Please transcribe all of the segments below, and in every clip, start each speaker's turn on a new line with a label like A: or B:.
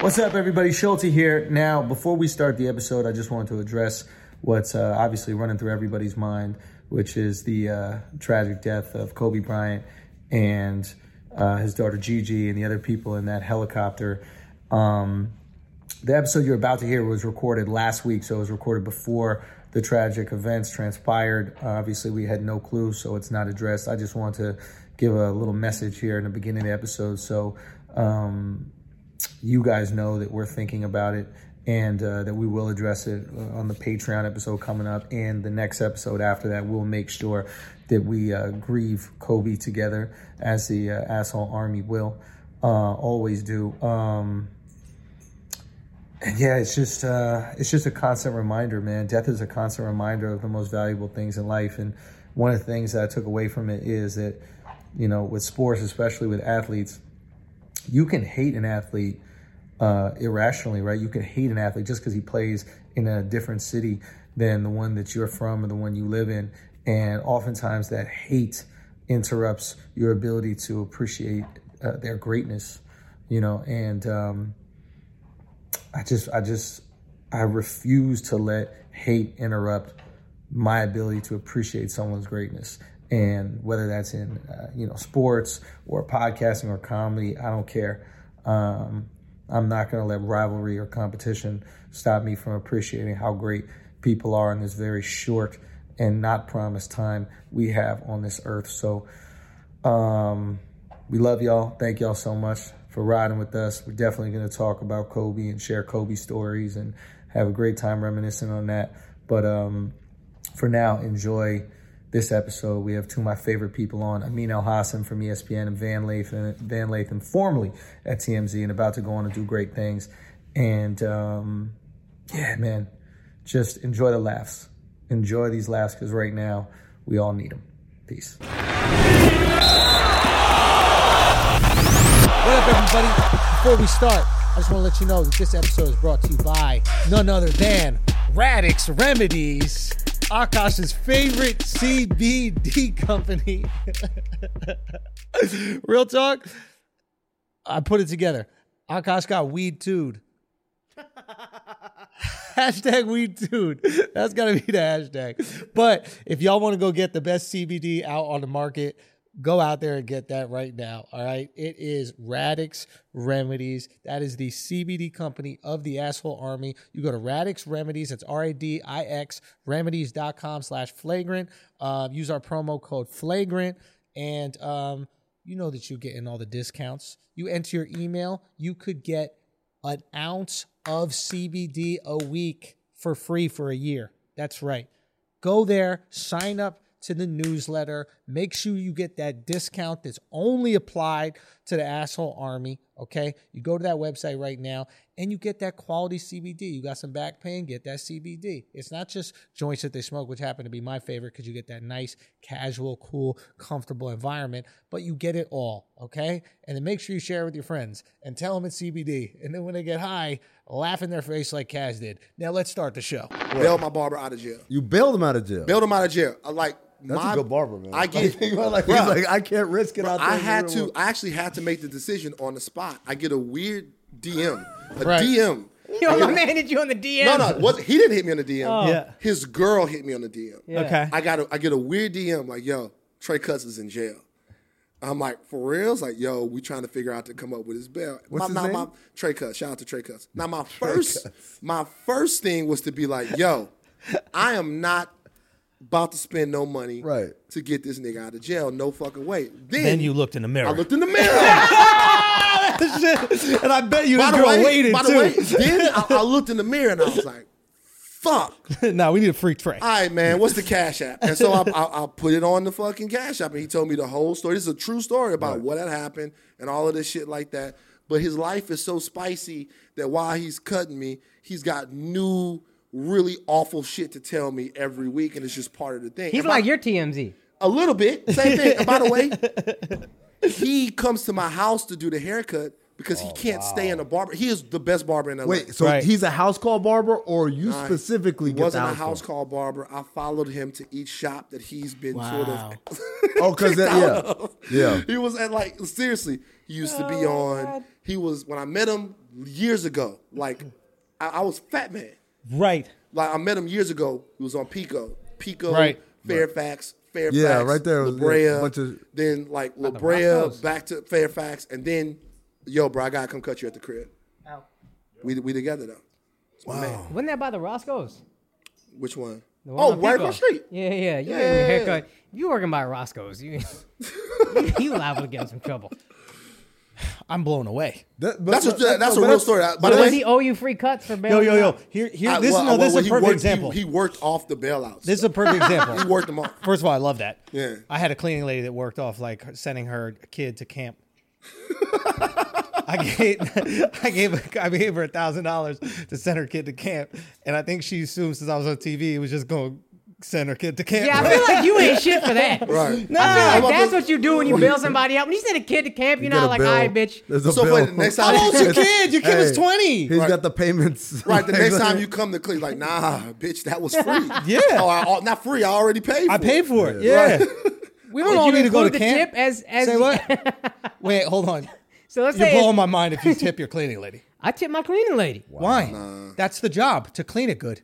A: What's up, everybody? Schulte here. Now, before we start the episode, I just want to address what's uh, obviously running through everybody's mind, which is the uh, tragic death of Kobe Bryant and uh, his daughter Gigi and the other people in that helicopter. Um, the episode you're about to hear was recorded last week, so it was recorded before the tragic events transpired. Uh, obviously, we had no clue, so it's not addressed. I just want to give a little message here in the beginning of the episode so um, you guys know that we're thinking about it and uh, that we will address it uh, on the Patreon episode coming up and the next episode after that. We'll make sure that we uh, grieve Kobe together as the uh, asshole army will uh, always do. Um, and yeah, it's just uh, it's just a constant reminder, man. Death is a constant reminder of the most valuable things in life, and one of the things that I took away from it is that you know with sports, especially with athletes, you can hate an athlete uh, irrationally, right? You can hate an athlete just because he plays in a different city than the one that you're from or the one you live in, and oftentimes that hate interrupts your ability to appreciate uh, their greatness, you know, and. Um, I just, I just, I refuse to let hate interrupt my ability to appreciate someone's greatness. And whether that's in, uh, you know, sports or podcasting or comedy, I don't care. Um, I'm not going to let rivalry or competition stop me from appreciating how great people are in this very short and not promised time we have on this earth. So, um, we love y'all. Thank y'all so much for riding with us. We're definitely going to talk about Kobe and share Kobe stories and have a great time reminiscing on that. But um, for now, enjoy this episode. We have two of my favorite people on Amin El Hassan from E ESPN and Van Lathan, Van Lathan formerly at TMZ and about to go on and do great things. And um, yeah, man, just enjoy the laughs. Enjoy these laughs because right now we all need them. Peace.
B: What up, everybody? Before we start, I just want to let you know that this episode is brought to you by none other than Radix Remedies, Akash's favorite CBD company. Real talk, I put it together. Akash got weed tooed. hashtag weed dude. That's gotta be the hashtag. But if y'all want to go get the best CBD out on the market, go out there and get that right now. All right, it is Radix Remedies. That is the CBD company of the asshole army. You go to Radix Remedies. It's R A D I X Remedies.com slash flagrant. Uh, use our promo code flagrant and um, you know that you're getting all the discounts. You enter your email, you could get an ounce of CBD a week for free for a year. That's right. Go there, sign up to the newsletter, make sure you get that discount that's only applied to the asshole army. Okay. You go to that website right now and you get that quality CBD. You got some back pain, get that CBD. It's not just joints that they smoke, which happen to be my favorite because you get that nice, casual, cool, comfortable environment, but you get it all. Okay. And then make sure you share it with your friends and tell them it's CBD. And then when they get high, laugh in their face like Kaz did. Now let's start the show.
C: Bail my barber out of jail.
D: You bailed him out of jail.
C: Bailed him out of jail. I like
D: That's
C: my,
D: a good barber, man.
C: I get.
D: He's like,
C: Bruh,
D: he's like, I can't risk it out there.
C: I
D: in the
C: had
D: real
C: to.
D: world."
C: I actually had to make the decision on the spot. I get a weird DM. A
B: Right.
C: DM.
E: Yo, my man hit you on the DM.
C: No, no. What, he didn't hit me on the DM.
E: Yeah.
C: His girl hit me on the DM.
E: Okay.
C: I got. A, I get a weird DM like, "Yo, Trey Cuts is in jail." I'm like, for real? It's like, yo, we trying to figure out to come up with his bail.
D: What's
C: my,
D: his
C: now
D: name?
C: my Trey Cuts. Shout out to Trey Cuts. Now my first, my first thing was to be like, yo, I am not about to spend no money
D: Right.
C: to get this nigga out of jail. No fucking way. Then,
E: Then you looked in the mirror.
C: I looked in the mirror.
E: and I bet you
C: by the way, by the way, then I, I looked in the mirror and I was like, fuck.
E: nah, we need a free tray.
C: all right, man, what's the Cash App? And so I, I, I put it on the fucking Cash App, and he told me the whole story. This is a true story about what had happened and all of this shit like that. But his life is so spicy that while he's cutting me, he's got new, really awful shit to tell me every week, and it's just part of the thing.
E: He's
C: And my-
E: like your TMZ.
C: a little bit, same thing. and by the way, he comes to my house to do the haircut because he can't stay in a barber. He is the best barber in LA.
D: Wait, so
E: Right.
D: he's a house call barber, or you specifically
C: He
D: get the
C: wasn't a
D: house,
C: house call barber. I followed him to each shop that he's been sort of.
D: call? Oh, because yeah, yeah.
E: Oh,
C: He was at like seriously. He used to be on. He was when I met him. years ago. Like I, I was Fat Man.
B: Right.
C: Like I met him years ago. He was on Pico, Pico,
B: Right.
C: Fairfax, Fairfax.
D: Yeah, right there
C: La
D: was-
C: Brea.
D: yeah, a bunch of-
C: then like La
B: Rock
C: Brea,
B: Coast.
C: back to Fairfax, and then, yo, bro, I gotta come cut you at the crib. We we together though.
E: Wasn't that by the Roscoe's?
C: Which one?
E: The one
C: Oh,
E: on
C: right
E: Pico.
C: across the street.
E: Yeah, yeah. You
C: Yeah,
E: getting your
C: yeah,
E: haircut. If you working by Roscoe's, you you liable to get in some trouble.
B: I'm blown away.
D: That- but-
C: That's a
D: but-
C: that's a
D: but
C: real story. By the
E: Does
C: way,
E: he owe you free cuts for
B: Yo,
E: bailing
B: yo,
E: you
B: yo.
E: out?
B: Here, here.
C: I-
B: This,
C: well,
B: no, this
C: well,
B: is
C: he
B: a perfect
C: worked- he-
B: example.
C: He, worked off the bailouts.
B: This is a perfect example.
C: he worked them off.
B: First of all, I love that.
C: Yeah.
B: I had a cleaning lady that worked off like her- sending her kid to camp. I gave I gave I gave her a thousand dollars to send her kid to camp, and I think she assumed since I was on TV, it was just going to send her kid to camp.
E: Yeah, I feel like you ain't shit for that.
C: Right.
E: No, I feel
C: How
E: like
C: about
E: that's
C: this-
E: what you do when you bail somebody out. When you send a kid to camp, you're
D: get
E: not
D: a
E: like,
D: bill.
E: all right, bitch.
D: There's a
C: So
D: bill.
C: funny. The next time,
B: How old's your kid? Your kid was
D: Hey,
B: twenty.
D: He's got the payments.
C: right? The next time you come to Cleveland, like, nah, bitch, that was free.
B: Yeah.
C: Oh, I, oh, not free. I already paid. For
B: I paid for it. Yeah. We don't
E: Did
B: all
E: you
B: need to go to
E: include the
B: camp.
E: tip as- as-
B: Say what? Wait, hold on.
E: So let's
B: You're
E: say
B: blowing
E: it's-
B: my mind if you tip your cleaning lady.
E: I tip my cleaning lady.
B: Why? That's the job to clean it good.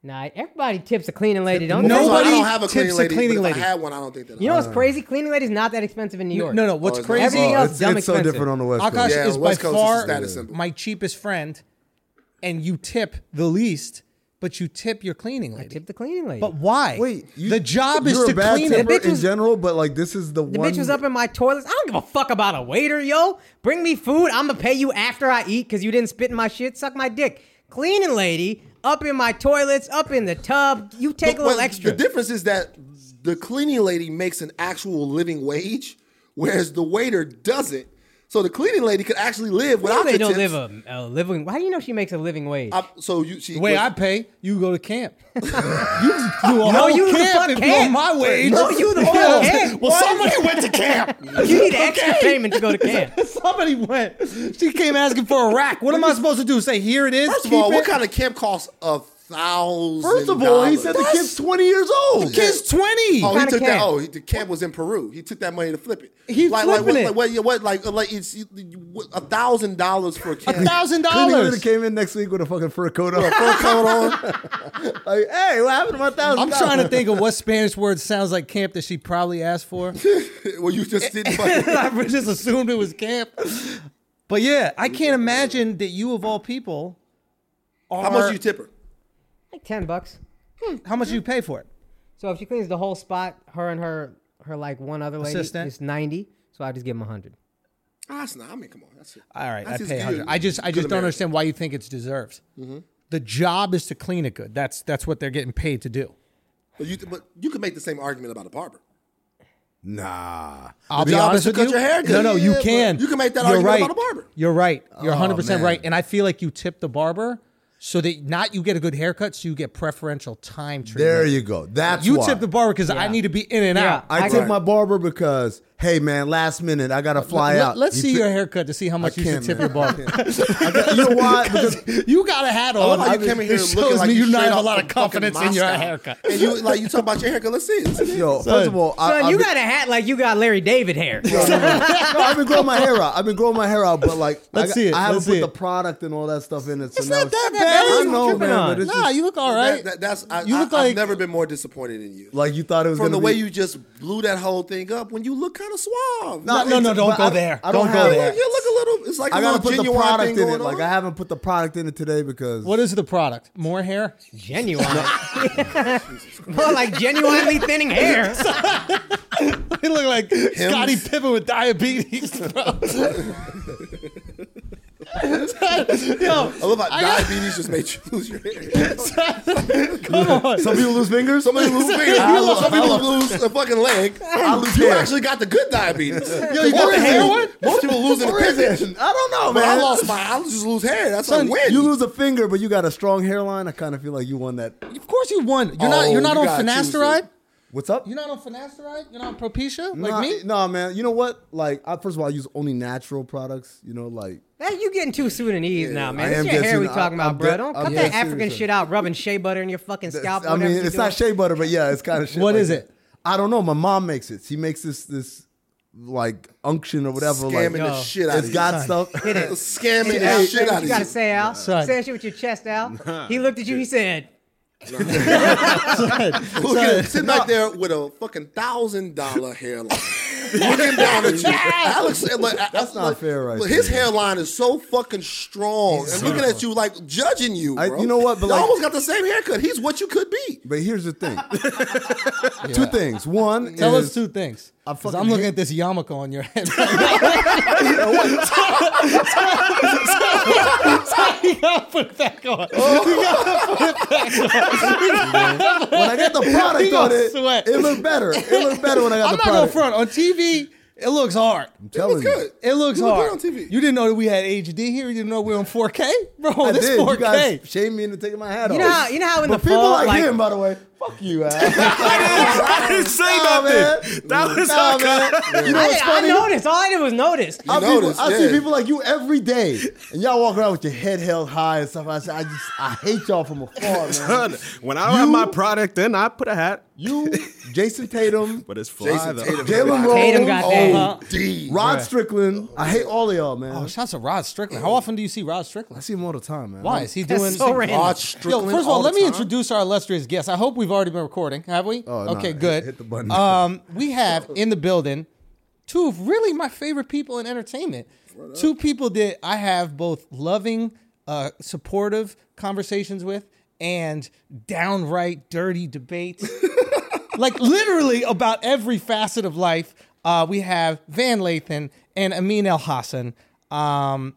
E: Nah, everybody tips a cleaning lady, don't
C: First
E: they?
C: of all,
B: Nobody
C: I don't have a
B: tips
C: cleaning
B: a
C: lady.
B: cleaning
C: but
B: lady.
C: If I had one, I don't think that.
E: You know what's crazy? Cleaning lady's not that expensive in New York.
B: No, no. What's
C: Oh, it's not.
B: crazy?
E: Everything
D: Oh,
E: else
D: it's,
E: dumb
D: it's so
E: expensive.
D: different on the West
B: Akash
D: Coast.
C: Yeah,
B: is
C: West
B: by
C: Coast is a
B: far
C: status symbol.
B: my cheapest friend, and you tip the least, but you tip your cleaning lady.
E: Tip the cleaning lady.
B: but why?
D: Wait, you-
B: the job is
D: you're
B: to
D: a bad
B: clean
D: tipper
B: it.
E: The bitch
D: in
E: was-
D: general, but like this is the,
E: the
D: one.
E: bitch was up in my toilets. I don't give a fuck about a waiter, yo. Bring me food. I'm gonna pay you after I eat because you didn't spit in my shit. Suck my dick. Cleaning lady up in my toilets, up in the tub. You take a
C: But-
E: little
C: but
E: extra.
C: The difference is that the cleaning lady makes an actual living wage, whereas the waiter doesn't. So the cleaning lady could actually live
E: How
C: without
E: they
C: the
E: don't
C: tips.
E: live a, a living. How do you know she makes a living wage?
C: I- so you, she,
B: The way
C: was-
B: I pay, you go to camp. you do a whole
E: you the fuck
B: camp if you're on
E: can't.
B: my wage.
E: No, you the fuck can't.
B: Well, somebody went to camp.
E: you need extra payment to go to camp.
B: somebody went. She came asking for a rack. What am I supposed to do? Say here it is.
C: First of
B: keep
C: all,
B: it?
C: what kind of camp costs a thousand?
D: First of all, he said the
C: dollars?
D: kid's 20 years old.
B: Kid's twenty.
C: Oh, he
E: kinda
C: took that.
E: camp?
C: Oh, he, the camp was in Peru. He took that money to flip it.
B: He
C: like, like, what,
B: flipping
C: like what? yeah, What? Like, like it's you- you- what- a thousand dollars for a camp.
B: thousand
D: Cleaning lady
B: dollars.
D: came in next week with a fucking fur coat on.
C: Fur coat on.
D: like, hey, what happened to my thousand?
B: I'm trying to think of what Spanish word sounds like camp that she probably asked for.
C: well, you just didn't. Fucking,
B: I just assumed it was camp. But yeah, I can't imagine that you of all people are
C: how much you tip her?
E: Like ten bucks.
B: How much you pay for it?
E: So if she cleans the whole spot, her and her her like one other lady
B: Assistant.
E: is ninety. So I just give him hundred.
C: Ah, it's not. I mean, come on. That's it.
B: All right,
C: That's
B: I
C: just
B: pay
C: good-
B: 100. I just I
C: good
B: just don't
C: Mm-hmm. American.
B: understand why you think it's deserved. The job is to clean it good. That's that's what they're getting paid to do.
C: But you, but you could make the same argument about a barber.
D: Nah.
B: I'll
C: The
B: be
C: job
B: honest
C: is to
B: with
C: cut
B: you.
C: your hair
B: No,
C: good.
B: no, you
C: Yeah, but
B: can.
C: you can make that
B: You're
C: argument
B: right.
C: about a barber. Oh,
B: You're right. You're 100%
D: man.
B: right. And I feel like you tip the barber so that not you get a good haircut, so you get preferential time treatment.
D: There you go. That's
B: You
D: why.
B: tip the barber because I need to be in and
E: Yeah.
B: out.
D: I,
E: I-
D: tip
E: Right.
D: my barber because, hey man, last minute I gotta fly
B: Let-
D: out.
B: Let's
D: You
B: see
D: fi-
B: your haircut to see how much you should
D: can't,
B: tip
D: man.
B: your barber.
D: I got- you know why? Because
B: you got a hat
C: I
B: on.
C: love how
B: I
C: Oh, you came in here
B: it
C: looking
B: shows
C: like
B: me
C: you
B: you not
C: straight
B: have a
C: out
B: lot
C: from
B: of confidence
C: fucking
B: in your
C: Moscow.
B: haircut.
C: And you like you talk about your haircut. Let's see. Let's see.
D: yo, first of all, I,
E: Son,
D: I've
E: you
D: been-
E: gotta act like you got Larry David hair.
D: No, I've been growing my hair out. I've been growing my hair out, but like, I,
B: Let's
D: got-
B: see it.
D: I haven't
B: Let's
D: put
B: see
D: the
B: it.
D: product and all that stuff in it. So
B: It's
D: now
B: not that bad.
D: I
B: What are you
D: know,
E: tripping
D: man.
E: on?
D: But it's
B: Nah,
D: just,
B: you look all right.
C: That, that, that's I,
B: you look
C: I,
B: like
C: I've never been more disappointed in you.
D: like you thought it was
C: from
D: gonna
C: the way
D: be-
C: you just blew that whole thing up when you look kind of suave.
B: No, no, no, don't
D: but
B: go
D: I-
B: there.
D: I don't
B: Don't go
D: have-
C: You
B: there.
C: look, you look a little. It's like a
D: I gotta
C: little
D: put the
C: genuine
D: product
C: thing
D: in
C: going
D: it. Like I
C: on.
D: haven't put the product in it today because
B: What is the product? More hair?
E: genuine. More like genuinely thinning hair.
B: He look like Scotty Pippen with diabetes, bro. Yo,
C: I love how diabetes just made you lose your hair.
B: come on.
D: some people lose fingers.
C: Some people lose fingers.
D: I love-
C: Some
D: I
C: people
D: love-
C: lose a fucking leg.
D: lose
C: You
D: hair.
C: actually got the good diabetes. Yo,
B: you got the hair one?
C: Most people losing the pigeon.
D: I don't know,
C: But
D: man.
C: I lost my. I just lose hair. That's a
D: Son,
C: win.
D: You lose a finger, but you got a strong hairline. I kind of feel like you won that.
B: Of course you won. You're not.
C: Oh,
B: You're not
C: you
B: on
C: gotta choose
B: finasteride.
C: it.
D: What's up?
B: You're not on finasteride. You're not on Propecia like
D: nah,
B: me.
D: Nah, man. You know what? Like, I, first of all, I use only natural products. You know, like
E: Now you getting too Sudanese now, man.
D: I
E: This
D: am
E: your hair
D: getting-
E: we talking
D: I-
E: about,
D: I'm
E: bro.
D: get-
E: Don't
D: I'm
E: cut that
D: getting
E: African
D: serious.
E: shit out, rubbing shea butter in your fucking scalp.
D: I mean,
E: whatever you
D: it's not
E: doing.
D: shea butter, but yeah, it's kind of shit.
B: What
D: like
B: is
D: that.
B: it?
D: I don't know. My mom makes it. She makes this this like unction or whatever.
C: Scamming
D: like,
C: the
E: Yo,
C: shit out of
D: it's
C: you.
D: got stuff.
E: Hit it.
C: Scamming
E: Hit it,
C: the
E: Al.
C: shit out
E: you
C: of
E: gotta
C: you.
E: say, Al.
B: Son.
E: Say that shit with your chest, Al. he looked at you. He said,
C: Who can sit back there with a fucking thousand dollar hairline? Looking down at you, Alex. Like,
D: That's not fair right
C: But his
D: there.
C: hairline is so fucking strong, and looking at you like judging you.
D: I-
C: bro.
D: you know what, but
C: Y'all
D: like-
C: almost got the same haircut. He's what you could be.
D: But here's the thing. Two things. One
B: Tell
D: is
B: us two things.
D: I
B: 'Cause
D: fucking
B: I'm looking
D: hate-
B: at this yarmulke on your head. you gotta put it back on.
D: when I got the product
B: He
D: on
B: gonna
D: it,
B: sweat.
D: it looked better. It looked better when I got
B: I'm
D: the
B: not gonna
D: product.
B: front. On TV, it looks hard.
D: I'm telling you.
C: Good.
B: It looks
C: You look
B: hard.
C: good on TV.
B: You didn't know that we had HD here. You didn't know we were on 4K, bro.
D: I
B: this
D: did.
B: 4K.
D: You guys shamed me into taking my hat
E: "You
D: off.
E: know how? You know how in
D: Oh. but
E: the
D: people
E: fall,
D: like,
E: like
D: him, by the way, fuck you, Al.
F: I didn't say
D: Nah,
F: nothing. That was
D: Nah,
F: all
D: man. You know
E: I,
D: what's
E: did- I
D: funny?
E: noticed. All I did was notice.
D: I,
C: noticed,
D: people, I
C: yeah.
D: see people like you every day, and y'all walk around with your head held high and stuff. I said, I just, I hate y'all from afar, man.
F: Done. When I don't have my product, then I put a hat.
D: You, Jason Tatum,
F: But it's fly
C: Jason
F: though.
C: Tatum.
D: Jalen Rose,
E: Tatum got that.
D: Oh,
E: huh?
C: D.
D: Rod Strickland. I hate all of y'all, man.
B: Oh, shouts to Rod Strickland. How often do you see Rod
D: I
B: Strickland?
D: see him all the time, man.
B: Why is he
E: That's
B: doing?
E: so random.
C: Rod
B: Yo,
C: Strickland.
B: first of all,
C: the
B: let me
C: time?
B: introduce our illustrious guest. I hope we've already been recording. Have we?
D: Oh, nah,
B: okay,
D: hit-
B: good.
D: hit the button.
B: Um, we have in the building two of really my favorite people in entertainment. Two people that I have both loving, uh, supportive conversations with and downright dirty debates. like literally about every facet of life. Uh, we have Van Lathan and Amin El Hassan. Um,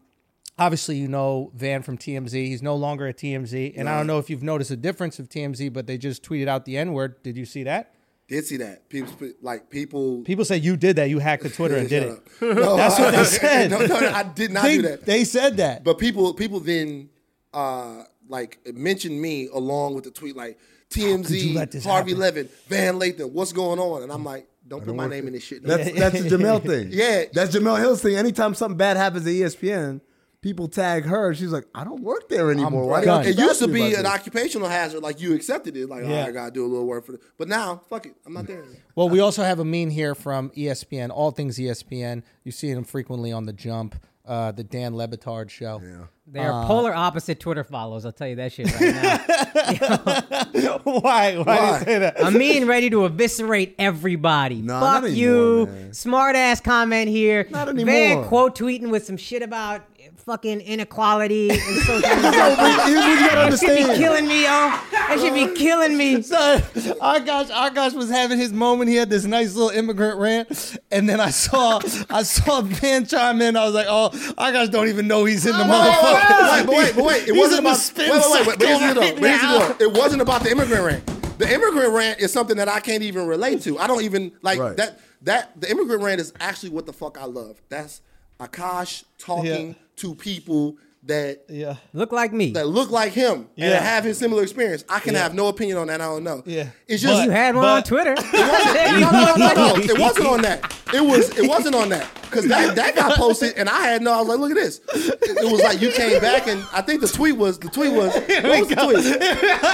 B: obviously, you know Van from TMZ. He's no longer at TMZ, and I don't know if you've noticed a difference of TMZ, but they just tweeted out the N word. Did you see that?
C: Did see that people like people.
B: People say you did that. You hacked the Twitter and did it.
C: No,
B: That's what
C: I-
B: they said.
C: No, no, no, I did not
B: They,
C: do that.
B: they said that.
C: But people people then uh like mentioned me along with the tweet like
B: you let
C: TMZ,
B: this
C: Harvey
B: happen?
C: Levin, Van Lathan, what's going on? And I'm like, don't put my name in this shit. no
D: That's that's the Jamel thing.
C: Yeah.
D: that's Jamel Hill's thing. Anytime something bad happens at E ESPN, people tag her. She's like, I don't work there anymore. Why
B: done.
D: don't you
C: It used
D: ask
C: to
D: me
C: be
D: about
C: an
D: this?"
C: occupational hazard, like you accepted it, like
B: Yeah.
C: oh, I gotta do a little work for it. But now, fuck it, I'm not there.
B: Well, we also have Amin here from E ESPN, all things ESPN. You see him frequently on The Jump, uh, the Dan Lebitard show.
E: They are polar opposite Twitter follows. I'll tell you that shit right now.
B: why? Why?
C: Why?
E: Amin ready to eviscerate everybody.
D: Nah,
E: Fuck
D: not
E: you.
D: anymore, man.
E: Smart ass comment here.
D: Not
E: Van
D: anymore.
E: quote tweeting with some shit about fucking inequality and social
D: No,
E: That
D: but here's what you gotta
E: should be
D: understand.
E: killing me, yo. That should be killing me.
B: So Akash, Akash was having his moment. He had this nice little immigrant rant, and then I saw, I saw Van chime in. I was like, "Oh, Akash don't even know he's in the motherfucker."
C: Wait, but wait, but wait, it
B: He's
C: wasn't
B: in the
C: about.
B: spin
C: Wait, wait, wait, wait, but here's the
B: cycle
C: deal, but here's the
B: right
C: deal. It wasn't about the immigrant rant. The immigrant rant is something that I can't even relate to. I don't even like
D: Right.
C: that. That the immigrant rant is actually what the fuck I love. That's Akash talking
B: Yeah.
C: to people that
B: Yeah.
E: Look like me.
C: that look like him and
B: Yeah.
C: have his similar experience. I can have no opinion on that. I don't know.
B: Yeah.
C: it's
E: you
C: just
E: had one
B: but-
E: on Twitter.
C: no, no, no, no, no. It wasn't on that. It was. It wasn't on that because that that got posted and I had no. I was like, look at this. It, it was like you came back and I think the tweet was the tweet was what was the tweet?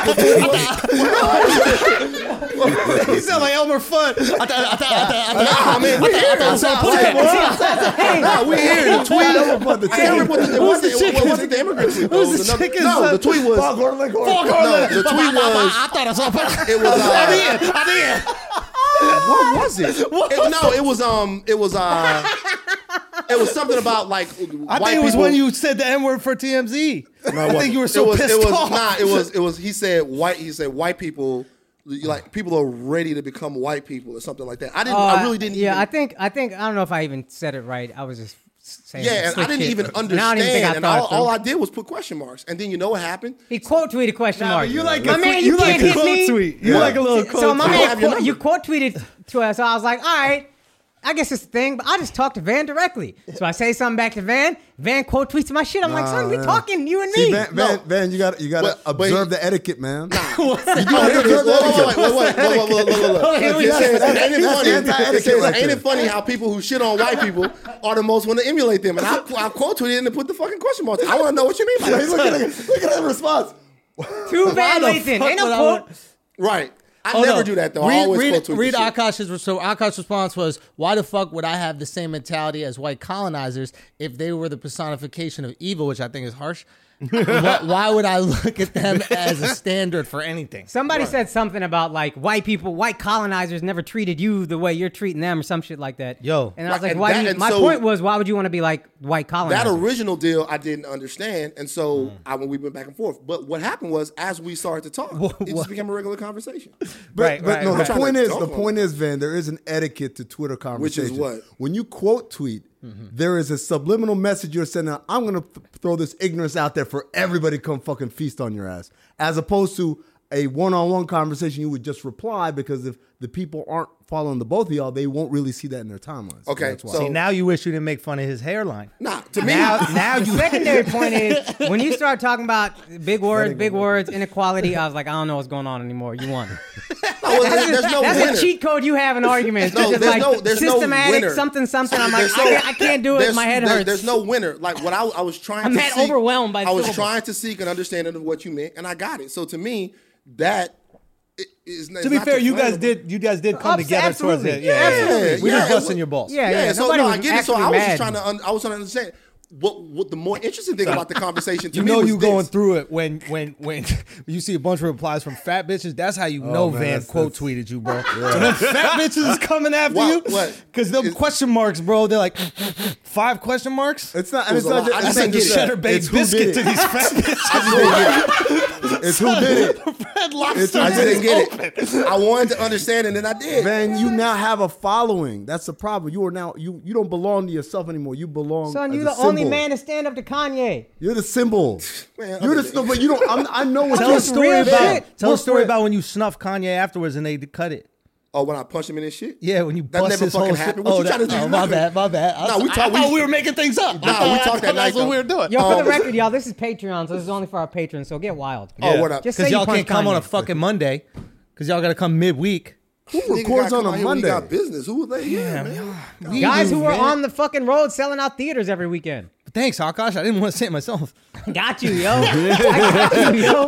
C: The tweet was-
B: He sound like Elmer Fudd. I thought, I thought, I thought,
C: Nah, man, we here. Nah, we here. The tweet. I can't remember what the, it wasn't. It wasn't the immigrant tweet. though. It
B: the
C: was another-
B: chicken?
C: No, the tweet was.
D: Fuck Orlando Gordon.
C: No, the tweet was.
B: I thought I saw.
C: It was.
B: I
C: Uh,
B: did. I did.
C: What was it? It- no, it was um, it was uh, it was something about like
B: I think it was when you said the N word for TMZ. I think you were so
C: it was,
B: pissed
C: it was,
B: off.
C: Nah, it was it was he said white he said white people like people are ready to become white people or something like that. I didn't. I really didn't.
E: Uh, Yeah,
C: even,
E: I think I think I don't know if I even said it right. I was just saying.
C: Yeah, and
E: slick
C: I didn't
E: shit.
C: even
E: And
C: understand.
E: I don't even think I
C: and
E: thought
C: all,
E: it through.
C: all I did was put question marks, and then you know what happened?
E: He quote tweeted question mark.
B: you like
E: my
B: a-
E: man,
B: you
E: you,
B: like
E: can't
B: a
E: hit
B: quote
E: me.
B: tweet. You like a little
E: So
B: quote
E: my
B: tweet.
C: I
E: man,
C: have your
E: quote,
C: number.
E: you quote tweeted to us. So I was like, all right, I guess it's a thing, but I'll just talk to Van directly. So I say something back to Van. Van quote tweets my shit. I'm like, son, we
D: man.
E: talking, you and
D: See,
E: me.
D: Van, Van, Van, you gotta you gotta
C: But- but
D: observe
C: he-
D: the etiquette, man.
C: You do have to- wait, wait, wait, wait, wait, wait, wait, wait, wait.
E: Here we
C: It
E: go.
C: says,
D: That's-
C: Ain't it
D: that's
C: funny?
D: anti-etiquette
C: It says,
D: right
C: ain't
D: there.
C: it funny how people who shit on white people are the most want to emulate them? And I, I quote tweeted and put the fucking question marks. I want to know what you mean by
D: Hey,
C: that.
D: look at look at that response.
E: Too Van
B: the
E: Lathan.
B: fuck
E: Ain't no
B: would I
E: quote.
B: want-
C: Right. I
G: Oh,
C: never
G: no.
C: do that though.
G: Read,
C: I always
G: read,
C: quote tweet
G: read
C: the shit.
G: Akash's re- so Akash's response was, "Why the fuck would I have the same mentality as white colonizers if they were the personification of evil?" Which I think is harsh. why, why would I look at them as a standard for anything?
E: Somebody said something about like white people, white colonizers never treated you the way you're treating them, or some shit like that.
G: Yo.
E: and I
C: Right,
E: was like,
C: and
E: why?
C: that-
E: do you,
C: and
E: my
C: so-
E: point was, why would you want to be like white
C: That
E: colonizers?
C: original deal I didn't understand, and so I when we went back and forth. But what happened was, as we started to talk, it just became a regular conversation.
D: But,
E: Right,
D: but
E: right,
D: no,
E: right.
D: the point is,
C: Trying
D: the
C: to dunk
D: point is, Van, there is an etiquette to Twitter
C: Which is
D: conversations.
C: what?
D: When you quote tweet, there is a subliminal message you're sending. out, I'm gonna th- throw this ignorance out there for everybody. to Come fucking feast on your ass. As opposed to a one-on-one conversation, you would just reply because if the people aren't following the both of y'all, they won't really see that in their timelines.
C: Okay,
D: that's why.
C: so-
G: now you wish you didn't make fun of his hairline.
C: Nah, to me,
E: Now, now the secondary point is when you start talking about big words, big words, inequality. I was like, I don't know what's going on anymore. You won.
C: no, there's, there's no
E: That's
C: winner.
E: a cheat code you have in arguments.
C: No,
E: No, just
C: there's
E: like
C: no- there's no
E: systematic
C: winner.
E: something something. I'm like,
C: There's
E: I,
C: no-
E: can't, I can't do it.
C: there's-
E: My head
C: there-
E: hurts.
C: There's no winner. Like what I, I was trying.
E: I'm
C: to
E: mad
C: seek-
E: overwhelmed by
C: I was
E: syllables.
C: trying to seek an understanding of what you meant, and I got it. So to me, that i- is
B: To be fair, you guys did you guys did come
E: Abs-
B: together
E: absolutely.
B: towards it.
E: Yeah,
C: absolutely.
B: We
C: Yeah,
B: just
C: it
B: busting
C: wa-
B: your balls.
E: Yeah,
C: Yeah,
E: yeah.
C: so no,
E: Nobody
C: I
E: was
C: get it. So I
E: actually
C: was just
E: mad.
C: trying to. Un- I was trying to understand. What, what the more interesting thing about the conversation to
B: You
C: me
B: know
C: was
B: you
C: this.
B: going through it when when when you see a bunch of replies from fat bitches. That's how
C: Oh,
B: you know
D: man,
B: Van
D: that's-
B: quote tweeted you, bro. When them fat bitches is coming after
C: Why-
B: you
C: what?
B: because them
C: Is-
B: question marks, bro. They're like five question marks.
D: it's not.
C: It was
D: It's
C: a
D: not
C: lot. I
D: just,
C: just
D: it's
B: Send
D: not
C: didn't
B: a
C: get
D: just
C: that.
B: cheddar baked
D: It's
B: biscuit
D: who did
B: to
D: it.
B: these fat bitches.
C: I just didn't get it.
D: It's who did it.
B: Red
D: It's
B: lobster.
D: who
C: I just
D: did
C: didn't
D: it.
C: get it. I wanted to understand, and then I did.
D: Man, you now have a following. That's the problem. You are now you you don't belong to yourself anymore. You belong.
E: Son,
D: as
E: you
D: a
E: the only
D: symbol.
E: man to stand up to Kanye.
D: You're the symbol.
C: Man,
D: You're
C: other
D: the
C: than-
D: symbol. But you don't. I'm, I know what
B: Tell
D: you're
B: a story
E: real
B: about
E: shit.
B: tell a
D: Look,
B: story
D: Fred.
B: about when you snuffed Kanye afterwards and they cut it.
C: Oh, when I punched him in his shit.
B: Yeah, when you
C: That
B: bust
C: never
B: his
C: fucking
B: whole
C: happened.
B: shit. Oh,
C: What you
B: that-
C: trying to do?
B: my bad, my bad. I,
C: Nah, we
B: I
C: talk- we-
B: thought we were making things up. I
C: Nah,
B: thought- I
C: we talked
B: thought
C: that
B: That's
C: night,
B: what we
C: though.
B: were doing.
E: Yo, for
C: Um,
E: the record, y'all, this is Patreon, so this is only for our patrons. So get wild.
C: Oh, what up?
E: Just
B: Because
E: say you
B: y'all
E: punch
B: can't come on a
E: Kanye.
B: fucking Monday. Because y'all got to come midweek.
D: Who
C: Nigga
D: records
C: gotta
D: on
C: come out
D: a
C: here when he
D: Monday?
C: Got business. Who was they? Yeah, man.
E: Guys who were on the fucking road selling out theaters every weekend.
B: But thanks, Akash. I didn't want to say it myself.
E: Got you, yo. I got you, yo.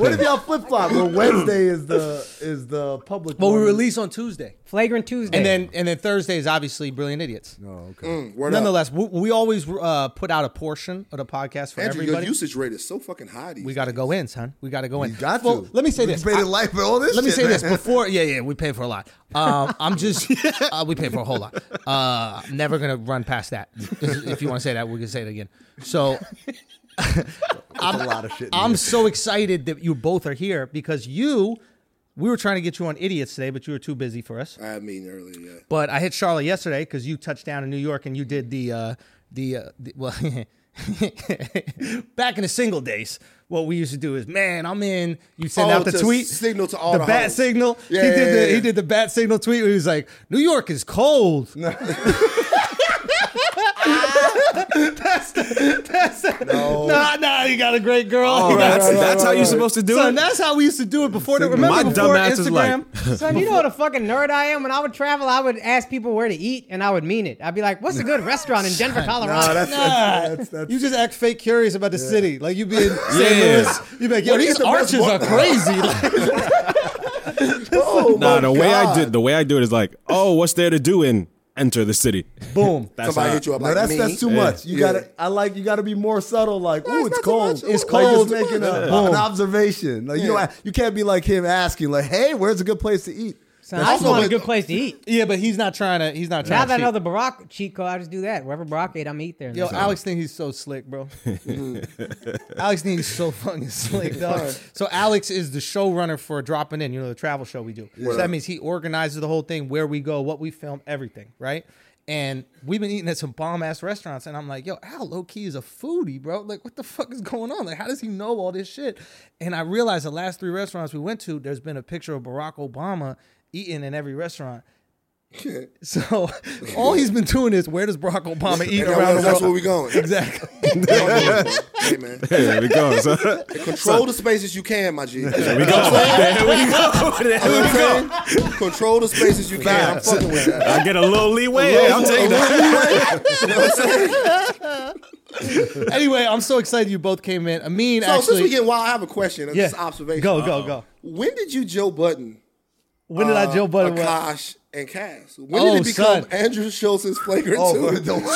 D: What if y'all flip flop? Well, Wednesday is the is the public.
B: But we
D: one.
B: release on Tuesday.
E: Flagrant Tuesday.
B: Um, And then and then Thursday is obviously Brilliant Idiots.
D: Oh,
C: Word up.
B: Nonetheless, we, we always uh, put out a portion of the podcast for
C: Andrew, your
B: everybody.
C: usage rate is so fucking high. These
B: we got to go in, son. We got to go in.
D: You got
B: well,
D: to.
B: Let me say
D: We
B: this.
D: Made
B: I-
D: it life for all this.
B: let me
D: shit,
B: say this
D: man.
B: before. Yeah, yeah, we pay for a lot. Um, I'm just uh, we pay for a whole lot. Uh, I'm never gonna run past that. If you want to say that, we can say it again. So
D: That's a lot of shit.
B: I'm so excited that you both are here because you. We were trying to get you on idiots today, but you were too busy for us.
C: I had mean earlier. Yeah.
B: But I hit Charlotte yesterday because you touched down in New York and you did the uh, the, uh, the well. back in the single days, what we used to do is, man, I'm in. You send
C: Oh,
B: out the
C: to
B: tweet,
C: signal to all the
B: bat
C: hoes.
B: signal.
C: Yeah,
B: he did
C: yeah,
B: the
C: yeah, yeah.
B: he did the bat signal tweet. Where he was like, New York is cold. that's the, that's the, no. Nah, nah, you got a great girl. You got-
F: that's that's how you're supposed to do
B: So
F: it.
B: that's how we used to do it before. The, remember
F: My
B: before
F: dumb ass is like-
B: Instagram?
E: Son, you know what a fucking nerd I am? When I would travel, I would ask people where to eat, and I would mean it. I'd be like, what's a good restaurant in Denver, Colorado?
D: Nah, that's, that's, that's, that's,
B: You just act fake curious about the city. Like you be in St. Louis. You be like, yo,
C: Well,
B: these
C: it's the best
B: arches
C: bar-
B: are crazy. Like,
C: Oh
F: Nah,
C: my
F: the way I
C: God.
F: did the way I do it is like, oh, what's there to do in enter the city?
B: boom.
F: That's
C: Somebody
F: how-
C: hit you up
D: no,
C: like
D: that's
C: me.
D: that's too much. You
C: Yeah.
D: gotta. I like. You gotta be more subtle. Like, ooh,
C: not
D: it's
C: too
D: cold.
C: much. It's
D: Like
C: cold.
D: just making a,
B: Boom.
D: an observation. Like you
C: Yeah.
D: don't. You can't be like him asking. Like, hey, where's a good place to eat?
E: Son, I just
C: Also
E: want a
C: with-
E: good place to eat.
B: Yeah, but he's not trying to. He's not trying.
E: Now that I
B: to
E: know
B: cheat.
E: the Barack cheat code, I just do that. Wherever Barack ate, I'm eat there.
B: Yo, Alex thinks he's so slick, bro. Alex thinks he's so fucking slick, dog. So Alex is the showrunner for dropping in. You know the travel show we do. So that means he organizes the whole thing, where we go, what we film, everything, right? And we've been eating at some bomb ass restaurants, and I'm like, yo, Al low key is a foodie, bro. Like, what the fuck is going on? Like, how does he know all this shit? And I realized the last three restaurants we went to, there's been a picture of Barack Obama eating in every restaurant. So all he's been doing is where does Barack Obama eat
C: Yeah,
B: around the
C: well,
B: world?
C: that's where we going.
B: Exactly.
C: hey man,
F: There we go. So, there
C: control the spaces you can, my G.
F: we go. There we go. There we go.
C: Control the spaces you can. I'm fucking with that.
F: I get a little leeway. Hey, I'll take that.
B: anyway, I'm so excited you both came in. Amin
C: So since
B: actually.
C: we get wild, I have a question. It's
B: Yeah.
C: Just observation.
B: Go, go, go.
C: When did Uh, you Joe Button
B: When did I
C: uh,
B: Joe Budden was?
C: Akash and Cass. When
B: Oh,
C: did it become
B: son.
C: Andrew Schultz's flagrant
D: Oh,
C: two?
D: the-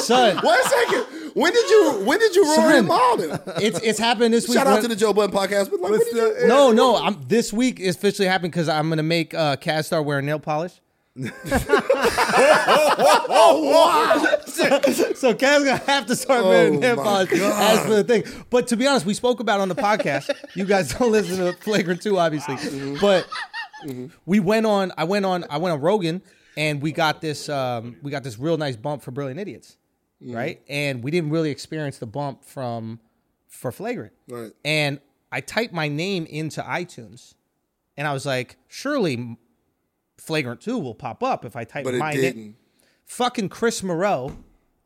B: Son,
C: One second. When did you when did you ruin him all then?
B: it's it's happened this week.
C: Shout out
B: when-
C: to the Joe Budden podcast, but like, what
D: what's
C: did you,
D: the-
B: no, no. I'm this week is officially happened because I'm gonna make uh Cass start wearing nail polish.
C: Oh,
B: so, so Cass gonna have to start wearing
C: Oh
B: nail
C: my
B: polish as for the thing. But to be honest, we spoke about it on the podcast. you guys don't listen to Flagrant Two, obviously,
C: Mm-hmm.
B: but we went on. I went on. I went on Rogan, and we got this. Um, we got this real nice bump for Brilliant Idiots,
C: Mm-hmm.
B: right? And we didn't really experience the bump from for Flagrant,
C: Right.
B: and I typed my name into iTunes, and I was like, surely Flagrant 2 will pop up if I type
C: but it
B: my name.
C: didn't.
B: Fucking Chris Moreau,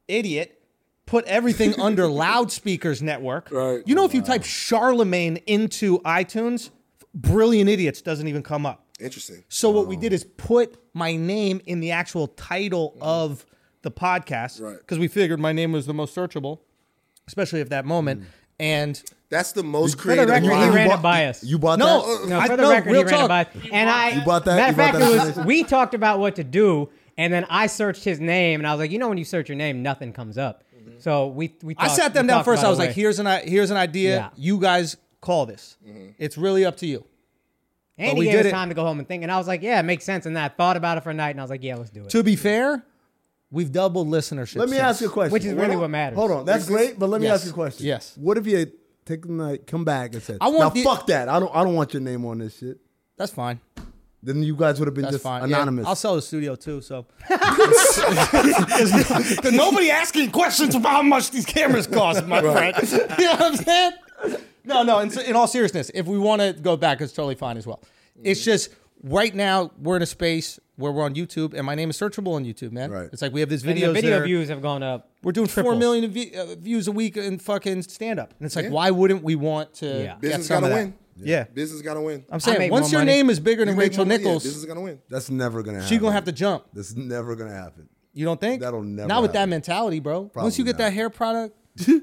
B: idiot, put everything under Loudspeakers Network.
C: Right.
B: You know, if you type Charlemagne into iTunes, Brilliant Idiots doesn't even come up.
C: Interesting.
B: So what we did is put my name in the actual title of the podcast
C: Right.
B: because we figured my name was the most searchable, especially at that moment. And
C: That's the most
E: the
C: creative.
E: record,
C: line.
E: he ran
D: bought-
E: it by us.
D: You bought
B: No, uh,
D: that?
E: No,
B: I-
E: for the
B: no,
E: record,
B: real
E: he ran
B: talk.
E: it by. And I, you
D: bought that-
E: matter
D: you
E: of
D: bought
E: fact,
D: that
E: it was
D: information?
E: we talked about what to do, and then I searched his name, and I was like, you know, when you search your name, nothing comes up. So we, we
B: Mm-hmm. I
E: talked-
B: sat them
E: we
B: down
E: talked
B: first.
E: about
B: I was
E: a
B: like,
E: way.
B: "Here's an i- here's an idea.
E: Yeah.
B: You guys call this. It's really up to you."
E: and
B: but we
E: he
B: did
E: gave us
B: it.
E: time to go home and think, and I was like, yeah, it makes sense. And I thought about it for a night, and I was like, yeah, let's do it.
B: To be fair, we've doubled listenership.
D: Let me
B: since.
D: ask you a question.
E: Which is really what matters.
D: Hold on, that's great. But let me
B: Yes.
D: ask you a question.
B: Yes.
D: What if you had taken the night, come back, and said,
B: I want
D: "Now
B: the-
D: fuck that. I don't. I don't want your name on this shit."
B: That's fine.
D: Then you guys would have been
B: That's
D: just
B: fine. Yeah,
D: anonymous.
B: I'll sell the studio too. So
H: Nobody asking questions about how much these cameras cost, my friend.
B: you know what I'm saying? No, no. In, in all seriousness, if we want to go back, it's totally fine as well. It's
C: Mm.
B: just right now we're in a space where we're on YouTube, and my name is searchable on YouTube, man.
D: Right.
B: It's like we have this
E: And
B: video.
E: the video views have gone up.
B: We're doing four
E: triple.
B: million vi- uh, views a week in fucking stand up, and it's like, why wouldn't we want to?
E: Yeah.
B: get
C: Business
B: some
C: gotta
B: of that?
C: win.
B: Yeah.
C: Business gotta win.
B: I'm
E: I
B: saying
E: make
B: once
E: more
B: your
E: money.
B: name is bigger than
C: You make
B: Rachel
C: more- yeah,
B: Nichols,
C: business gonna win.
D: that's never gonna. happen.
B: she's gonna have to jump.
D: That's never gonna happen.
B: You don't think?
D: That'll never
B: Not with that
D: happen.
B: mentality, bro. once
D: Probably
B: you get that
D: not.
B: hair product,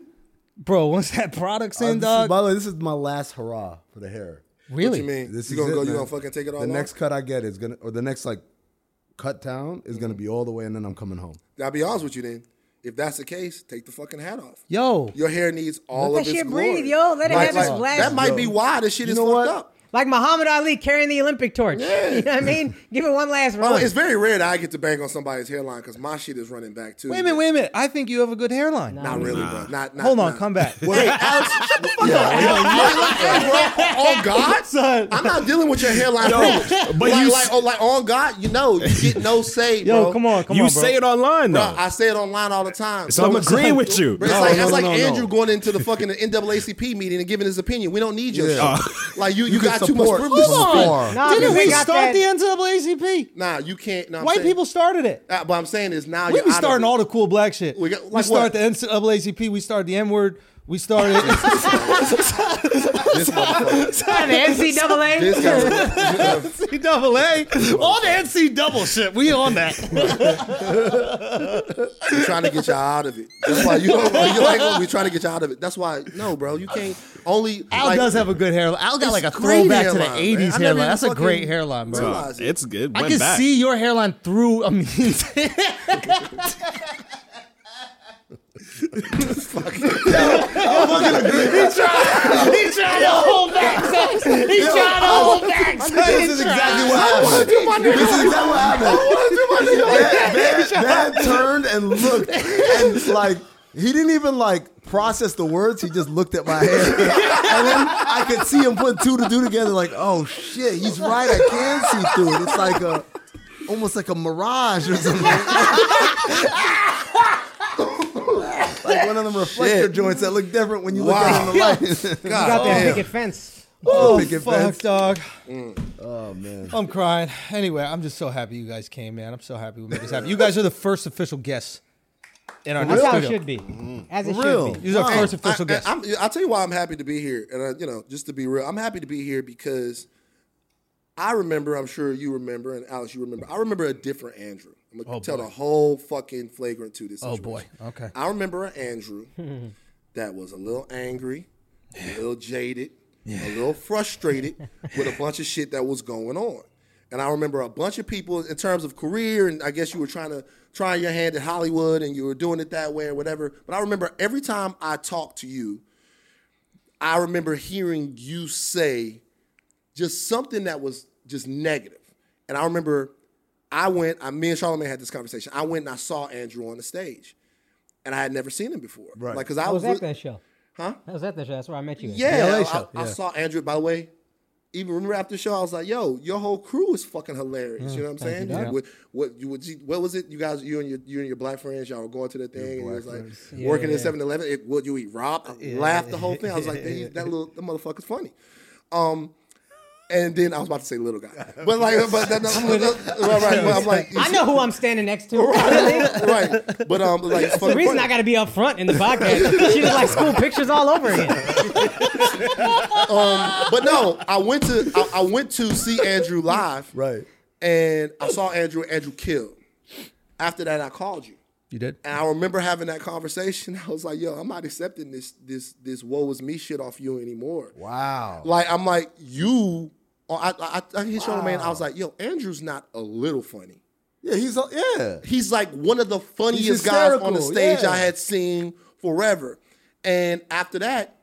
B: bro. Once that product's
D: Uh,
B: in,
D: this is-
B: dog.
D: by the way, this is my last hurrah for the hair.
B: really?
C: You mean
D: This
C: you
D: is
C: gonna
D: it,
C: go? You
D: man.
C: gonna fucking take it all?
D: The
C: off?
D: next cut I get is gonna, or the next like cut down is gonna be all the way, and then I'm coming home.
C: I'll be honest with you then. If that's the case, take the fucking hat off.
B: Yo,
C: Your hair needs all
E: Let
C: of its
E: that shit
C: glory.
E: breathe, yo. Let it
C: Like-
E: have its
C: like,
E: flash.
C: That might be why this shit is
D: know
C: fucked
D: what?
C: up.
E: Like Muhammad Ali carrying the Olympic torch. You know what I mean? Give it one last
C: By the
E: run.
C: way, it's very rare that I get to bang on somebody's hairline because my shit is running back too.
B: wait a minute, wait a minute. I think you have a good hairline.
C: Not
D: Oh,
C: really, bro. Not, not
B: Hold on,
C: not.
B: come back.
C: Hey, Alex, shut the fuck up. Hey, bro, on God,
B: Son.
C: I'm not dealing with your hairline problems.
F: but
C: like,
F: you
C: like,
F: s-
C: oh, like on God, you know, you get no say,
B: Yo,
C: bro.
B: come on, come
F: you
B: on, bro.
F: say it online
C: Bro,
F: though,
C: I say it online all the time.
F: so I'm agreeing with you.
C: Bro, it's
D: No,
C: like,
D: no,
C: that's
D: no,
C: like
D: no, no.
C: Andrew going into the fucking NAACP meeting and giving his opinion. We don't need your
D: Yeah.
C: shit. Like you, you,
D: can
C: got too much
D: support
C: privilege.
D: from
B: Hold on.
D: afar.
E: Nah,
B: Didn't
E: because
B: we
E: they got
B: start
E: that-
B: the NAACP?
C: Nah, you can't. Nah, I'm
B: White
C: saying-
B: people started it.
C: Uh, but I'm saying is now
B: We
C: you're
B: be
C: out of
B: starting
C: it.
B: all the cool black shit. We,
C: We got- like
B: start
C: what?
B: the NAACP. We start the N word. We started.
C: this motherfucker.
E: Son, the NCAA.
C: This guy.
B: NCAA, all the NC double shit. We on that.
C: We're trying to get you out of it. That's why you don't. Like, you're like, we're trying to get you out of it. That's why. No, bro, you can't. Only
B: Al
C: like,
B: does have a good hairline. Al got
C: It's
B: like a
C: great
B: throwback to the
C: hairline, man. I
B: '80s hairline.
C: never even
B: That's a
C: fucking
B: greid hairline, bro.
C: realized it.
F: it's good.
B: I can see your hairline through a mean.
E: He's trying to hold back. He's trying to hold back.
D: This is exactly what happened. This is exactly what happened. That, that- that turned and looked and like he didn't even like process the words. He just looked at my hair, and then I could see him put two to two together. Like, oh shit, he's right. I can see through it. It's like a almost like a mirage or something. like one of them reflector joints that look different when you look at it in the light.
C: God,
E: Got that
C: damn.
E: picket fence.
B: Oh
D: Picket
B: fuck,
D: fence.
B: dog. Oh man, I'm crying. Anyway, I'm just so happy you guys came, man. I'm so happy we made this happen. You guys are the first official guests in our
E: That's
B: next
E: how it
B: video.
E: should be. As it
D: real.
E: should be.
B: You're our first
C: I,
B: official guest.
C: am I'll tell you why I'm happy to be here, and uh, you know, just to be real, I'm happy to be here because I remember. I'm sure you remember, and Alex, you remember. I remember a different Andrew. I'm gonna tell the whole fucking flagrant to this.
B: oh
C: situation.
B: boy. Okay.
C: I remember an Andrew that was a little angry, a little jaded, a little frustrated with a bunch of shit that was going on. And I remember a bunch of people in terms of career, and I guess you were trying to try your hand at Hollywood and you were doing it that way or whatever. But I remember every time I talked to you, I remember hearing you say just something that was just negative. And I remember I went, I, me and Charlamagne had this conversation. I went and I saw Andrew on the stage. And I had never seen him before. Right. Like, cause I
E: I was
C: was,
E: at that show.
C: Huh?
E: I was at that show. That's where I met you. at.
C: Yeah,
B: LA
C: I,
B: show,
C: I- I saw Andrew. By the way, even remember after the show, I was like, "Yo, your whole crew is fucking hilarious." Mm, you know what I'm saying? What, what you would what was it? You guys, you and your you and your black friends, y'all were going to the thing. And it was like working at 7-Eleven. It, what you eat? Rob I laughed the whole thing. I was like, "That- "That little that motherfucker's funny." Um. And then I was about to say little guy, but like, but that, that, that- right, right. But I'm like,
E: I know who I'm standing next to. Really?
C: right, right. But um, like, it's
E: The
C: fucking
E: reason
C: funny.
E: I got to be up front in the podcast, she was like school pictures all over again.
C: Um, but no, I went to I, I went to see Andrew live,
D: Right.
C: and I saw Andrew. Andrew killed. After that, I called you,
B: You did.
C: and I remember having that conversation. I was like, "Yo, I'm not accepting this this this woe is me shit off you anymore."
D: Wow.
C: Like I'm like you. oh, I I, I hit wow. man. I was like, "Yo, Andrew's not a little funny.
D: Yeah, he's uh, yeah.
C: He's like one of the funniest
D: He's
C: guys on the
D: hysterical,
C: stage
D: yeah.
C: I had seen forever." And after that,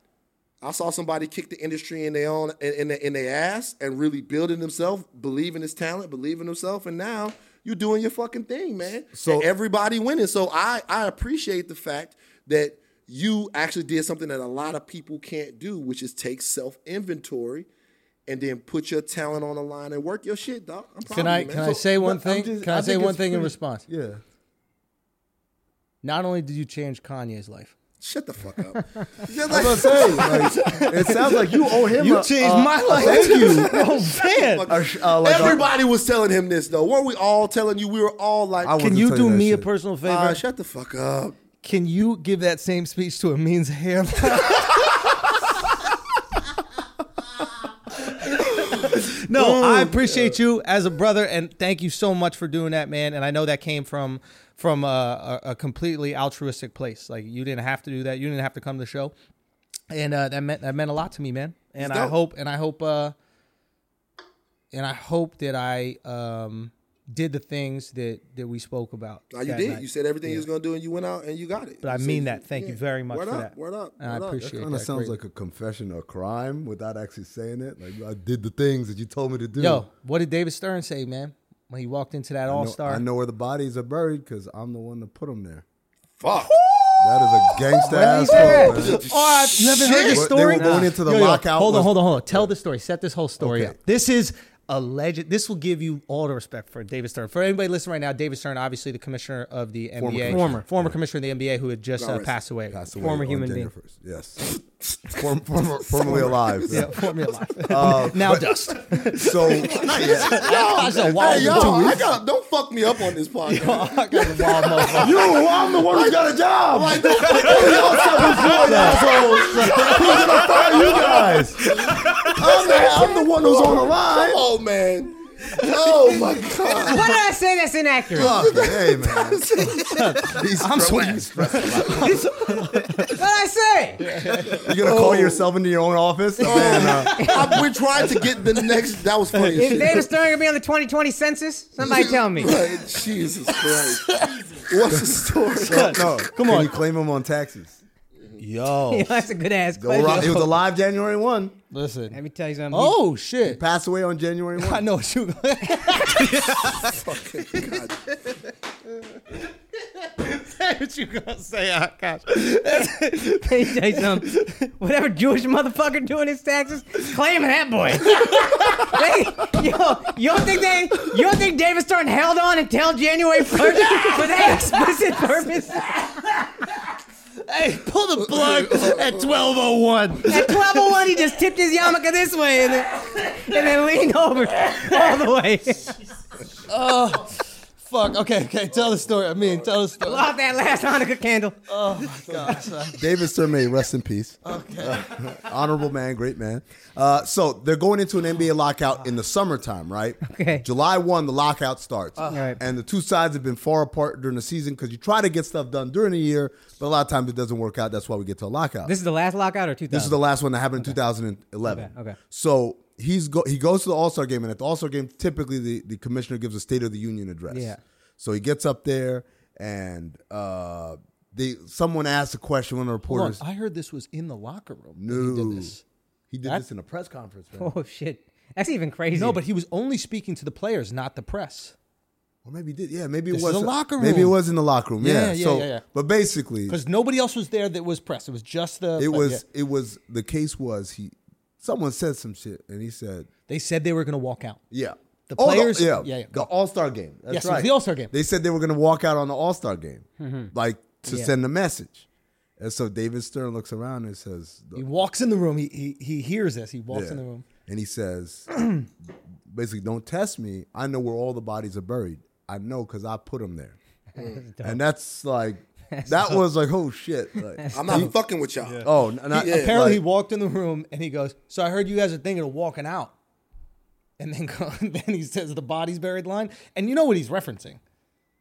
C: I saw somebody kick the industry in their own in, in, their, in their ass and really building himself, believing his talent, believing himself, and now you doing your fucking thing, man. So
D: So-
C: everybody winning. So I I appreciate the fact that you actually did something that a lot of people can't do, which is take self inventory and then put your talent on the line and work your shit, dog. I'm proud
B: Can
C: of
B: I
C: you, man.
B: can I say one
D: I'm
B: thing?
D: just-
B: can I,
D: I
B: say
D: think
B: one
D: it's
B: thing in
D: pretty-
B: response?
D: Yeah.
B: Not only did you change Kanye's life,
C: Shut the fuck up. Just
D: I
C: like-
D: was gonna say, like, it sounds like you owe him. a, uh,
B: life.
D: Thank you.
B: oh man,
D: A sh- uh, like a-
C: Everybody was telling him this though. Weren't we all telling you? We were all like,
D: I
B: can
D: wasn't
B: you
D: telling
B: do
D: that
B: me a
D: shit.
B: personal favor?
C: "Ah, shut the fuck up.
B: can you give that same speech to a means hairline? no, I appreciate you as a brother, and thank you so much for doing that, man. And I know that came from from a, a, a completely altruistic place. Like you didn't have to do that. You didn't have to come to the show, and uh, that meant that meant a lot to me, man. And I
C: dope.
B: hope and I hope uh, and I hope that I um, did the things that that we spoke about.
C: Now Oh, you
B: that
C: did.
B: night.
C: You said everything you was gonna do, and you went out and you got it.
B: But I
C: You said-
B: mean that. Thank you very much
C: Word
B: for
C: up,
B: that.
C: Word up.
B: And I
C: word up.
B: appreciate
D: Kind of
B: that
D: sounds
B: greatly.
D: like a confession or a crime without actually saying it. Like I did the things that you told me to do.
B: Yo, what did David Stern say, man? When he walked into that All
D: I know-
B: Star,
D: I know where the bodies are buried because I'm the one that put them there.
C: Fuck.
D: That is a gangster
B: Really?
D: asshole. man.
B: you haven't heard this
D: What, they were
B: story.
D: going into the
B: Yo, yo,
D: lockout
B: Hold on,
D: was-
B: hold on, hold on. Tell the story. Set this whole story
D: Okay.
B: up. This is a legend. This will give you all the respect for David Stern. For anybody listening right now, David Stern, obviously the commissioner of the NBA,
D: commissioner.
B: former, commissioner of the NBA, who had just uh,
C: rest-
B: passed away.
D: Passed away
E: Former
D: on
E: human
D: January
E: being.
D: 1st. Yes. Form, former, formerly alive.
B: Yeah, formerly alive. now dust.
D: So, not yet.
B: That's a wild
C: Hey, yo, I got. Don't fuck me up on this podcast.
B: wild motherfucker.
D: you, I'm the one who got a job. Like,
C: don't fuck me up.
D: who's gonna fire you guys? I'm the, I'm the one who's on the line.
C: Come on, man. Oh my god.
E: What did I say that's inaccurate?
D: Fuck, hey man. I'm sweating.
E: What did I say?
D: You gonna call yourself into your own office? Man, uh,
C: Oh, I- we're trying to get the next. That was funny. as
E: Is
C: shit.
E: David Stern going to be on the 2020 census? Somebody tell me.
C: Right, Jesus Christ. What's the story?
D: no, come on. you claim him on taxes?
B: Yo,
E: Yeah, that's a good ass
D: Go
E: question.
D: ro- He was alive January one.
E: Let
B: listen.
E: me tell you something.
B: Oh shit.
D: Passed away on January
B: I
D: one.
B: know what you.
C: God.
B: what you gonna say? Oh, gosh.
E: Let me tell you something. Whatever Jewish motherfucker doing his taxes, claim that boy. They- yo, you don't think they? You don't think David Stern held on until January first for that explicit purpose?
B: Hey, pull the plug at twelve oh one.
E: At twelve oh one, he just tipped his yarmulke this way and then, and then leaned over all the way.
B: Oh, Fuck. Okay. Okay. Tell the story. I mean, tell the story.
E: Blow out that last Hanukkah candle.
D: David Surmey, rest in peace. Okay. honorable man, great man. Uh, so they're going into an NBA lockout in the summertime, right?
E: Okay. Uh,
D: July 1, the lockout starts.
E: Right.
D: And the two sides have been far apart during the season because you try to get stuff done during the year, but a lot of times it doesn't work out. That's why we get to a lockout.
E: This is the last lockout or 2000?
D: This is the last one that happened in 2011.
E: Okay, okay.
D: So he's go he goes to the All Star game, and at the All Star game, typically the, the commissioner gives a State of the Union address.
E: Yeah.
D: So he gets up there, and uh, they someone asked a question. One of the
B: Hold
D: reporters,
B: on, I heard this was in the locker room. that
D: no,
B: He did this.
D: He did
B: That-
D: this in a press conference. Man.
E: Oh, shit. That's even crazy.
B: No, but he was only speaking to the players, not the press.
D: Or maybe he did. Yeah, maybe
B: This
D: it
B: is
D: was
B: a locker
D: Maybe it
B: room.
D: was in the locker room.
B: Yeah,
D: Yeah.
B: yeah,
D: so,
B: yeah, yeah.
D: But basically,
B: Because nobody else was there that was press. It was just the.
D: it
B: but
D: was
B: yeah.
D: it was the case was he someone said some shit, and he said,
B: They said they were going to walk out.
D: yeah.
B: The
D: Oh,
B: players-
D: yeah,
B: yeah, yeah.
D: the All Star Game. That's
B: Yes, it was
D: right.
B: the All-Star Game. Mm-hmm.
D: They said they were going to walk out on the All Star Game, like to send a message. And so David Stern looks around and says,
B: He walks in the room. He he, he hears this. He walks
D: Yeah.
B: in the room.
D: And he says, basically, don't test me. I know where all the bodies are buried. I know because I put them there.
C: Mm.
D: and that's like, that was like, oh shit. Like,
C: I'm not fucking with y'all.
D: oh, n- not,
C: Yeah.
B: Apparently, he
D: like,
B: walked in the room and he goes, "So I heard you guys are thinking of walking out." And then go, and then he says the body's buried line, and you know what he's referencing?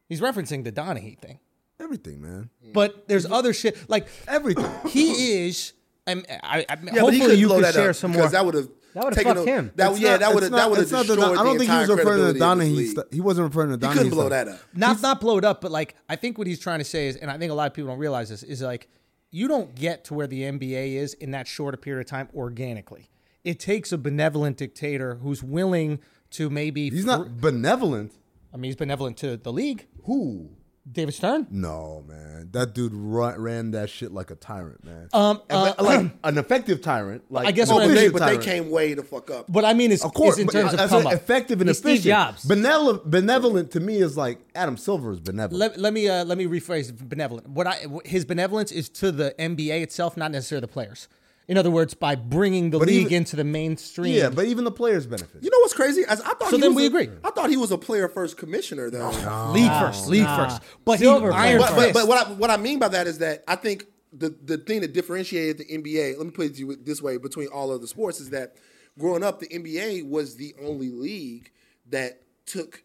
B: He's referencing the Donahue thing.
D: everything, man.
B: But there's other shit like
D: Everything.
B: he is. I'm, I, I,
C: Yeah, but he
B: hopefully
C: couldn't
B: you
C: blow
B: can
C: that
B: share
C: up
B: some more.
C: because that would have
E: That would've
C: taken
E: fucked
C: a-
E: him.
C: That,
D: It's
C: Oh, yeah,
D: not-
C: that would have
D: it's not-
C: that would have
D: it's not the
C: destroyed
D: Don- I don't
C: the
D: think he was
C: entire
D: referring
C: credibility
D: to the
C: of this
D: Donahue.
C: league.
D: stuff. He wasn't referring to the
C: He
D: Donahue.
C: couldn't blow
D: stuff.
C: that up.
B: not not blowed up, but like I think what he's trying to say is, and I think a lot of people don't realize this, is like you don't get to where the NBA is in that short a period of time organically. It takes a benevolent dictator who's willing to maybe
D: He's not benevolent.
B: I mean, he's benevolent to the league.
D: Who?
B: David Stern.
D: No, man. That dude ran, ran that shit like a tyrant, man.
B: Um, uh,
D: And- like an effective tyrant. Like
B: I guess
D: an
B: what I
C: But they,
D: efficient
C: but they
D: tyrant.
C: came way the fuck up.
B: what I mean is,
D: Of course,
B: is in
D: but
B: terms of
D: that's what
B: come up.
D: effective and
E: He's Steve
D: efficient.
E: Jobs.
D: Benevolent, benevolent to me is like Adam Silver is benevolent.
B: Let, let me uh, let me rephrase benevolent. What I wh- his benevolence is to the NBA itself, not necessarily the players. In other words, by bringing the
D: But
B: league
D: even-
B: into the mainstream.
D: yeah, but even the players benefit.
C: You know what's crazy? I, I thought
B: So
C: he
B: then
C: was
B: we
C: a-
B: agree.
C: I thought he was a player first commissioner though.
B: league first, league first. But he,
E: Silver
B: Iron
E: player.
C: but, but,
B: Fist.
C: but what I, what I mean by that is that I think the the thing that differentiated the NBA, let me put it to you this way, between all other sports, is that growing up, the NBA was the only league that took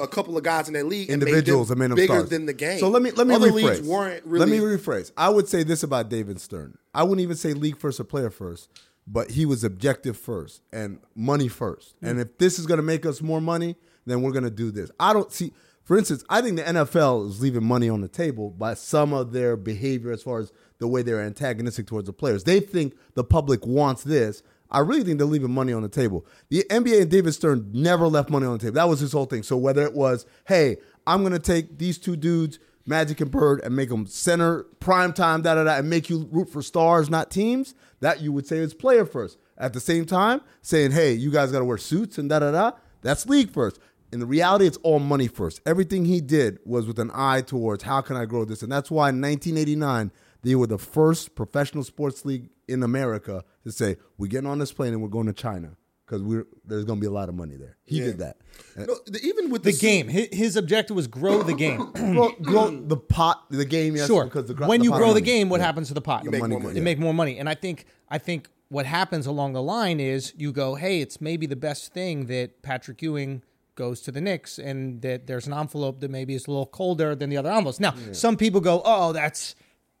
C: a couple of guys in that league
D: Individuals
C: and made them
D: and men of
C: bigger
D: stars.
C: than the game.
D: So let me let me
C: Other
D: rephrase.
C: leagues weren't really.
D: Let me rephrase. I would say this about David Stern. I wouldn't even say league first or player first, but he was objective first and money first. And if this is going to make us more money, then we're going to do this. I don't see. For instance, I think the NFL is leaving money on the table by some of their behavior as far as the way they're antagonistic towards the players. They think the public wants this. I really think they're leaving money on the table. The NBA and David Stern never left money on the table. That was his whole thing. So whether it was, hey, I'm going to take these two dudes, Magic and Bird, and make them center, prime time, da da da, and make you root for stars, not teams, that you would say is player first. At the same time, saying, hey, you guys got to wear suits and da da da, that's league first. In the reality, it's all money first. Everything he did was with an eye towards how can I grow this? And that's why in 1989, they were the first professional sports league in America to say, we're getting on this plane and we're going to China because we're there's going to be a lot of money there. He did that.
B: Hmm.
D: And-
C: No, the- even with
B: the game. Hi- His objective was grow the game.
D: grow, grow the pot, the game, yes,
B: sure.
D: because the gro-
B: when you
D: pot
B: grow
D: of
B: the
D: money.
B: game, what happens to the pot? You
C: make more money.
B: You make more money. And I think I think what happens along the line is you go, hey, it's maybe the best thing that Patrick Ewing goes to the Knicks and that there's an envelope that maybe is a little colder than the other envelopes. Now, some people go, oh, that's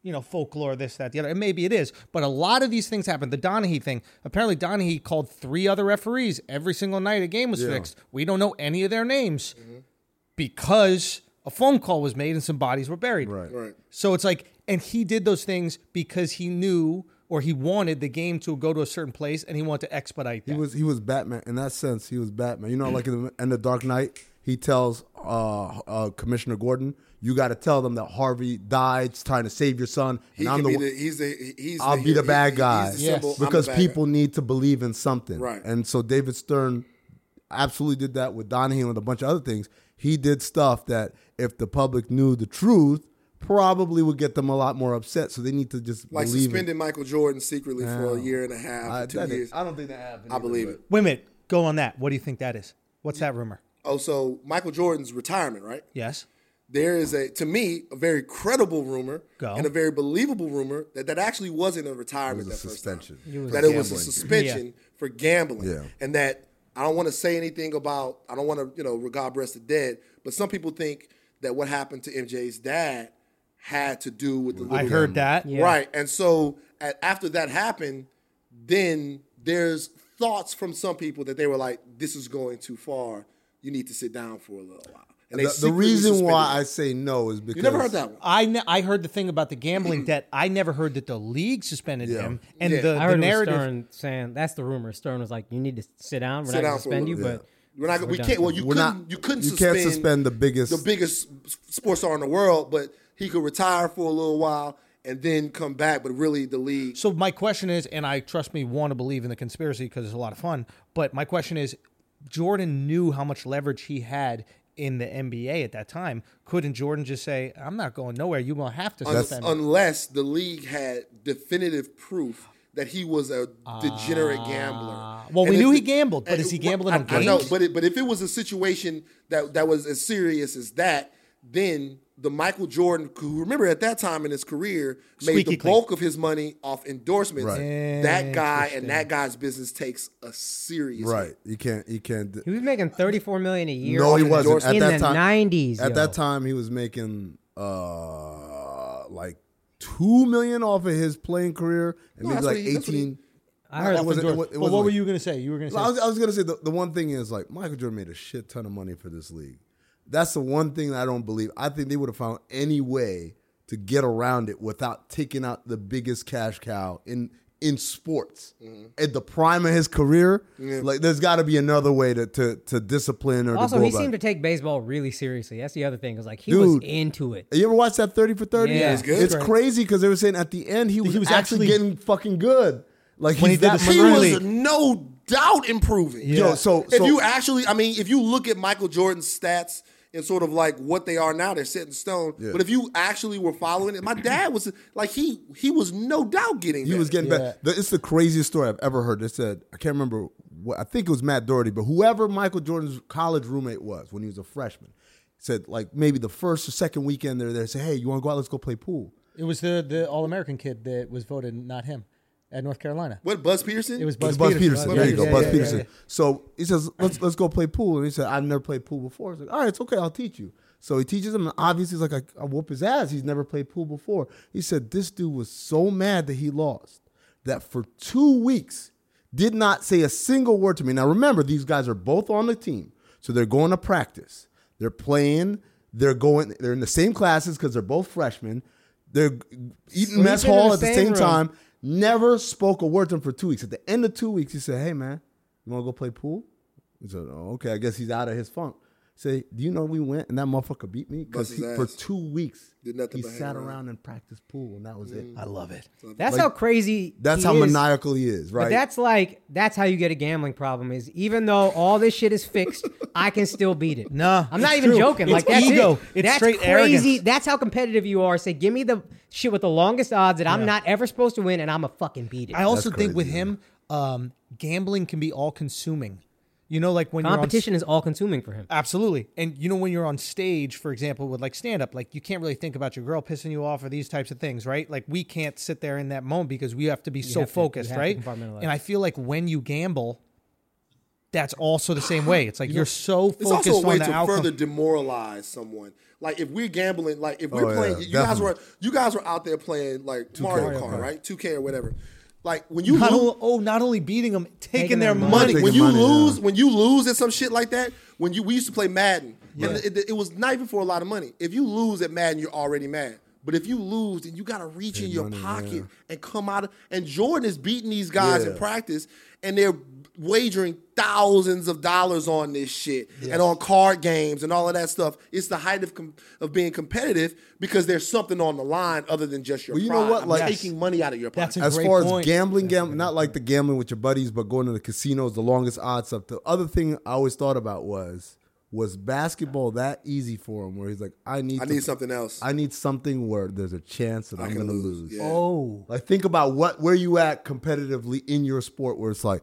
B: you know, folklore, this, that, the other. And maybe it is. But a lot of these things happen. The Donahue thing. Apparently, Donahue called three other referees every single night a game was fixed. We don't know any of their names
D: Mm-hmm.
B: because a phone call was made and some bodies were buried.
D: Right.
C: Right.
B: So it's like, and he did those things because he knew or he wanted the game to go to a certain place and he wanted to expedite that.
D: He was he was Batman in that sense. He was Batman. You know, like in the, in the Dark Knight, he tells uh, uh, Commissioner Gordon, "You got to tell them that Harvey died trying to save your son,
C: He
D: and
C: can
D: I'm the,
C: be
D: one-
C: the, he's the, he's
D: I'll be the
C: he-
D: bad
C: he-
D: guy."
C: He's the symbol, I'm the
D: because
C: bad guy.
D: people need to believe in something,
C: Right.
D: And so David Stern absolutely did that with Donahue and a bunch of other things. He did stuff that if the public knew the truth, probably would get them a lot more upset. So they need to just
C: Like
D: believe it.
C: suspending Michael Jordan secretly for a year and a half,
D: I,
C: two
D: that is-
C: years.
D: I don't think that happened.
C: I
D: either,
C: believe
D: but-
C: it.
B: Wait a minute, go on that. What do you think that is? What's that rumor?
C: Oh, so Michael Jordan's retirement, right?
B: Yes.
C: There is a, to me, a very credible rumor
B: Go.
C: and a very believable rumor that that actually wasn't a retirement.
D: was a
C: that first time.
D: suspension.
C: That it was a suspension for gambling,
D: Yeah.
C: and that I don't want to say anything about. I don't want to, you know, God rest the dead. But some people think that what happened to MJ's dad had to do with the.
B: I
C: little-
B: heard that.
C: Right. And so a after that happened, then there's thoughts from some people that they were like, this is going too far. You need to sit down for a little while. And they
D: The, the
C: secretly
D: reason
C: suspended
D: why
C: him.
D: I say no is because
C: You never heard that one.
B: I, ne- I heard the thing about the gambling debt. I never heard that the league suspended him. And
C: Yeah.
B: the,
E: I
B: the
E: heard it was
B: narrative.
E: Stern saying that's the rumor. Stern was like, "You need to sit down. We're
C: Sit
E: not
C: down
E: going to
C: for a
E: suspend you,
C: little
E: but
C: We're not, we
E: We're
C: can't.
E: done.
C: Well, you
D: We're
C: couldn't.
D: not-
C: you couldn't.
D: you
C: suspend
D: can't suspend the biggest-
C: the biggest s- sports star in the world, but he could retire for a little while and then come back. But really, the league.
B: So my question is, and I trust me, want to believe in the conspiracy because it's a lot of fun. But my question is, Jordan knew how much leverage he had in the NBA at that time. Couldn't Jordan just say, "I'm not going nowhere. You will have to
C: Un-
B: suspend." me."
C: unless the league had definitive proof that he was a degenerate gambler.
B: Ah, well, we
C: if
B: knew he
C: the-
B: gambled, but
C: and-
B: is he gambling on
C: I, I know,
B: games?
C: but it, but if it was a situation that that was as serious as that, then the Michael Jordan, who remember at that time in his career, made
B: Squeaky
C: the
B: clean.
C: bulk of his money off endorsements.
D: Right.
C: That guy and that guy's business takes a serious hit.
D: Right. You can't. You can't.
E: he was making thirty-four million a year.
D: No, he
E: in
D: wasn't.
E: the-
D: At
E: in
D: that
E: the
D: time,
E: nineties.
D: At that time, he was making uh like two million off of his playing career, and maybe
C: that's
D: like
C: what he- that's what he-
D: eighteen.
E: I heard
D: That wasn't- it wa- it
B: But
D: wasn't
B: what
D: like-
B: were you going to say? You were going to say
D: I was, I was gonna say the, the one thing is like Michael Jordan made a shit ton of money for this league. That's the one thing that I don't believe. I think they would have found any way to get around it without taking out the biggest cash cow in in sports
C: Mm-hmm.
D: at the prime of his career. Like, there's got to be another way to to, to discipline or
E: Also,
D: to go
E: he
D: about
E: seemed
D: it.
E: to take baseball really seriously. That's the other thing. Cause like he was
D: Dude.
E: into it.
D: You ever watch that Thirty for Thirty?
E: Yeah. It was
D: it's, crazy because they were saying at the end he was,
B: was actually-
D: actually, getting fucking good. Like
B: When
D: he's
B: he did
D: that
B: the
C: He
D: much-
B: Really?
C: was no doubt improving.
D: Yo, so,
C: if
D: so
C: you actually, I mean, if you look at Michael Jordan's stats and sort of like what they are now, they're set in stone. But if you actually were following it, my dad was like he he was no doubt getting.
D: He was
C: better.
D: getting better. The- It's the craziest story I've ever heard. It said, I can't remember what, I think it was Matt Doherty, but whoever Michael Jordan's college roommate was when he was a freshman said, like, maybe the first or second weekend they're there, say, hey, you want to go out? Let's go play pool.
B: it was the the All American kid that was voted, not him, at North Carolina.
C: What Buzz Peterson?
B: It was
D: It
B: Buzz,
D: was Buzz
B: Peterson.
D: Peterson.
B: right?
D: There you go,
B: Yeah,
D: Buzz
B: yeah, yeah,
D: Peterson.
B: yeah.
D: So he says, let's let's go play pool. And he said, I've never played pool before. I said, all right, it's okay. I'll teach you. So he teaches him, and obviously, he's like, I, I whoop his ass. He's never played pool before. He said, this dude was so mad that he lost that for two weeks did not say a single word to me. Now, remember, these guys are both on the team. So they're going to practice. They're playing. They're going. They're in the same classes because they're both freshmen. They're eating mess
E: Sleeping in
D: hall
E: the
D: at the
E: same
D: same
E: room.
D: time time, never spoke a word to him for two weeks. At the end of two weeks, he said, Hey man, you wanna go play pool? He said, Oh, okay, I guess he's out of his funk. Say, do you know we went and that motherfucker beat me? Because
C: Bust his
D: for
C: ass.
D: two weeks
C: Did nothing
D: he
C: but hang
D: sat
C: around. Mm.
D: around and practiced pool and that was it.
B: I love it.
E: That's how crazy.
D: That's
E: he
D: how
E: is.
D: maniacal he is, right?
E: But that's like that's how you get a gambling problem. Is even though all this shit is fixed, I can still beat it.
B: Nah,
E: I'm not
B: it's
E: even
B: true.
E: joking.
B: It's
E: like that's
B: ego.
E: It.
B: It's
E: that's
B: straight
E: crazy.
B: arrogance.
E: That's how competitive you are. Say, give me the shit with the longest odds that I'm not ever supposed to win, and I'm a fucking beat it.
B: I also think with
D: crazy,
B: him, um, gambling can be all consuming. You know, like when you're on
E: Competition is all consuming for him.
B: Absolutely. And you know, when you're on stage, for example, with like stand up, like you can't really think about your girl pissing you off or these types of things, right? Like we can't sit there in that moment because we have to be so
E: have to- you
B: focused,
E: have to
B: right?
E: compartmentalize.
B: And I feel like when you gamble, that's also the same way. It's like you're so
C: It's
B: focused
C: also a way
B: on
C: to
B: the outcome.
C: further demoralize someone. Like if we're gambling, like if we're
D: Oh,
C: playing,
D: yeah,
C: you guys
D: definitely.
C: were you guys were out there playing like Mario Kart, right? Two K or whatever. Like when you
B: not
C: lose,
B: only, oh, not only beating them, taking,
E: Taking
B: their
E: their
B: money.
C: money.
D: Taking
C: When you
D: money,
C: lose,
D: yeah.
C: when you lose at some shit like that, when you we used to play Madden, and it, it, was not even for a lot of money. If you lose at Madden, you're already mad. But if you lose, then you gotta reach in your pocket and come out. Of, and Jordan is beating these guys in
D: Yeah.
C: practice, and they're wagering thousands of dollars on this shit and on card games and all of that stuff. It's the height of com- of being competitive because there's something on the line other than just your.
D: Well, you know
C: pride.
D: what,
C: I'm
D: like-
C: taking money out of your pocket.
B: That's a
D: as
B: great
D: far
B: point.
D: as gambling, gambling, not like the gambling with your buddies, but going to the casinos, the longest odds stuff. The other thing I always thought about was was basketball that easy for him? Where he's like, I need,
C: I
D: to-
C: need something else.
D: I need something where there's a chance that I am
C: can
D: going to
C: lose.
D: lose.
C: Yeah.
B: oh,
D: Like think about what where you at competitively in your sport where it's like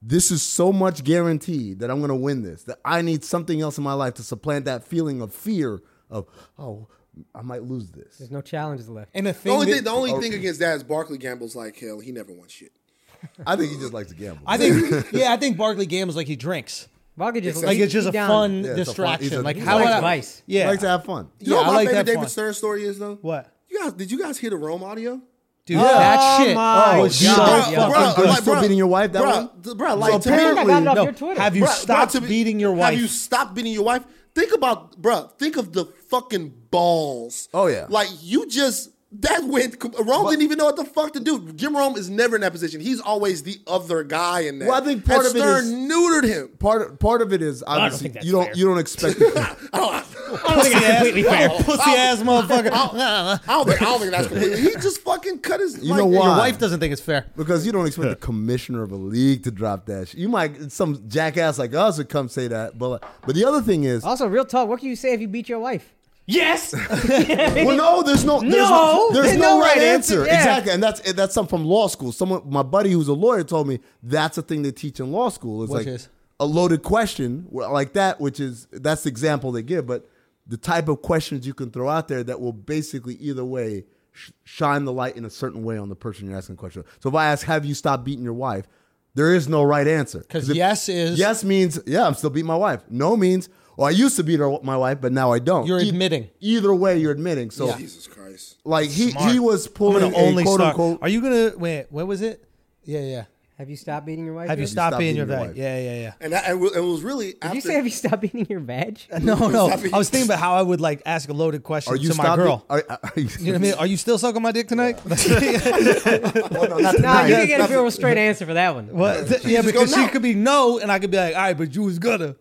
D: this is so much guaranteed that I'm going to win this that I need something else in my life to supplant that feeling of fear of oh I might lose this.
E: There's no challenges left.
B: And the
C: The
B: thing,
C: only
B: that-
C: thing, the only thing against that is Barkley gambles like hell. He never won shit.
D: I think he just likes to gamble.
B: I think, yeah, I think Barkley gambles like he drinks.
E: Barkley just
B: Like it's just a fun
D: Yeah, it's a fun-
B: distraction.
D: he's a-
B: like
D: he's
B: how
E: like
B: would I-
E: Vice.
D: he
B: Yeah,
D: likes to have fun.
C: You know
B: Yeah,
C: what
B: I
C: my
B: like
C: favorite
B: that
C: David
B: fun.
C: Stern story is though.
B: What?
C: You guys, did you guys hear the Rome audio?
B: dude, that shit.
E: Oh
B: Oh,
E: my
B: was
D: Oh,
E: God.
B: so
E: Bro,
B: fucking
D: bro,
B: good.
D: like- Still beating your wife, that
C: bro,
D: one?
C: th- bro, like to me-
E: I got it off
B: No,
E: your Twitter.
B: Have you
C: Bruh, bruh,
B: stopped
C: to be-
B: beating your wife?
C: Have you stopped beating your wife? Think about, bruh. Think of the fucking balls.
D: Oh, yeah.
C: Like you just that went. Rome didn't even know what the fuck to do. Jim Rome is never in that position. He's always the other guy in that.
D: Well, I think part
C: and
D: of it
C: Stern
D: is-
C: neutered him.
D: Part part of it is obviously
E: think that's
D: you don't
E: fair.
D: you don't expect it.
C: Oh,
E: I don't think it's completely fair.
B: Pussy ass motherfucker.
C: I don't think. I don't think that's completely. He just fucking cut his.
D: You know why?
B: Your wife doesn't think it's fair.
D: Because you don't expect the commissioner of a league to drop that. Shit. You might some jackass like us would come say that, but but the other thing is,
E: Also, real talk. What can you say if you beat your wife? Yes.
D: well, no, there's no, there's
E: No,
D: no, there's
E: there's
D: no
E: no
D: right
E: right
D: answer.
E: answer, yeah.
D: Exactly, and that's that's something from law school. Someone, my buddy who's a lawyer, told me that's a thing they teach in law school. It's
B: Which
D: like
B: is?
D: a loaded question well, like that, which is that's the example they give, but the type of questions you can throw out there that will basically either way sh- shine the light in a certain way on the person you're asking the question. So if I ask, "Have you stopped beating your wife?" There is no right answer
B: 'Cause
D: if-
B: yes is-
D: yes means yeah, I'm still beating my wife. No means. Well, I used to beat her, my wife, but now I don't.
B: You're
D: E-
B: admitting.
D: Either way, you're admitting. So
C: Jesus Christ.
D: like he
B: Smart.
D: he was
B: I'm
D: pulling
B: gonna
D: a
B: only
D: quote
B: start.
D: unquote.
B: Are you gonna wait? What was it? Yeah, yeah.
E: Have you stopped beating your wife?
B: Have you
E: yet?
B: stopped
D: stopped
B: being your
D: beating your
B: vet?
D: wife?
B: Yeah, yeah, yeah.
C: And that, it was, it was really.
E: Did
C: after,
E: you say have you stopped beating your vag?
B: No, no.
C: Stop it.
B: I was thinking about how I would like ask a loaded question
D: Are you
B: to my
D: stopping?
B: girl.
D: Are, are you,
B: You know what I mean? Are you still sucking my dick tonight?
D: Well, no, not
E: Nah,
D: tonight.
E: you didn't get a real straight answer for that one.
B: What? yeah, because
C: go,
B: she
C: "No."
B: could be no, and I could be like, all right, but you was gonna.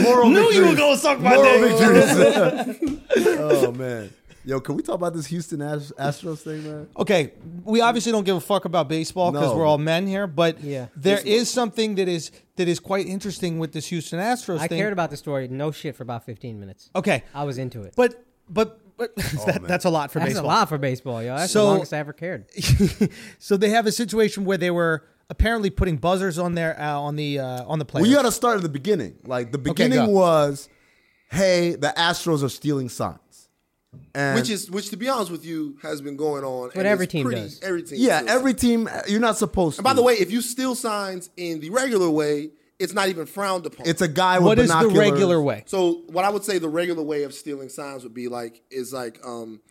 D: Moral
B: Knew you were
D: victories.
B: gonna suck my
D: Moral
B: dick.
D: victories. oh man, yo, can we talk about this Houston Ast- Astros thing, man?
B: Okay, we obviously don't give a fuck about baseball because
D: No.
B: we're all men here, but
E: Yeah.
B: there is something that is that is quite interesting with this Houston Astros
E: I
B: thing.
E: cared about the story. No shit for about 15 minutes.
B: Okay,
E: I was into it.
B: but but but that-
D: Oh, man.
B: that's a lot for
E: that's
B: baseball.
E: a lot for baseball, yo. That's
B: So-
E: the longest I ever cared.
B: so they have a situation where they were apparently putting buzzers on their uh, on the uh, on the players.
D: Well, you got to start at the beginning. Like the beginning
B: go.
D: was, hey, the Astros are stealing signs, and
C: Which is which? To be honest with you, has been going on. and
E: every
C: it's
E: team
C: pretty-
E: does.
C: Every team.
D: yeah,
C: does.
D: every team you're not supposed.
C: And
D: to.
C: by the way, if you steal signs in the regular way, it's not even frowned upon.
D: it's a guy with
B: what is the
D: binoculars.
B: regular way?
C: So what I would say the regular way of stealing signs would be like is like um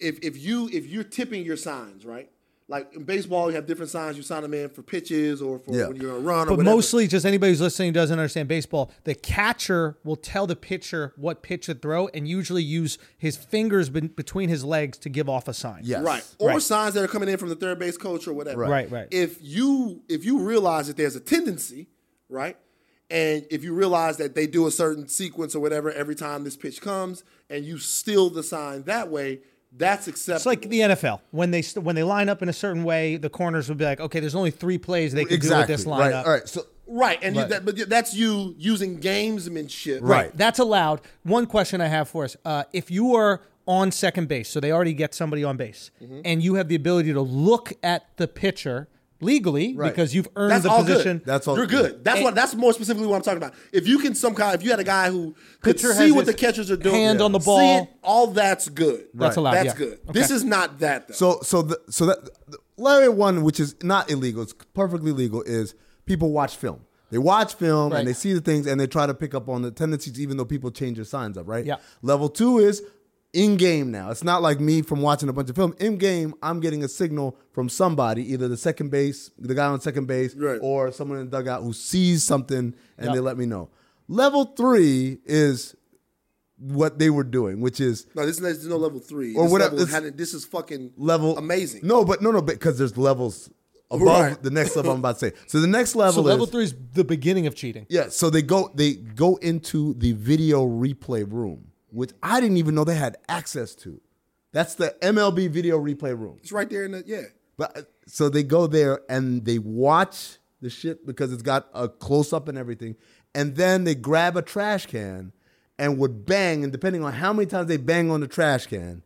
C: if if you if you're tipping your signs, right? Like in baseball, you have different signs you sign them in for pitches or for
D: Yeah.
C: when you're gonna run or
B: But
C: whatever.
B: mostly, just anybody who's listening who doesn't understand baseball, the catcher will tell the pitcher what pitch to throw and usually use his fingers ben- between his legs to give off a sign.
D: Yes.
C: right. Or signs that are coming in from the third base coach or whatever.
B: Right, right.
C: If you if you realize that there's a tendency, right? And if you realize that they do a certain sequence or whatever every time this pitch comes and you steal the sign that way, that's acceptable.
B: It's like the NFL when they st- when they line up in a certain way, the corners would be like, okay, there's only three plays they can do
D: Exactly.
B: with this
D: right.
B: lineup.
D: All right. So
C: Right, and You, that, but that's you using gamesmanship.
D: Right.
B: That's allowed. One question I have for us: uh, If you are on second base, so they already get somebody on base,
D: Mm-hmm.
B: and you have the ability to look at the pitcher legally because you've earned
C: That's
B: the
C: all
B: position.
C: good.
D: That's all
C: You're good. That's what. That's more specifically what I'm talking about. If you can some kind, if you had a guy who could
B: Pitcher
C: see
B: has
C: what the
B: his
C: catchers are doing,
B: hand on the
C: see
B: ball.
C: it, all that's good.
B: That's allowed,
C: That's
B: yeah.
C: good. This is not that though.
D: So so the, so that the Larry one, which is not illegal, it's perfectly legal, is people watch film. They watch film
B: Right.
D: and they see the things and they try to pick up on the tendencies, even though people change their signs up, right?
B: Yeah.
D: Level two is in game now. It's not like me from watching a bunch of film. In game, I'm getting a signal from somebody, either the second base, the guy on second base,
C: Right.
D: or someone in the dugout who sees something and they let me know. Level three is what they were doing, which is
C: no, this is, this is no level three.
D: Or
C: this
D: whatever,
C: Level,
D: this-
C: hadn't- this is fucking
D: level
C: amazing.
D: No, but no, no, because there's levels above
C: Right.
D: the next level I'm about to say. So the next level
B: So level
D: is
B: three is the beginning of cheating.
D: yeah. So they go they go into the video replay room, which I didn't even know they had access to. That's the MLB video replay room.
C: it's right there in the yeah.
D: But uh, so they go there and they watch the shit because it's got a close up and everything, and then they grab a trash can and would bang, and depending on how many times they bang on the trash can,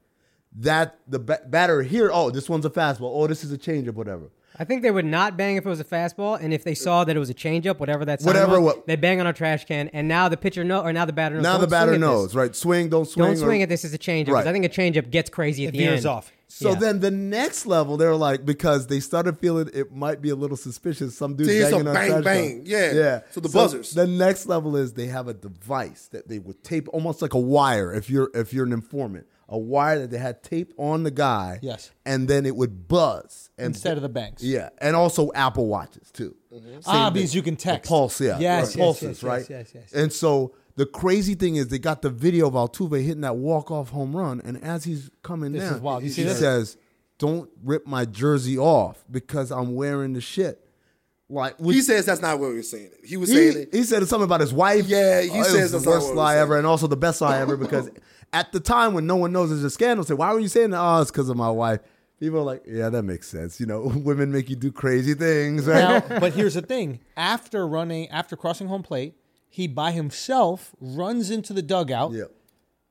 D: that the ba- batter here, oh, this one's a fastball, oh, this is a changeup, whatever.
E: I think they would not bang if it was a fastball, and if they saw that it was a changeup, whatever that sign
D: Whatever
E: was,
D: what-
E: they bang on a trash can, and now the pitcher know, or now the batter knows.
D: Now
E: "Don't
D: the batter
E: swing at this.
D: knows, right? Swing, don't swing.
E: Don't
D: or-
E: swing at this as a changeup. 'cause
D: Right.
E: I think a changeup gets crazy at the
H: veers
E: end.
H: off.
D: So
E: Yeah.
D: then the next level, they were like, because they started feeling it might be a little suspicious. Some dude
C: See, it's a
D: banging on
C: bang,
D: trash
C: bang.
D: cans.
C: Yeah.
D: yeah.
C: So the buzzers.
D: The next level is they have a device that they would tape, almost like a wire. If you're if you're an informant, a wire that they had taped on the guy.
B: Yes.
D: And then it would buzz and
B: instead of the banks.
D: yeah, and also Apple watches too. Same
B: Ah,
D: thing.
B: because you can text.
D: The pulse, yeah.
B: Yes, yes,
D: right. pulses,
B: yes, yes,
D: right?
B: yes, yes.
D: And so the crazy thing is they got the video of Altuve hitting that walk-off home run, and as he's coming
B: This
D: down,
B: is wild. You see
D: he
B: this?
D: says, "Don't rip my jersey off because I'm wearing the shit." Like
C: He
D: which-
C: says that's not what we were saying. It. He was saying
D: he,
C: it.
D: he said something about his wife. uh,
C: Yeah, he
D: it was
C: says that's
D: the
C: not
D: worst
C: what we
D: lie
C: said.
D: ever, and also the best lie ever because at the time when no one knows there's a scandal, say, why were you saying that? Oh, it's because of my wife. People are like, yeah, that makes sense. You know, women make you do crazy things, right?
B: Now, but here's the thing: after running, after crossing home plate, he by himself runs into the dugout.
D: yeah.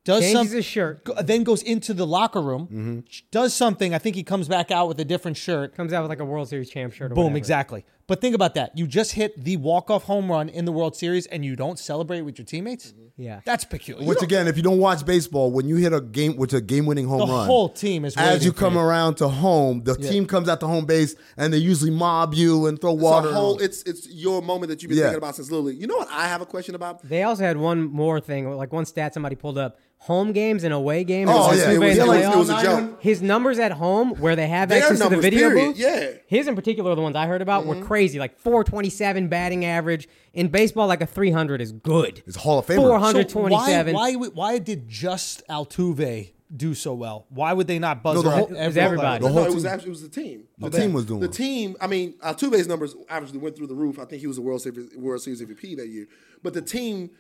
B: does
E: Changes
B: some-
E: his shirt.
B: go- then goes into the locker room,
D: Mm-hmm.
B: does something. I think he comes back out with a different shirt.
E: Comes out with like a World Series champ shirt. Or
B: Boom,
E: whatever.
B: exactly. But think about that. You just hit the walk-off home run in the World Series and you don't celebrate with your teammates?
C: Mm-hmm.
E: Yeah.
B: That's peculiar.
D: Which again, if you don't watch baseball, when you hit a game, which a game-winning home
B: the
D: run,
B: whole team is
D: as
B: waiting
D: you
B: for
D: come around to home, the team comes out to home base and they usually mob you and throw
C: It's
D: water.
C: a
D: and all-
C: whole. It's it's your moment that you've been
D: Yeah.
C: thinking about since Little League. You know what I have a question about?
E: They also had one more thing, like one stat somebody pulled up: home games and away games.
D: Oh,
E: It was
D: yeah,
E: Altuve
D: it was-
E: in
D: yeah,
E: the
D: like,
E: playoffs.
D: it was a joke.
E: His numbers at home, where they have
C: Their
E: access to the
C: numbers,
E: video
C: period.
E: booth,
C: Yeah.
E: His in particular, the ones I heard about, were crazy. Like 427 batting average in baseball. Like a 300 is good.
D: It's a Hall of Famer.
B: So
E: 427.
B: why, why, why did just Altuve do so well? Why would they not buzz
D: the
B: her
D: whole-
B: up
D: it was
B: every-
E: everybody.
D: The
C: No,
D: whole
C: it was
D: team.
C: actually, it was the team.
D: The team was doing
C: The
D: it.
C: team. I mean, Altuve's numbers obviously went through the roof. I think he was a World Series, World Series MVP that year. But the team,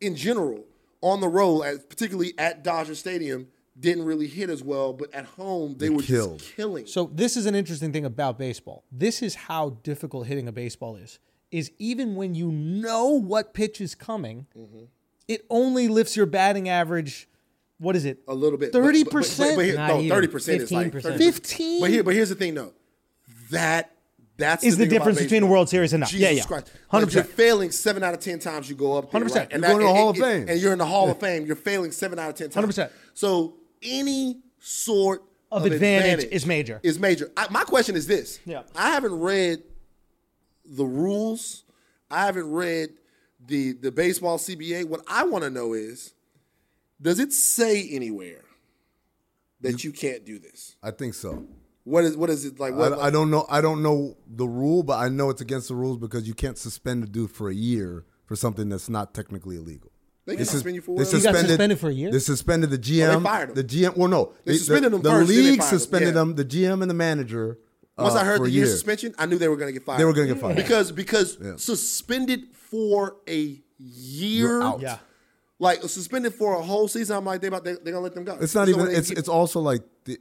C: in general, on the road, at, particularly at Dodger Stadium, didn't really hit as well. But at home, they, were
D: killed.
C: just killing.
B: So this is an interesting thing about baseball. This is how difficult hitting a baseball is. Is even when you know what pitch is coming,
C: Mm-hmm.
B: it only lifts your batting average. What is it?
C: a little bit. but- but- but-
B: 30%?
C: but here-
E: Not
C: No,
E: even.
C: thirty percent is like
E: 15%.
B: 15?
C: But here, but here's the thing, though. That that's
B: Is the
C: thing about
B: difference between
C: baseball.
B: the World Series and not.
C: Jesus
B: Yeah, yeah.
C: Christ.
B: 100%.
C: Like, you're failing seven out of ten times you go up. Hundred
B: 100%.
C: And
D: You're going to the Hall of
C: and-
D: Fame.
C: and you're in the Hall of Fame. You're failing seven out of ten times.
B: 100%.
C: So any sort
B: Of
C: of,
B: advantage is major.
C: Is major. I, my question is this.
B: Yeah.
C: I haven't read the rules. I haven't read the the baseball CBA. What I want to know is, does it say anywhere that you can't do this?
D: I think so.
C: What is what is it like? What,
D: I, I don't know. I don't know the rule, but I know it's against the rules because you can't suspend a dude for a year for something that's not technically illegal.
C: They can suspend you for
D: they
C: whatever. You
B: got suspended for a year?
D: They suspended the GM.
C: fired him.
D: The GM. Well, no,
C: They suspended
D: the,
C: him
D: The
C: first, then they
D: league
C: fired him.
D: suspended
C: Yeah.
D: them. The GM and the manager.
C: once
D: uh,
C: I heard
D: for
C: the
D: a
C: year
D: year.
C: suspension, I knew they were going to get fired.
D: They were gonna get fired.
C: because because suspended for a year.
D: You're out. Yeah.
C: Like suspended for a whole season, I'm like they about they, they're gonna let them go.
D: It's not
C: So
D: even.
C: when they
D: It's
C: get-
D: it's also like the,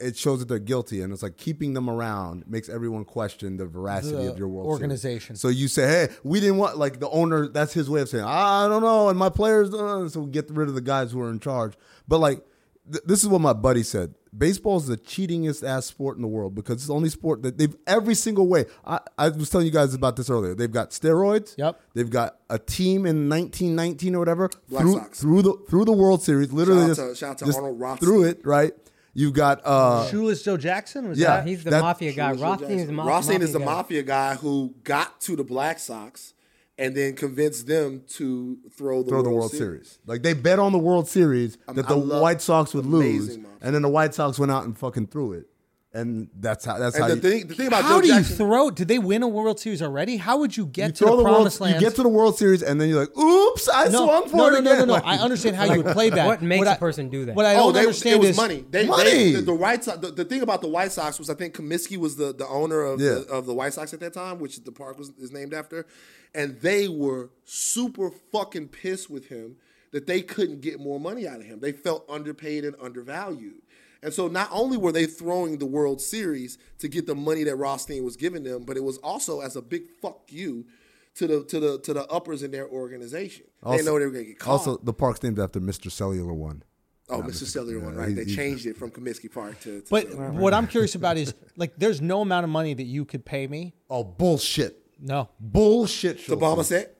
D: it shows that they're guilty, and it's like keeping them around makes everyone question the veracity
B: The
D: of your world
B: organization.
D: Series. So you say, hey, we didn't want like the owner. That's his way of saying I don't know, and my players. Uh, so we get rid of the guys who are in charge. But like th- this is what my buddy said. Baseball is the cheatingest ass sport in the world because it's the only sport that they've every single way. I, I was telling you guys about this earlier. They've got steroids.
B: Yep.
D: They've got a team in 1919 or whatever
C: Black
D: through
C: Sox.
D: through the through the World Series. Literally,
C: Shout out
D: just,
C: to- shout out to
D: just
C: Arnold Rothstein.
D: through it right? You've got uh
B: Shoeless Joe Jackson was
D: Yeah.
B: that?
E: He's the
D: That-
E: mafia guy.
C: Joe
E: Rothstein is the
C: Jackson.
E: ma-
C: Rothstein is the
E: guy.
C: mafia guy who got to the Black Sox and then convinced them to throw the
D: throw
C: World
D: the World
C: Series.
D: Series. Like they bet on the World Series that
C: I
D: the
C: love-
D: White Sox would lose,
C: Amazing mafia.
D: and then the White Sox went out and fucking threw it, and that's how that's how
C: And the
D: you,
C: thing, the thing about
B: How
C: Joe
B: do you
C: Jackson,
B: throw? Did they win a World Series already? How would you get
D: you
B: to the,
D: throw the, World
B: promised
D: you
B: land?
D: get to the World Series, and then you're like, oops, I
B: no,
D: swung for
B: no,
D: it
B: no, no,
D: again.
B: no, no,
D: Like,
B: I understand how you would play back.
E: What makes
B: I-
E: a person do that?
B: What I
C: oh,
B: don't
C: they,
B: understand
C: it was
B: is
C: money. They,
D: Money!
C: They, the, the White Sox. The, the thing about the White Sox was, I think Comiskey was the, the owner of
D: Yeah.
C: the, of the White Sox at that time, which the park was is named after, and they were super fucking pissed with him that they couldn't get more money out of him. They felt underpaid and undervalued. And so not only were they throwing the World Series to get the money that Rothstein was giving them, but it was also as a big fuck you to the to the to the uppers in their organization. they know they were gonna get caught.
D: Also, the park's named after Mr. Cellular One.
C: Oh, Mr. Cellular one, right? They changed it from Comiskey Park to. to
B: But
C: Cellular.
B: what I'm curious about is like, there's no amount of money that you could pay me.
D: Oh, bullshit.
B: No,
D: Bullshit.
C: the
D: Schultz.
C: bomber set.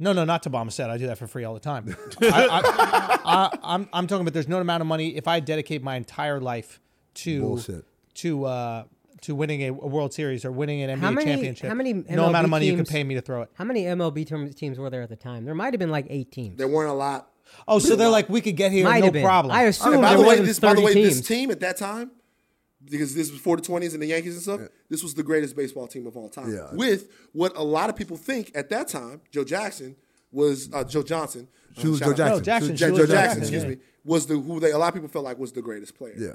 B: no, no, not to bomb a set. I do that for free all the time. I, I, I, I'm, I'm talking about there's no amount of money if I dedicate my entire life to
D: Bullshit.
B: to uh, to winning a, a World Series or winning an NBA
E: How many-
B: championship.
E: how many
B: no
E: MLB
B: amount of money you can
E: teams-
B: pay me to throw it.
E: How many MLB term- teams were there at the time? There might have been like eight teams.
C: There weren't a lot.
B: Oh, so they're like, we could get here,
E: might
B: no
E: have been.
B: problem.
E: I
C: I
E: assume
C: mean, by
E: there
C: the way,
E: wasn't
C: this by the
E: 30
C: way,
E: teams.
C: this team at that time, because this was before the twenties and the Yankees and stuff, this was the greatest baseball team of all time.
D: Yeah.
C: With what a lot of people think at that time, Joe Jackson was uh, Joe Johnson. uh,
D: She was
C: shout
D: Joe
C: out.
D: Jackson.
B: No, Jackson.
C: Ja-
B: she
C: Joe
B: was
C: Jackson,
B: Jackson,
C: excuse
B: yeah.
C: me, was the who they a lot of people felt like was the greatest player.
D: Yeah.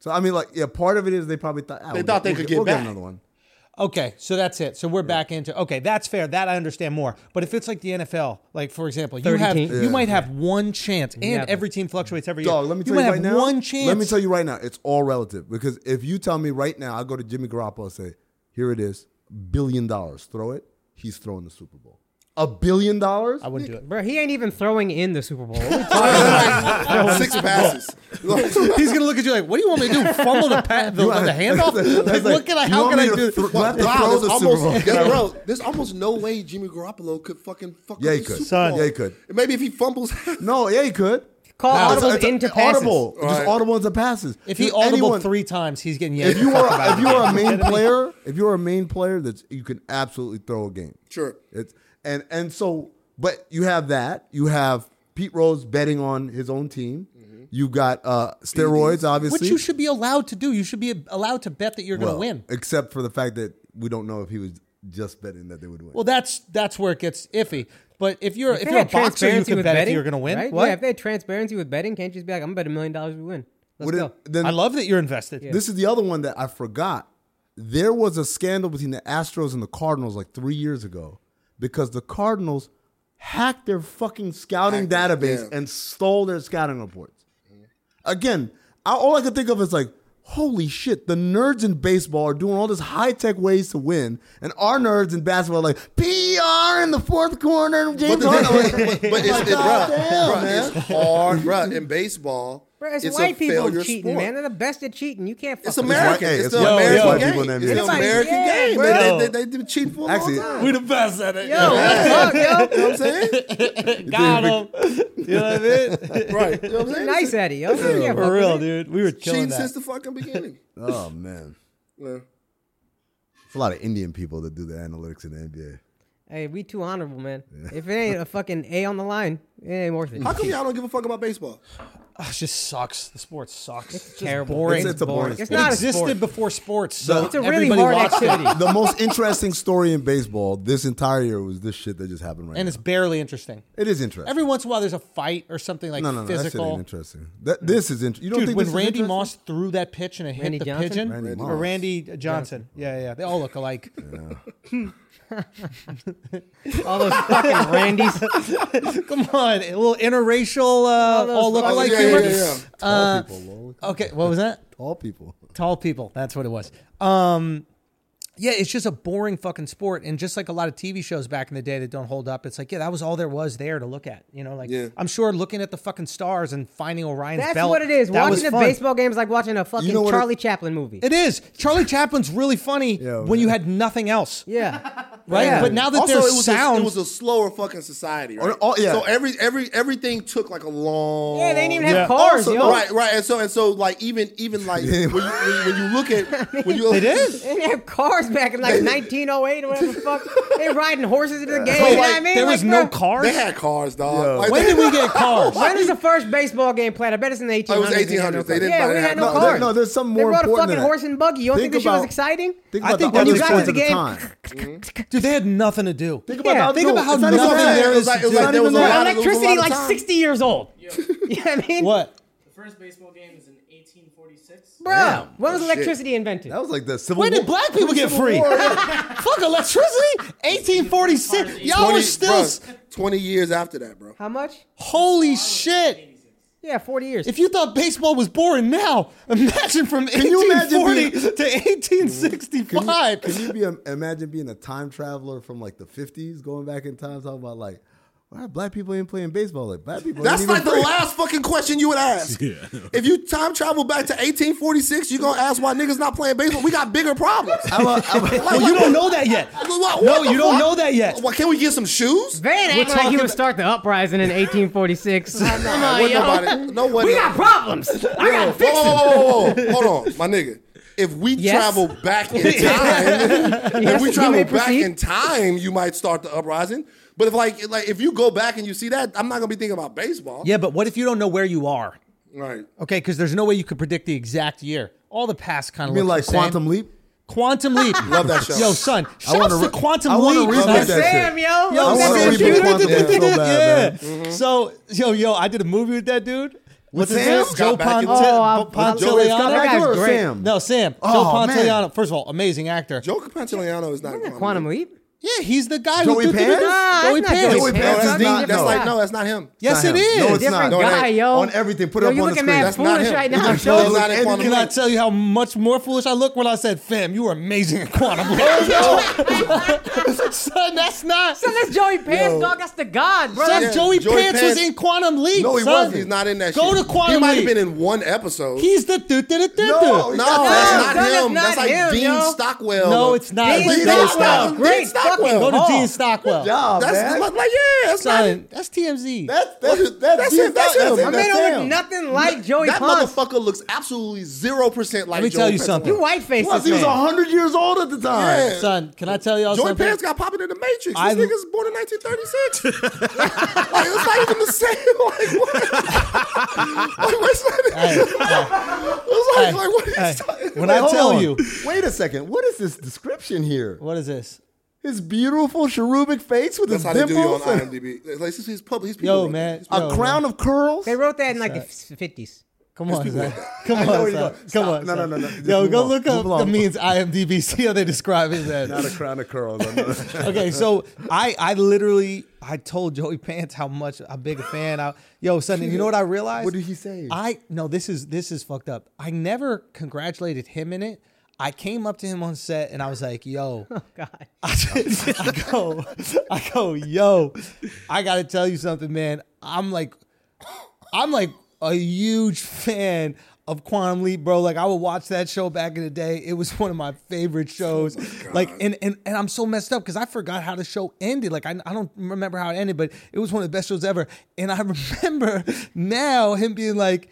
D: So I mean, like, yeah, part of it is they probably thought ah,
C: They
D: we'll
C: thought they
D: we'll
C: could
D: we'll
C: get
D: get
C: back.
D: another one.
B: Okay, so that's it. So we're back into okay. That's fair. That I understand more. But if it's like the NFL, like for example, you
E: 30
B: have
E: teams.
B: you might have one chance, and
E: Yeah.
B: every team fluctuates every
D: Dog,
B: year.
D: let me
B: you
D: tell
B: might
D: you
B: have
D: right now.
B: one chance.
D: Let me tell you right now, it's all relative because if you tell me right now, I go to Jimmy Garoppolo and say, "Here it is, billion dollars, throw it." He's throwing the Super Bowl. A billion dollars?
B: I wouldn't do it.
E: Bro, he ain't even throwing in the Super Bowl.
C: Six passes.
B: He's gonna look at you like, what do you want me to do? Fumble the pat the, the handoff? Like, what can I?
D: you
B: How
D: want
B: can
D: me
B: I
D: to
B: do?
D: thro- do I have to
C: Wow,
D: throw
C: there's
D: the Super Bowl?
C: almost, there's- bro, there's almost no way Jimmy Garoppolo could fucking fuck
D: Yeah,
C: up
D: he
C: the
D: could.
C: Super
D: Son.
C: Bowl.
D: Yeah, he could.
C: And maybe if he fumbles,
D: No, yeah, he could.
E: Call audibles
D: it's a-
E: into
D: it's
E: passes.
D: Audible, just
C: Right.
D: audible into passes.
B: If he
D: Just
B: audible
D: anyone-
B: three times, he's getting yanked.
D: if you
B: the fuck
D: are
B: out
D: if
B: of
D: you
B: here.
D: are a main player, if you're a main player, that's you can absolutely throw a game.
C: Sure.
D: It's and and so, but you have that. You have Pete Rose betting on his own team. You've got uh, steroids, obviously.
B: Mm-hmm. which you should be allowed to do. You should be allowed to bet that you're gonna
D: Well,
B: win.
D: except for the fact that we don't know if he was just betting that they would win.
B: Well, that's that's where it gets iffy. But if you're if,
E: they
B: you're a
E: had
B: boxer, you
E: transparency
B: can
E: with
B: bet
E: betting,
B: if you're gonna win.
E: Right?
B: What?
E: Yeah, if they had transparency with betting, can't you just be like, I'm gonna bet a million dollars we win. Let's
D: Wouldn't-
E: go.
D: then
B: I love that you're invested.
D: this is the other one that I forgot. There was a scandal between the Astros and the Cardinals like three years ago because the Cardinals hacked their fucking scouting
C: Hacked it,
D: database
C: yeah.
D: and stole their scouting reports. Again, I, all I could think of is like, holy shit, the nerds in baseball are doing all this high tech ways to win, and our nerds in basketball are like PR in the fourth corner.
C: But,
D: James
C: the,
D: Harden."
C: but, but, but it's, it, bruh,
D: Goddamn,
C: bruh,
D: man.
C: it's hard, bruh. In baseball,
E: Bro, it's,
C: a
E: white people
C: failure
E: cheating,
C: sport.
E: man. They're the best at cheating. You can't.
C: It's
E: fuck with
C: American.
D: Hey,
C: It's,
D: it's
C: the
D: white-
C: American
D: white
C: game.
D: people in
C: it's
D: NBA.
C: the
E: Anybody-
C: American
E: yeah,
C: game,
E: bro.
C: man. They, they, they, cheat for a
D: Actually,
C: long time.
B: We the best at it.
E: Yo, what's up,
C: You know what I'm saying?
B: got him. you know what I mean?
C: right. You know what I'm
E: yo?
C: saying?
E: nice at it, yo. Yeah,
B: For real, dude. We were killing
C: Cheating
B: that.
C: since the fucking beginning.
D: oh man,
C: Yeah.
D: it's a lot of Indian people that do the analytics in the NBA.
E: Hey, we too honorable, man. If it ain't a fucking A on the line, it ain't worth it.
C: How come y'all don't give a fuck about baseball?
B: Oh, it just sucks. The sport sucks. It's just
E: Terrible.
B: boring.
D: It's- it's a boring
E: It's
D: sport.
B: it
E: not a
B: existed
E: sport.
B: before sports, so
E: It's a really
B: everybody
E: hard
B: watched it.
E: activity.
D: the most interesting story in baseball this entire year was this shit that just happened right
B: and
D: now.
B: it's barely interesting.
D: It is interesting.
B: Every once in a while, there's a fight or something like
D: no, no, no, that shit
B: physical.
D: ain't interesting. That this is interesting. You don't
B: Dude,
D: think
B: when
D: this
B: Randy
D: is interesting?
B: Moss threw that pitch and it
E: Randy
B: hit the
E: Johnson?
B: pigeon,
D: Randy
B: or
D: Moss.
B: Randy Johnson, yeah, yeah, they all look alike.
E: All those fucking Randys.
B: Come on, a little interracial, uh,
E: those
B: all look
E: fucking-
B: alike
C: yeah,
B: humor.
C: yeah, yeah,
D: tall people, lol.
B: Okay, what was that?
D: tall people.
B: tall people that's what it was um yeah it's just a boring fucking sport and just like a lot of tv shows back in the day that don't hold up it's like yeah that was all there was there to look at you know like
C: Yeah.
B: i'm sure looking at the fucking stars and finding orion's
E: That's
B: belt
E: what it is.
B: that was
E: Watching a
B: fun.
E: baseball game is like watching a fucking
D: You know what it-
E: Charlie Chaplin movie.
B: it is charlie chaplin's really funny
D: Yeah,
B: when you
D: yeah.
B: had nothing else
E: yeah.
B: right
E: Yeah.
B: but now that
C: oh, Also, it
B: there's
C: was,
B: sound
C: a, it was a slower fucking society, right?
D: Or- oh, yeah.
C: So every every everything took like a long.
E: Yeah, they didn't even have cars,
C: Also,
E: yo.
C: Right, right, and so and so like even even like when, you, when, you, when you look at when you
B: it is
E: They didn't have cars back in like 1908 or whatever the fuck. They riding horses into the game. you know what I
C: like,
E: mean?
B: there
E: Like,
B: was no
E: bro,
B: cars
C: they had cars, dog.
D: Yeah.
C: Like,
B: when did we get cars
E: When was the first baseball game played? I bet it's in the 1800s.
C: was
E: they
C: 1800s.
E: had
C: They
E: cars.
C: didn't
E: yeah,
C: buy-
E: we
C: they
E: had
C: had-
E: no,
D: No,
E: cars.
D: there- no, there's something
E: They
D: more
E: rode a
D: important
E: fucking
D: than that.
E: horse and buggy. You don't
D: Think
E: think, this shit was
D: about-
E: exciting?
D: Think
B: I
D: about
B: think
D: the
B: that
D: other
B: was
E: got to
D: sports
E: the
D: at the
E: game.
D: time.
B: dude they had nothing to do
D: Think
E: Yeah,
D: about,
B: think
D: no,
B: about how
D: it's not
B: nothing
D: even that.
B: there
C: it
B: is
C: was like, it was like there was a
D: Not even
C: lot
D: that.
C: of, there was a
E: Electricity
C: lot of
E: like
C: time.
E: 60 years old. you know what I mean?
B: what
I: The first baseball game is in 1846.
E: Bro, when was electricity invented?
D: That was like the civil.
B: When did
D: War.
B: black people get free? Fuck electricity. 1846. Y'all were
C: 20
B: still.
C: bruh, twenty years after that, bro.
E: How much?
B: Holy shit.
E: Yeah, 40 years.
B: If you thought baseball was boring now, imagine from
D: you imagine
B: 1840
D: being-
B: to 1865.
D: um, Can you be imagine being a time traveler from like the 50s, going back in time, talking about like Why are black people ain't playing baseball? Like black people.
C: That's
D: ain't even
C: like the
D: free.
C: last fucking question you would ask. If you time travel back to 1846, you gonna ask why niggas not playing baseball? We got bigger problems.
B: Well, you don't know that yet. No, you don't know that yet.
C: Well, can we get some shoes?
E: Van acting like he
B: talking
E: would
B: about-
E: start the uprising in 1846. Come
C: Nah,
E: on,
C: wasn't
E: yo.
C: nobody- no one.
E: We got problems. I
C: whoa, whoa,
E: got
C: whoa, whoa, whoa, whoa. Hold on, my nigga. If we
E: Yes?
C: travel back in time, if
E: Yes,
C: we
E: you
C: travel
E: may
C: back
E: proceed.
C: in time, you might start the uprising. But if like like if you go back and you see that, I'm not gonna be thinking about baseball.
B: Yeah, but what if you don't know where you are?
C: Right.
B: Okay, because there's no way you could predict the exact year. All the past kind of
D: I mean, like
B: the same.
D: quantum leap.
B: Quantum leap.
C: Love that show.
B: Yo, son, shouts
D: wanna
B: to
D: re-
B: Quantum
D: I wanna
B: Leap.
D: revisit
B: son.
D: that shit.
E: Damn, yo.
B: Yo,
D: I
E: That's
D: wanna
E: a
D: read the
E: computer.
D: quantum leap so
B: yeah.
D: bad,
B: So, yo, yo, I did a movie with that dude. What's his
D: Sam?
B: name? Joe
C: Scott Bakula?
B: Ponte-
E: Oh, I-
B: Ponte-
D: Joe Ray Scott
E: That
B: Ponte-
E: guy's
D: Bakula or
E: great.
D: Sam?
B: No, Sam. Joe
D: Oh, man.
B: Pantoliano. First of all, amazing actor.
C: Joe Pantoliano is not
E: Quantum leap.
B: Yeah, he's the guy
D: Joey
B: who did
D: Pants?
B: the
E: Nah,
B: Joey
E: that's not
B: Pants.
D: Joey
E: Joey
C: No,
D: Pants
C: that's
D: is
C: not.
D: not.
C: That's
D: no.
C: like no, that's not him.
B: Yes,
D: Not
B: it
D: him.
B: is.
D: No, it's
E: Different
D: not.
C: No, it
E: guy,
C: ain't.
E: yo.
D: On everything, put it
E: yo,
D: up
E: you
D: on the
E: looking
D: screen.
E: mad
D: That's
C: not
E: foolish
C: him.
E: right
C: That's
E: now,
C: not him.
E: Joe.
C: That's not him.
B: And can I tell you how much more foolish I look when I said, "Fam, you were amazing at quantum
D: Oh,
B: leap." son, that's not.
E: Son, that's Joey Pants, dog. That's the god, brother.
B: Son,
C: Yeah,
B: Joey,
C: Joey
B: Pants,
C: Pants-
B: was in Quantum Leap.
C: No, he
B: son.
C: wasn't. He's not in that
B: Go
C: shit.
B: to Quantum
C: He might have
B: League.
C: been in one episode.
B: He's the dude, dude, dude, dude.
D: No,
C: no, that's
D: No,
E: no,
C: not
E: that's
C: him.
E: not
C: That's like
E: him,
C: Dean
E: yo.
C: Stockwell.
B: No, it's not.
E: Dean
B: Dean
E: Stockwell.
B: Stockwell.
C: Dean
E: Great
C: Stockwell.
E: fucking
B: Go to
E: Oh.
B: Dean Stockwell.
D: job,
C: That's
D: man.
C: like yeah, that's not
B: Son, that's TMZ.
D: That's that's that's
C: That's him, that's him.
E: My
C: My
E: man
D: that's
E: don't look
D: him.
E: nothing like Joey
C: that
E: Pants.
C: motherfucker looks absolutely zero percent like.
B: Let me
C: Joey
B: tell you
C: Pants.
B: something.
E: You white face
D: Plus, he was hundred years old at the time.
C: Yeah.
B: Son, can I tell y'all
C: Joey
B: something?
C: Pants got popping in the Matrix. This
B: I-
C: nigga's born in 1936. like, it's not even the same. Like what? like what's that? it's like,
B: Hey,
C: like what?
B: hey,
C: Are you talking-
B: when
D: Wait,
B: I
D: hold
B: tell
D: on.
B: you,
D: Wait a second. What is this description here?
B: what is this?
D: His beautiful cherubic face with
C: That's how
D: his
C: they do you on
D: dimples and
C: IMDb. Like, this is his public. His people
B: Yo,
C: wrote
B: man.
C: this.
D: a
B: yo,
D: crown of curls.
E: They wrote that in like the 50s.
B: Come on, son. Come
D: know where
B: on,
D: you're
B: son.
D: going. Stop.
B: Come on.
D: No, no,
B: son.
D: no, no. Just
B: Yo,
D: move
B: go
D: on.
B: look up
D: Move along.
B: the means IMDb. See how they describe his ass.
D: Not a crown of curls. I'm not-
B: okay, so I I literally I told Joey Pants how much I'm big a fan. I, yo, son, and you know what I realized?
D: What did he say?
B: I no, this is this is fucked up. I never congratulated him in it. I came up to him on set and I was like, "Yo,
D: Oh,
E: God.
B: I, I go, I go, yo, I gotta tell you something, man. I'm like, I'm like a huge fan of Quantum Leap, bro. Like I would watch that show back in the day. It was one of my
C: Oh
B: favorite shows. like and and and I'm so messed up because I forgot how the show ended. Like I, I don't remember how it ended, but it was one of the best shows ever. And I remember now him being like.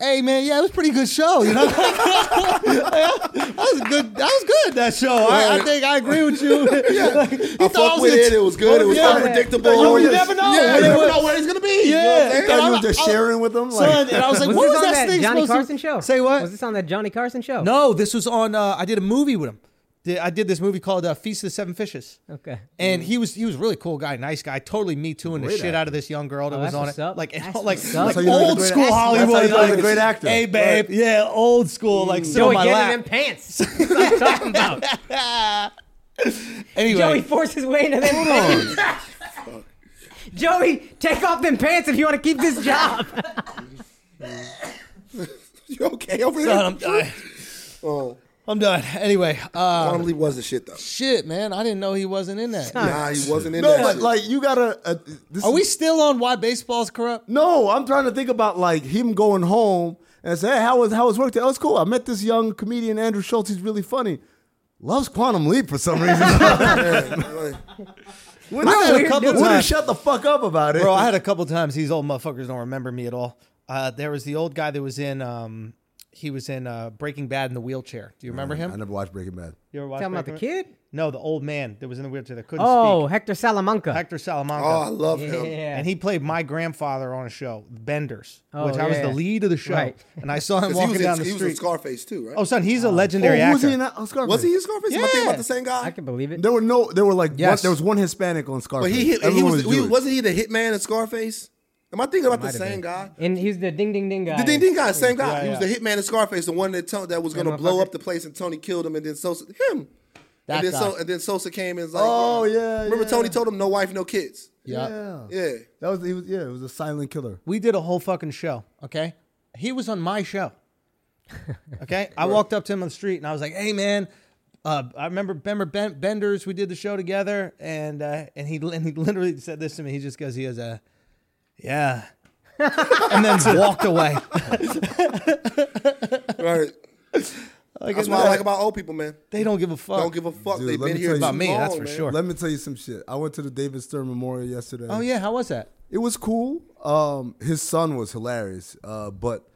B: Hey man, yeah, it was a pretty good show. You know, that was good. That was good. That show. I, I think I agree with you. yeah,
C: I fucked with it. It was good. It was
B: Yeah.
C: unpredictable.
B: You never know. When
C: Yeah, you
B: it
C: never
B: was-
C: know where he's gonna be. You know
B: Yeah.
C: what I'm saying?
B: And I'm
D: thought you were
B: like,
D: just
B: oh,
D: sharing with them.
B: son. And I was like,
E: Was
B: what
E: this
B: was
E: on
B: that
E: that
B: thing
E: Johnny
B: supposed to-
E: Carson show?
B: Say what?
E: Was this on that Johnny Carson show?
B: no, this was on. Uh, I did a movie with him. Did- I did this movie called uh, Feast of the Seven Fishes.
E: Okay.
B: And he was he was a really cool guy, nice guy. Totally me tooing the shit out of this young girl that
E: Oh,
B: was
E: that's
B: on
E: what's
B: it.
E: up.
B: Like
E: That's
B: like,
E: what's up.
B: like
E: That's how
D: you know he's a
B: old
D: great
B: school
D: actor. That's how you know
B: Hollywood.
D: he's
B: like,
D: a great actor.
B: Hey babe, yeah, old school. Like sit on
E: Mm. Joey
B: my
E: getting them
B: lap.
E: pants. That's what I'm talking about.
B: Anyway,
E: Joey forced his way into them pants. Joey, take off them pants if you want to keep this job.
C: You okay over there?
B: son, I'm done.
C: Oh, Um,
B: I'm done. Anyway, uh,
C: Quantum Leap was the shit though.
B: shit, man, I didn't know he wasn't in that.
C: Nah, he wasn't in
D: no,
C: that.
D: but
C: shit.
D: like you gotta. Uh, this
B: Are
D: is-
B: we still on why baseball's corrupt?
D: No, I'm trying to think about like him going home and say, hey, how was how was work? That was cool. I met this young comedian Andrew Schultz. He's really funny. Loves Quantum Leap for some reason.
C: Like,
D: Wouldn't shut-
B: weird dude.
D: wouldn't shut the fuck up about it.
B: Bro, I had a couple times these old motherfuckers don't remember me at all. Uh, there was the old guy that was in um, he was in uh, Breaking Bad in the wheelchair. Do you
C: Mm,
B: remember
D: I
B: him?
D: never watched Breaking Bad.
B: You ever watch
E: Talking about the
B: Breaking Bad?
E: kid?
B: No, the old man that was in the wheelchair that couldn't
E: Oh,
B: speak.
E: Hector Salamanca.
B: Hector Salamanca.
C: oh, I love him.
E: yeah.
B: and he played my grandfather on a show, Benders,
E: Oh,
B: which I was
E: yeah.
B: the lead of the show.
E: Right.
B: And I saw him
C: 'Cause He
B: walking
C: was,
B: down
C: in,
B: the
C: he was in
B: street.
C: Scarface too, right?
B: Oh, son, he's a
D: Oh,
B: legendary
D: who was
B: actor.
D: he in that? Oh, Scarface.
C: was he in Scarface? Am I thinking about the same guy?
E: I can believe it.
D: There were no. There were like
B: Yes.
D: one, there was one Hispanic on Scarface.
C: but he, hit, he
D: Everyone
C: was,
D: was
C: he,
D: Jewish.
C: wasn't he the hitman in Scarface? Am I thinking about the same guy?
E: And he's the ding ding ding guy.
C: The ding ding guy, same guy.
B: Yeah,
C: He was the hitman in Scarface, the one that Tony, that was going to blow
E: motherfucker.
C: up the place, and Tony killed him, and then Sosa him.
B: That
C: and then
B: guy.
C: So, and then Sosa came and was like, uh,
D: Oh, yeah,
C: Remember
D: yeah.
C: Tony told him no wife, no kids.
B: Yeah.
D: Yeah.
C: Yeah.
D: That was he was yeah. It was a silent killer.
B: We did a whole fucking show, okay? He was on my show. Okay? I walked up to him on the street and I was like, hey man, Uh, I remember remember ben, Benders. We did the show together, and uh, and he and he literally said this to me. He just goes, he goes, uh, yeah, and then walked away.
C: Right.
B: Like,
C: That's what I like about old people, man.
B: they don't give a fuck.
C: Don't give a fuck.
D: Dude,
C: They've
D: let
C: been
D: me
C: here
D: tell you
C: too
D: about
B: me,
C: long,
B: that's for
C: man.
B: sure.
D: Let me tell you some shit. I went to the David Stern Memorial yesterday.
B: oh yeah, how was that?
D: It was cool. Um, his son was hilarious. Uh, but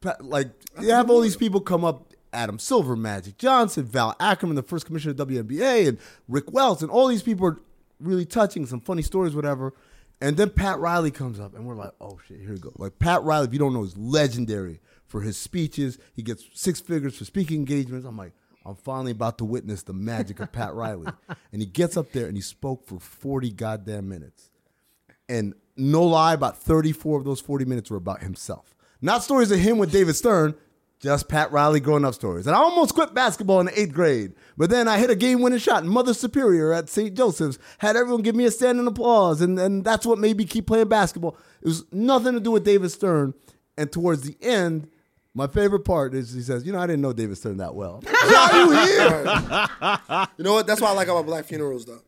D: pa- like you have all these people come up. Adam Silver, Magic Johnson, Val Ackerman, the first commissioner of WNBA, and Rick Welts, and all these people are really touching, some funny stories, whatever. And then Pat Riley comes up, and we're like, oh shit, here we go. Like Pat Riley, if you don't know, is legendary for his speeches. He gets six figures for speaking engagements. I'm like, I'm finally about to witness the magic of Pat Riley. And he gets up there and he spoke for 40 goddamn minutes and no lie, about 34 of those 40 minutes were about himself. Not stories of him with David Stern, just Pat Riley growing up stories. And I almost quit basketball in the eighth grade, but then I hit a game winning shot in Mother Superior at St. Joseph's, had everyone give me a standing applause, and, and that's what made me keep playing basketball. It was nothing to do with David Stern. And towards the end, my favorite part is he says, You know, I didn't know David Stern that well.
C: Why you here? you know what? That's what I like about black funerals, though.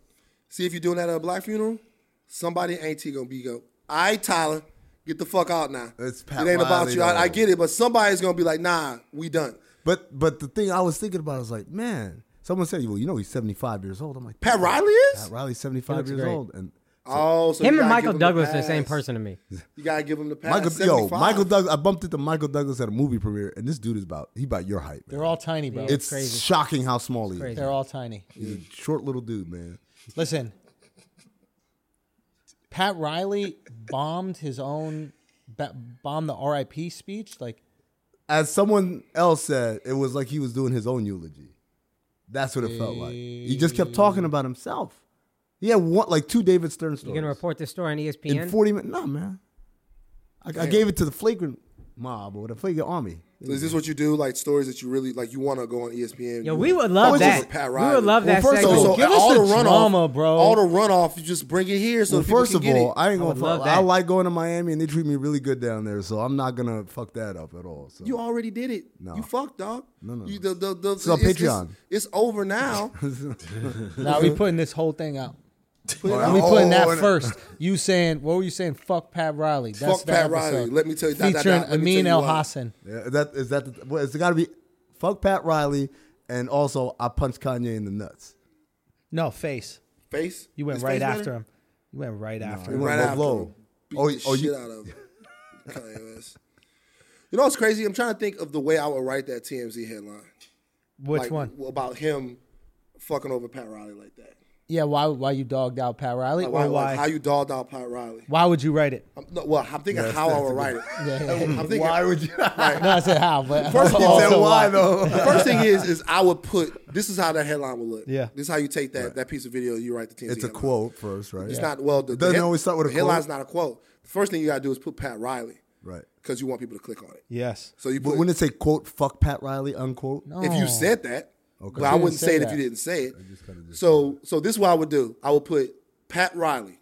C: See, if you're doing that at a black funeral, somebody ain't gonna be go. I Tyler, get the fuck out now.
D: It's Pat
C: it ain't about
D: Riley,
C: you. I, I
D: though.
C: get it, but somebody's gonna be like, nah, we done.
D: But but the thing I was thinking about is like, man, someone said, Well, you know, he's 75 years old. I'm like,
C: Pat Riley is.
D: Pat Riley's 75 years
E: great.
D: old. And
C: Oh, so you
E: Him
C: gotta
E: and
C: give
E: Michael
C: him
E: Douglas are the same
C: pass.
E: person to me.
C: You gotta give him the pass.
D: Michael, yo,
C: 75.
D: Michael Douglas. I bumped into Michael Douglas at a movie premiere, and this dude is about he about your height. Man.
B: They're all tiny, bro.
D: it's
E: crazy.
D: shocking how small he is.
E: crazy.
B: They're all tiny.
D: He's a short little dude, man.
B: Listen, Pat Riley bombed his own ba- bombed the RIP speech. Like
D: As someone else said, it was like he was doing his own eulogy. That's what it felt like. He just kept talking about himself. He had one, like two David Stern
E: You
D: stories
E: gonna report this story on E ESPN?
D: in forty minutes. No, man. I, I gave it to the flagrant mob or the flagrant army.
C: So is this what you do? Like stories that you really like? You want to go on E ESPN?
E: Yo,
C: You-
E: we would
D: Oh,
E: love
D: it's just
E: that.
C: Pat
E: We
C: Riley.
E: would love
D: Well,
E: that.
D: first of
E: segment.
D: all,
C: So
B: give us
C: all
B: the
C: the runoff,
B: drama, bro.
C: All the runoff, you just bring it here. So
D: Well, first of all,
C: I,
D: I ain't
E: I
D: gonna.
E: would
D: fuck,
E: love
D: I
E: that.
D: like going to Miami, and they treat me really good down there, so I'm not gonna fuck that up at all. So.
C: you already did it.
D: No.
C: You fucked, dog. No,
D: no.
C: You, the, the, the, it's-
D: on Patreon.
C: It's, it's over now.
B: now we putting this whole thing out.
C: Put it
D: Oh,
C: out.
B: We putting
D: Oh,
B: that
D: and-
B: first. You saying what were you saying? Fuck Pat Riley. That's
C: Fuck
B: the
C: Pat
B: episode.
C: Riley. Let me tell you- dot, dot, dot.
B: Featuring
C: Let me tell
B: Amin
C: you
B: El
C: why.
B: Hassan.
D: Yeah, that is that. The, well, it's got to be fuck Pat Riley, and also I punched Kanye in the nuts.
B: No face.
C: Face.
B: You went
C: His
B: right
C: face
B: after
C: better?
B: him. You went right after
D: It
B: him.
D: went
C: Right
D: low
C: after
D: blow.
C: him. Beat
D: Oh,
C: the
D: oh,
C: shit
D: you-
C: out of him. Kanye West. You know what's crazy? I'm trying to think of the way I would write that TMZ headline.
B: Which
C: Like,
B: one?
C: About him fucking over Pat Riley like that.
B: Yeah. Why? Why you dogged out Pat Riley?
C: Like, why,
B: or why?
C: like, how you dogged out Pat Riley?
B: why would you write it?
C: I'm, no, well, I'm thinking how I would write it. I'm thinking,
D: Why would you?
B: No, I said how. But
C: First of all,
D: He said,
B: also
D: why
B: why?
D: though?
C: The first thing is, is I would put. This is how that headline would look.
B: Yeah.
C: This is how you take that that piece of video. You write the TMZ.
D: It's a
C: headline.
D: quote first, right?
C: It's not well. The,
D: It doesn't
C: the
D: always start with a
C: the headline's
D: quote.
C: not a quote. The first thing you gotta do is put Pat Riley
D: right.
C: because you want people to click on it.
B: Yes.
C: So you
D: But
C: put
D: when it say quote fuck Pat Riley unquote, no.
C: if you said that. But I
B: Oh. didn't
C: wouldn't
B: say
C: say it
B: that.
C: if you didn't say it. So so this is what I would do. I would put Pat Riley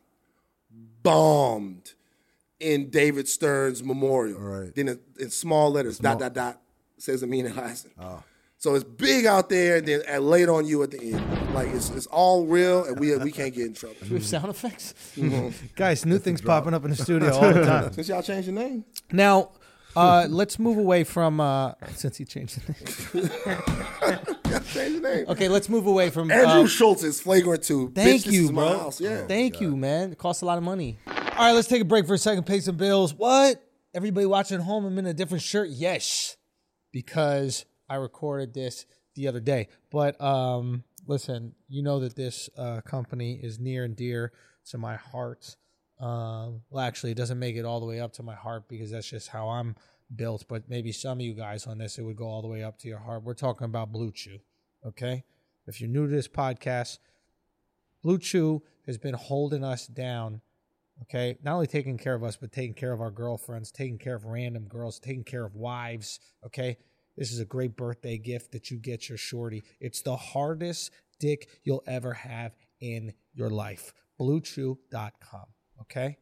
C: bombed in David Stern's memorial.
D: Right.
C: Then in, in small letters, dot dot dot says Amina Hassan.
D: Ah.
C: So it's big out there, and then and laid on you at the end. Like it's, it's all real, and we we can't get in trouble.
B: With sound effects.
C: Mm-hmm.
B: Guys, new things popping up in the studio all the time.
C: Since y'all changed your name,
B: Now, uh, let's move away from uh, since he changed the name.
C: change your name.
B: Okay, let's move away from.
C: Andrew
B: uh,
C: Schultz is flagrant too.
B: thank
C: Bitch, this
B: you,
C: is my
B: bro.
C: house. Yeah.
B: Thank you, man. It costs a lot of money. All right, let's take a break for a second. Pay some bills. What? Everybody watching at home, I'm in a different shirt. Yes, because I recorded this the other day. But um, listen, you know that this uh, company is near and dear to my heart. Um, well, actually, it doesn't make it all the way up to my heart because that's just how I'm built. But maybe some of you guys on this, it would go all the way up to your heart. We're talking about Blue Chew, okay? If you're new to this podcast, Blue Chew has been holding us down. Okay. Not only taking care of us, but taking care of our girlfriends, taking care of random girls, taking care of wives. Okay. This is a great birthday gift that you get your shorty. It's the hardest dick you'll ever have in your life. BlueChew.com. Okay.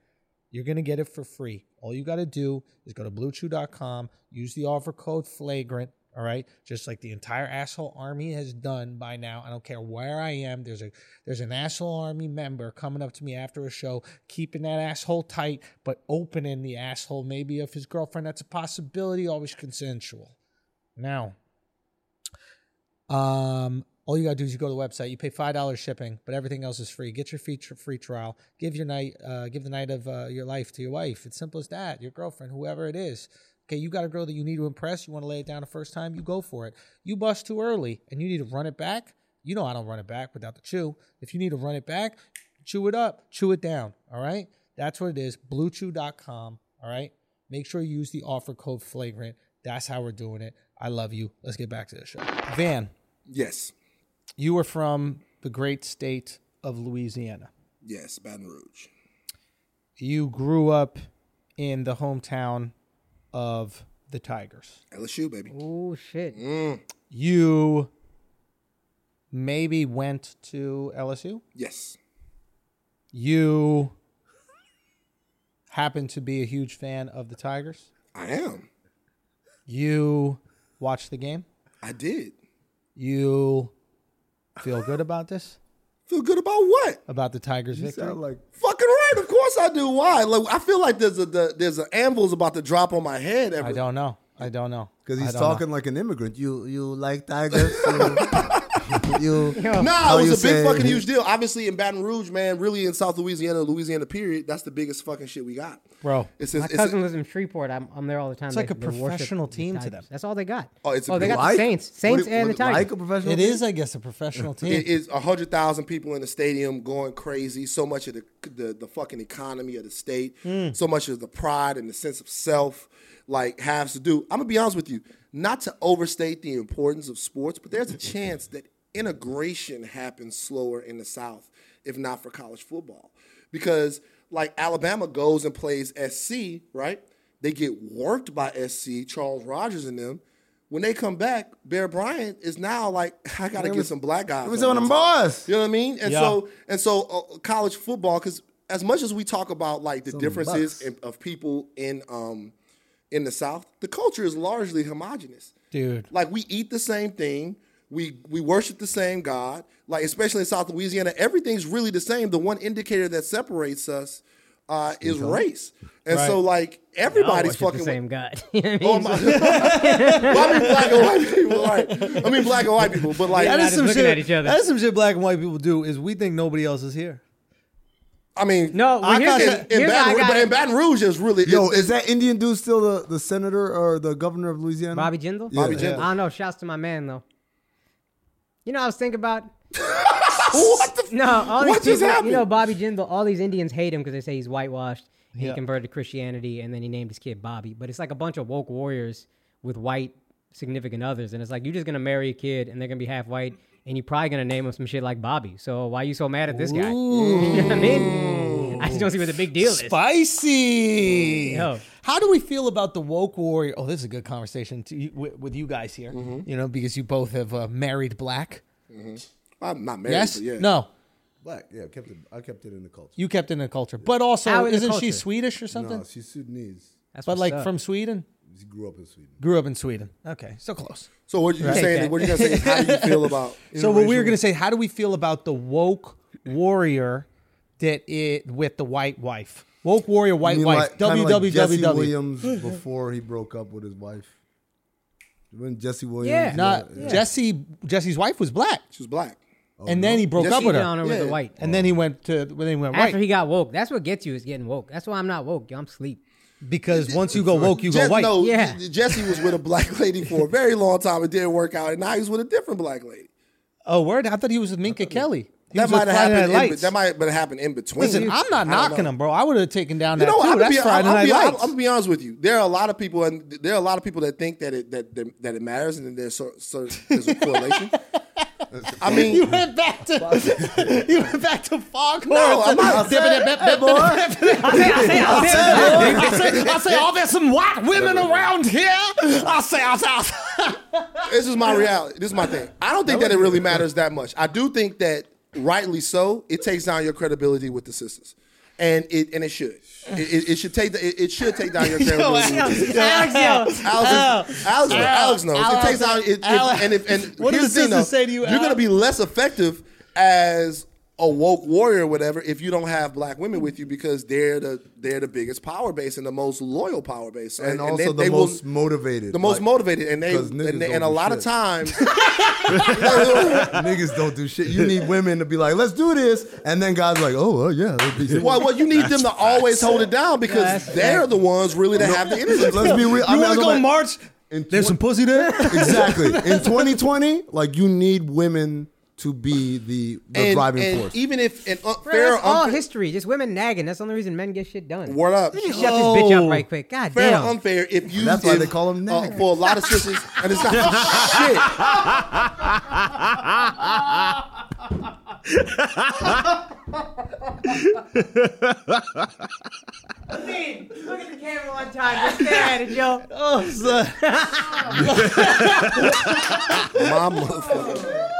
B: You're going to get it for free. All you got to do is go to bluechew.com, use the offer code flagrant, All right, just like the entire asshole army has done by now. I don't care where I am. There's a there's an asshole army member coming up to me after a show, keeping that asshole tight, but opening the asshole maybe of his girlfriend. That's a possibility. Always consensual. Now, um, all you gotta do is you go to the website. You pay five dollars shipping, but everything else is free. Get your free, free trial. Give your night, uh, give the night of uh, your life to your wife. It's simple as that. Your girlfriend, whoever it is. Okay, you got a girl that you need to impress. You want to lay it down the first time. You go for it. You bust too early, and you need to run it back. You know I don't run it back without the chew. If you need to run it back, chew it up, chew it down. All right, that's what it is. Bluechew.com. All right, make sure you use the offer code flagrant. That's how we're doing it. I love you. Let's get back to the show. Van,
C: Yes.
B: you were from the great state of Louisiana.
C: Yes, Baton Rouge.
B: You grew up in the hometown of the Tigers.
C: LSU, baby.
E: Oh shit.
B: You maybe went to LSU.
C: Yes.
B: You happen to be a huge fan of the Tigers.
C: I am.
B: You watched the game.
C: I did.
B: You feel good about this?
C: Feel good about what?
B: About the Tigers'
D: You
B: victory?
D: sound like
C: Fucking right, of course I do. Why? Like I feel like there's a the, there's an anvil's about to drop on my head. Every
B: I don't know. I don't know.
D: because
B: I
D: he's
B: don't know.
D: talking like an immigrant. You you like tigers? You, you
C: Nah,
D: How
C: it was a big
D: you say-
C: fucking huge deal. Obviously, in Baton Rouge, man, really in South Louisiana, Louisiana period, that's the biggest fucking shit we got,
B: Bro.
C: It's, it's,
E: My
C: it's-
E: cousin lives in Shreveport. I'm, I'm there all the time. It's
B: like a professional team to them.
E: That's all they got.
C: Oh, it's a
E: they got
D: like-
E: the Saints,
D: what
E: Saints
D: it-
E: and the
D: what it Like
E: Tigers.
D: a professional.
B: It is, I guess, a professional team.
C: it is a hundred thousand people in the stadium going crazy. So much of the the, the fucking economy of the state, so much of the pride and the sense of self, like has to do. I'm gonna be honest with you, not to overstate the importance of sports, but there's a chance that integration happens slower in the South, if not for college football, because like Alabama goes and plays SC, right? They get worked by SC, Charles Rogers and them. When they come back, Bear Bryant is now like, I gotta get some black guys.
D: It was
C: on
D: on
C: my
D: them
C: team.
D: bars.
C: You know what I mean? And so and so uh, college football because as much as we talk about like the differences
D: bucks.
C: in, of people in um in the South, the culture is largely homogenous.
B: Dude.
C: Like we eat the same thing. We, we worship the same God, like especially in South Louisiana, everything's really the same. The one indicator that separates us uh, is race, and so like everybody's fucking
E: Worship the same God.
C: Oh my! well, I mean black and white people, right? I mean black and white people, but like
H: That is
E: just
H: some
E: looking
H: shit.
E: at each other.
H: That is some shit. Black and white people do is we think nobody else is here.
C: I mean,
E: No, well,
C: I
E: here's
C: thought
E: the-
C: in, in, Baton,
E: here's how I
C: Rouge,
E: got
C: but
E: it.
C: in Baton Rouge, it's really
D: Yo,
C: it's-
D: is that Indian dude still the, the senator or the governor of Louisiana?
E: Bobby Jindal?
C: Bobby Yeah. Jindal.
E: I don't know. Shouts to my man, though. You know, I was thinking about.
C: what the?
E: No, all these
C: What just
E: people,
C: happened?
E: You know, Bobby Jindal, all these Indians hate him because they say he's whitewashed. and He converted to Christianity and then he named his kid Bobby. But it's like a bunch of woke warriors with white significant others. And it's like, you're just going to marry a kid and they're going to be half white and you're probably going to name him some shit like Bobby. So why you so mad at this guy? You know what I mean? I just don't see what the big deal is.
H: Spicy.
E: Yo.
H: How do we feel about the woke warrior? Oh, this is a good conversation to you, with, with you guys here. You know, because you both have uh, married black.
C: I'm not married.
H: Yes.
C: But yeah.
H: No.
D: Black. Yeah, kept it. I kept it in the culture.
H: You kept in the culture, but also
E: How in the
H: isn't she
E: culture?
H: Swedish or something?
D: No, she's Sudanese.
E: That's
H: but
E: what's
H: like
E: up.
H: from Sweden,
D: She grew up in Sweden.
H: grew up in Sweden. Okay, so close.
C: So what you saying?
E: that.
C: What you gonna say? Is how do you feel about?
H: So what we were gonna say? How do we feel about the woke warrior that it with the white wife? Woke warrior, white
D: I mean,
H: wife.
D: like- kinda like Jesse
H: www.
D: Williams before he broke up with his wife. When Jesse Williams,
E: Yeah.
H: Not Jesse. Jesse's wife was black,
C: She was black.
H: and then he broke
C: Jesse
H: up with
E: Cheated
H: her,
E: on her with the
C: Yeah.
E: white.
H: and then he went to when he went white.
E: After he got woke, that's what gets you is getting woke. That's why I'm not woke. Yo, I'm asleep.
H: because once you go woke, you go
C: Jess,
H: white.
C: no,
E: Yeah.
C: Jesse was with a black lady for a very long time. It didn't work out, and now he's with a different black lady.
H: Oh, word! I thought he was with Minka Kelly. He was
C: That
H: with
C: might have
H: Friday
C: happened.
H: Night
C: In,
H: Lights.
C: that might, but it happened in between.
H: Listen, I'm not knocking him, bro. I would have taken down
C: You
H: that
C: know,
H: too.
C: I'm gonna,
H: That's
C: be, I'm,
H: Friday
C: gonna
H: Night
C: be, I'm,
H: Lights.
C: I'm gonna be honest with you. There are a lot of people, and there are a lot of people that think that it that that, that it matters, and then there's so, so there's a correlation. I mean,
H: you went back to you went back to Foghorn.
C: No, I'm not-
H: Dip it, dip it, dip it, dip it. I say, I say, I say, I say, I say, oh, there's some white women around here. I say, I say, I say.
C: this is my reality. This is my thing. I don't think that it really matters that much. I do think that rightly so, it takes down your credibility with the sisters. and it and it should. It, it, it should take the, it, it should take down your credibility. Alex, is-
E: Alex, yo.
C: Alex, is- Alex, knows. it takes down. It, it- and if and
B: What does
C: here's the thing,
B: the
C: though,
B: sister say to you,
C: you're
B: Alex?
C: gonna be less effective as a woke warrior or whatever if you don't have black women with you because they're the they're the biggest power base and the most loyal power base
D: and, also
C: they-
D: the
C: they will-
D: most motivated.
C: the most
D: like,
C: motivated and they
D: 'cause niggas
C: and, they-
D: don't
C: and a
D: do
C: lot of
D: shit.
C: times
D: niggas don't do shit. You need women to be like, let's do this, and then guys like, oh well, yeah, that'd be
C: well, well you need them to always hold it down because they're the ones really that have the energy
D: Let's be real. I mean,
B: you want to go
D: otherwise-
B: march?
D: in
B: There's
D: twen-
B: some pussy there.
D: exactly in 2020, like you need women to be the, the
C: and,
D: driving
C: and e
D: force.
C: even if an
E: Bro,
C: unfair
E: that's all
C: unfair-
E: history. Just women nagging. That's the only reason men get shit done.
C: Word up.
E: Let me just shut this bitch up right quick. God
C: fair or
E: damn.
C: unfair if you
D: That's why
C: if,
D: they call 'em naggers.
C: for a lot of sisters and it's not shit
E: Hey, Look at the camera one time. Just stare at it, yo.
B: Oh, son.
C: my motherfucker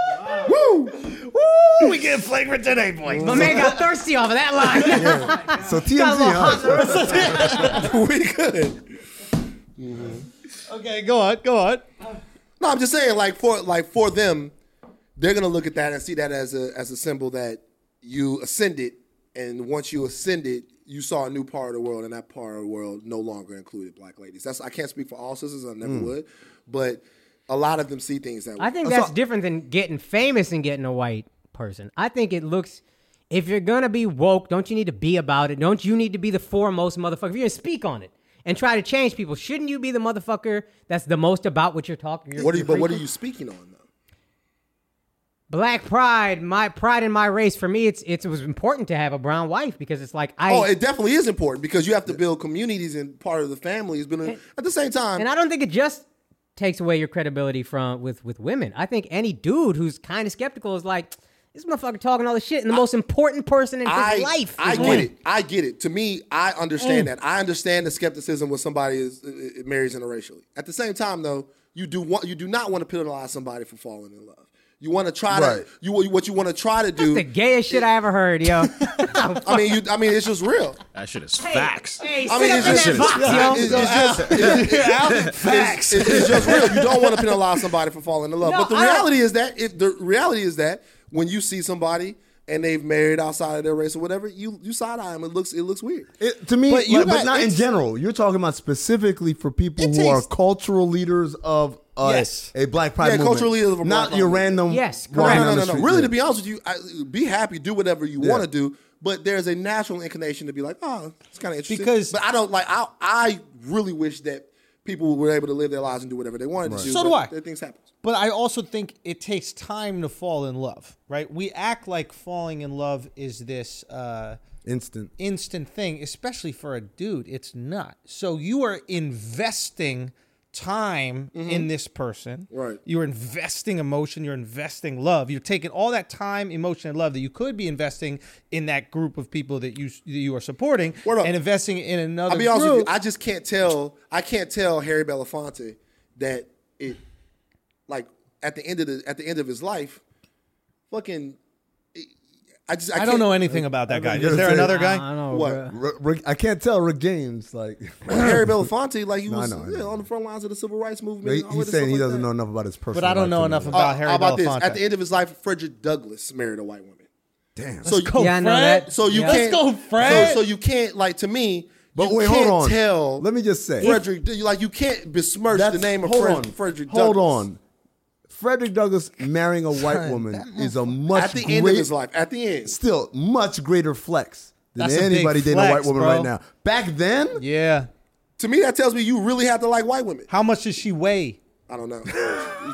B: we get flagrant today, boy.
E: My man got thirsty off of that line.
D: so TMZ,
E: got a little
D: huh?
E: hot in the room.
C: we good
B: Okay, go on, go on.
C: no I'm just saying like for like for them they're gonna look at that and see that as a as a symbol that you ascended and once you ascended you saw a new part of the world and that part of the world no longer included black ladies that's I can't speak for all sisters I never
D: Hmm.
C: would but a lot of them see things that way.
E: I think
C: So-
E: that's different than getting famous and getting a white person. I think it looks. If you're gonna be woke, don't you need to be about it? Don't you need to be the foremost motherfucker? If you're gonna speak on it and try to change people, shouldn't you be the motherfucker that's the most about what you're talking? you're-
C: what are you
E: you're
C: but what are
E: preaching?
C: you speaking on though
E: Black pride, my pride in my race. For me, it's, it's it was important to have a brown wife because it's like I
C: Oh, it definitely is important because you have to build communities and part of the family is building. At the same time,
E: And I don't think it just takes away your credibility from with with women. I think any dude who's kind of skeptical is like, this motherfucker talking all this shit, and the most important person in his
C: I,
E: life. Mm.
C: I
E: is
C: get
E: women.
C: it. I get it. To me, I understand that. I understand the skepticism when somebody is uh, uh, marries interracially. At the same time, though, you do want you do not want to penalize somebody for falling in love. You want to try
D: Right.
C: to you what you want to try to
E: That's
C: do.
E: the gayest shit I ever heard, yo.
C: I mean, you, I mean, it's just real.
F: That shit is facts.
E: Hey,
C: I mean,
E: sit
C: it's
E: up
F: just-
E: in that box, yo.
C: It's, it's just it's- it's- it's- it's just real. You don't want to penalize somebody for falling in love.
E: No,
C: but the
E: I don't-
C: reality is that if the reality is that when you see somebody and they've married outside of their race or whatever, you you side eye them. It looks it looks weird.
D: It, to me,
C: But
D: but,
C: you
D: like, but
C: got-
D: not in
C: it's-
D: general. You're talking about specifically for people who
C: It
D: are
C: takes-
D: cultural leaders of uh,
B: Yes.
D: a black pride
C: Yeah,
D: movement.
C: cultural leaders of a Black
D: not
C: Pride
D: your
C: movement.
D: random.
E: Yes,
D: walking
E: correct.
D: down
C: No,
D: the
C: no, no, no.
D: street.
C: Really,
D: Yeah.
C: to be honest with you, I, be happy, do whatever you
D: Yeah.
C: want to do. But there's a natural inclination to be like, oh, it's kind of interesting.
B: Because-
C: but I don't like. I I really wish that people were able to live their lives and do whatever they wanted to do.
B: So do
C: but
B: I.
C: th- Things happen.
B: But I also think it takes time to fall in love, right? We act like falling in love is this uh,
D: instant.
B: instant thing, especially for a dude. It's not. So you are investing time in this person.
C: Mm-hmm. Right.
B: You're investing emotion, you're investing love. You're taking all that time, emotion, and love that you could be investing in that group of people that you that you are supporting
C: Word up.
B: and investing in another
C: I'll be honest
B: group.
C: with you. I just can't tell. I can't tell Harry Belafonte that it, like at the end of the at the end of his life, fucking. I just I,
B: I
C: can't-
B: don't know anything about that guy.
D: gonna
B: Is there
D: say-
B: another guy?
E: I don't know,
C: What?
E: bro.
D: R- Rick- I can't tell Rick James like
C: Harry Belafonte like he was
D: I know, I
C: yeah,
D: know.
C: on the front lines of the civil rights movement.
D: he-
C: and all
D: he's
C: that
D: saying
C: stuff
D: he
C: like
D: doesn't
C: that.
D: know enough about his personal.
B: I don't
D: life
B: know
D: to
B: enough
D: that.
B: about-
C: Uh,
B: Harry
C: how about this?
B: Belafonte.
C: At the end of his life, Frederick Douglass married a white woman.
D: Damn.
C: So you,
B: Go,
E: Yeah, I know
B: Oh, Fred.
E: that.
C: so you
E: Yeah.
C: can't
B: Let's go, Fred.
C: So, so you can't like to me.
D: But
C: you
D: wait,
C: can't
D: hold on.
C: Tell
D: Let me just say,
C: Frederick, like you can't besmirch the
D: That's-
C: name of
D: hold
C: Fred,
D: on,
C: Frederick.
D: Hold
C: Douglass.
D: on. Frederick Douglass marrying a white woman is a much
C: At the
D: great,
C: end of his life, at the end,
D: still much greater flex than
B: That's a big
D: anybody dating a
B: flex,
D: white woman
B: bro.
D: right now. Back then,
B: yeah.
C: to me, that tells me you really have to like white women.
B: How much does she weigh?
C: I don't know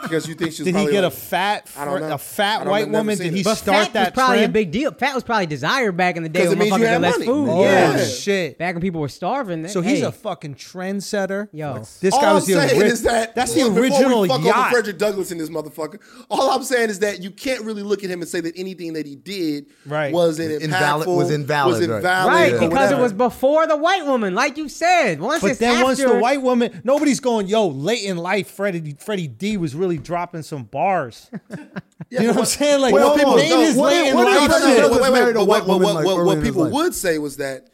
C: because you think she's.
B: Did he
C: probably
B: get a
C: like-
B: fat,
C: I don't
B: fr-
C: know.
B: a
C: I
B: fat
C: don't-
B: white
C: I've never
B: woman?
C: seen
B: Did
C: it.
B: he
E: But
B: start
E: fat was
B: that
E: probably a
B: trend?
E: big deal. Fat was probably desired back in the day
C: 'Cause
E: when
C: it means
E: motherfuckers
C: you had
E: had less
C: money.
E: food.
B: Oh
E: yeah.
B: shit!
E: Back when people were starving.
B: So he's
E: hey,
B: a fucking trendsetter.
E: Yo.
B: this
C: All
B: guy was
C: I'm
B: the
C: saying
B: ori-
C: is that
B: That's the
C: before we
B: original
C: fuck over
B: yacht.
C: Frederick Douglass in this motherfucker. All I'm saying is that you can't really look at him and say that anything that he did
B: Right.
C: was an
D: Invalid-
C: impactful-
D: was invalid,
C: was
D: right.
C: invalid
E: Right,
C: or
E: because
C: whatever.
E: it was before the white woman, like you said. Once
B: But
E: it's
B: then once the
E: after-
B: white woman, nobody's going. Yo, late in life, Freddie Freddie D was really dropping some bars.
C: Yeah,
B: you know
C: but
B: what I'm saying? Like
D: Well,
B: people
D: hold on.
B: made his
D: What-
B: lay in
D: what-
B: life
D: what-
B: shit.
D: what-
C: Wait, wait,
D: married a
C: but
D: white
C: what,
D: woman,
C: what-
D: like,
C: what-
D: early
C: what
D: in his
C: people
D: life.
C: would say was that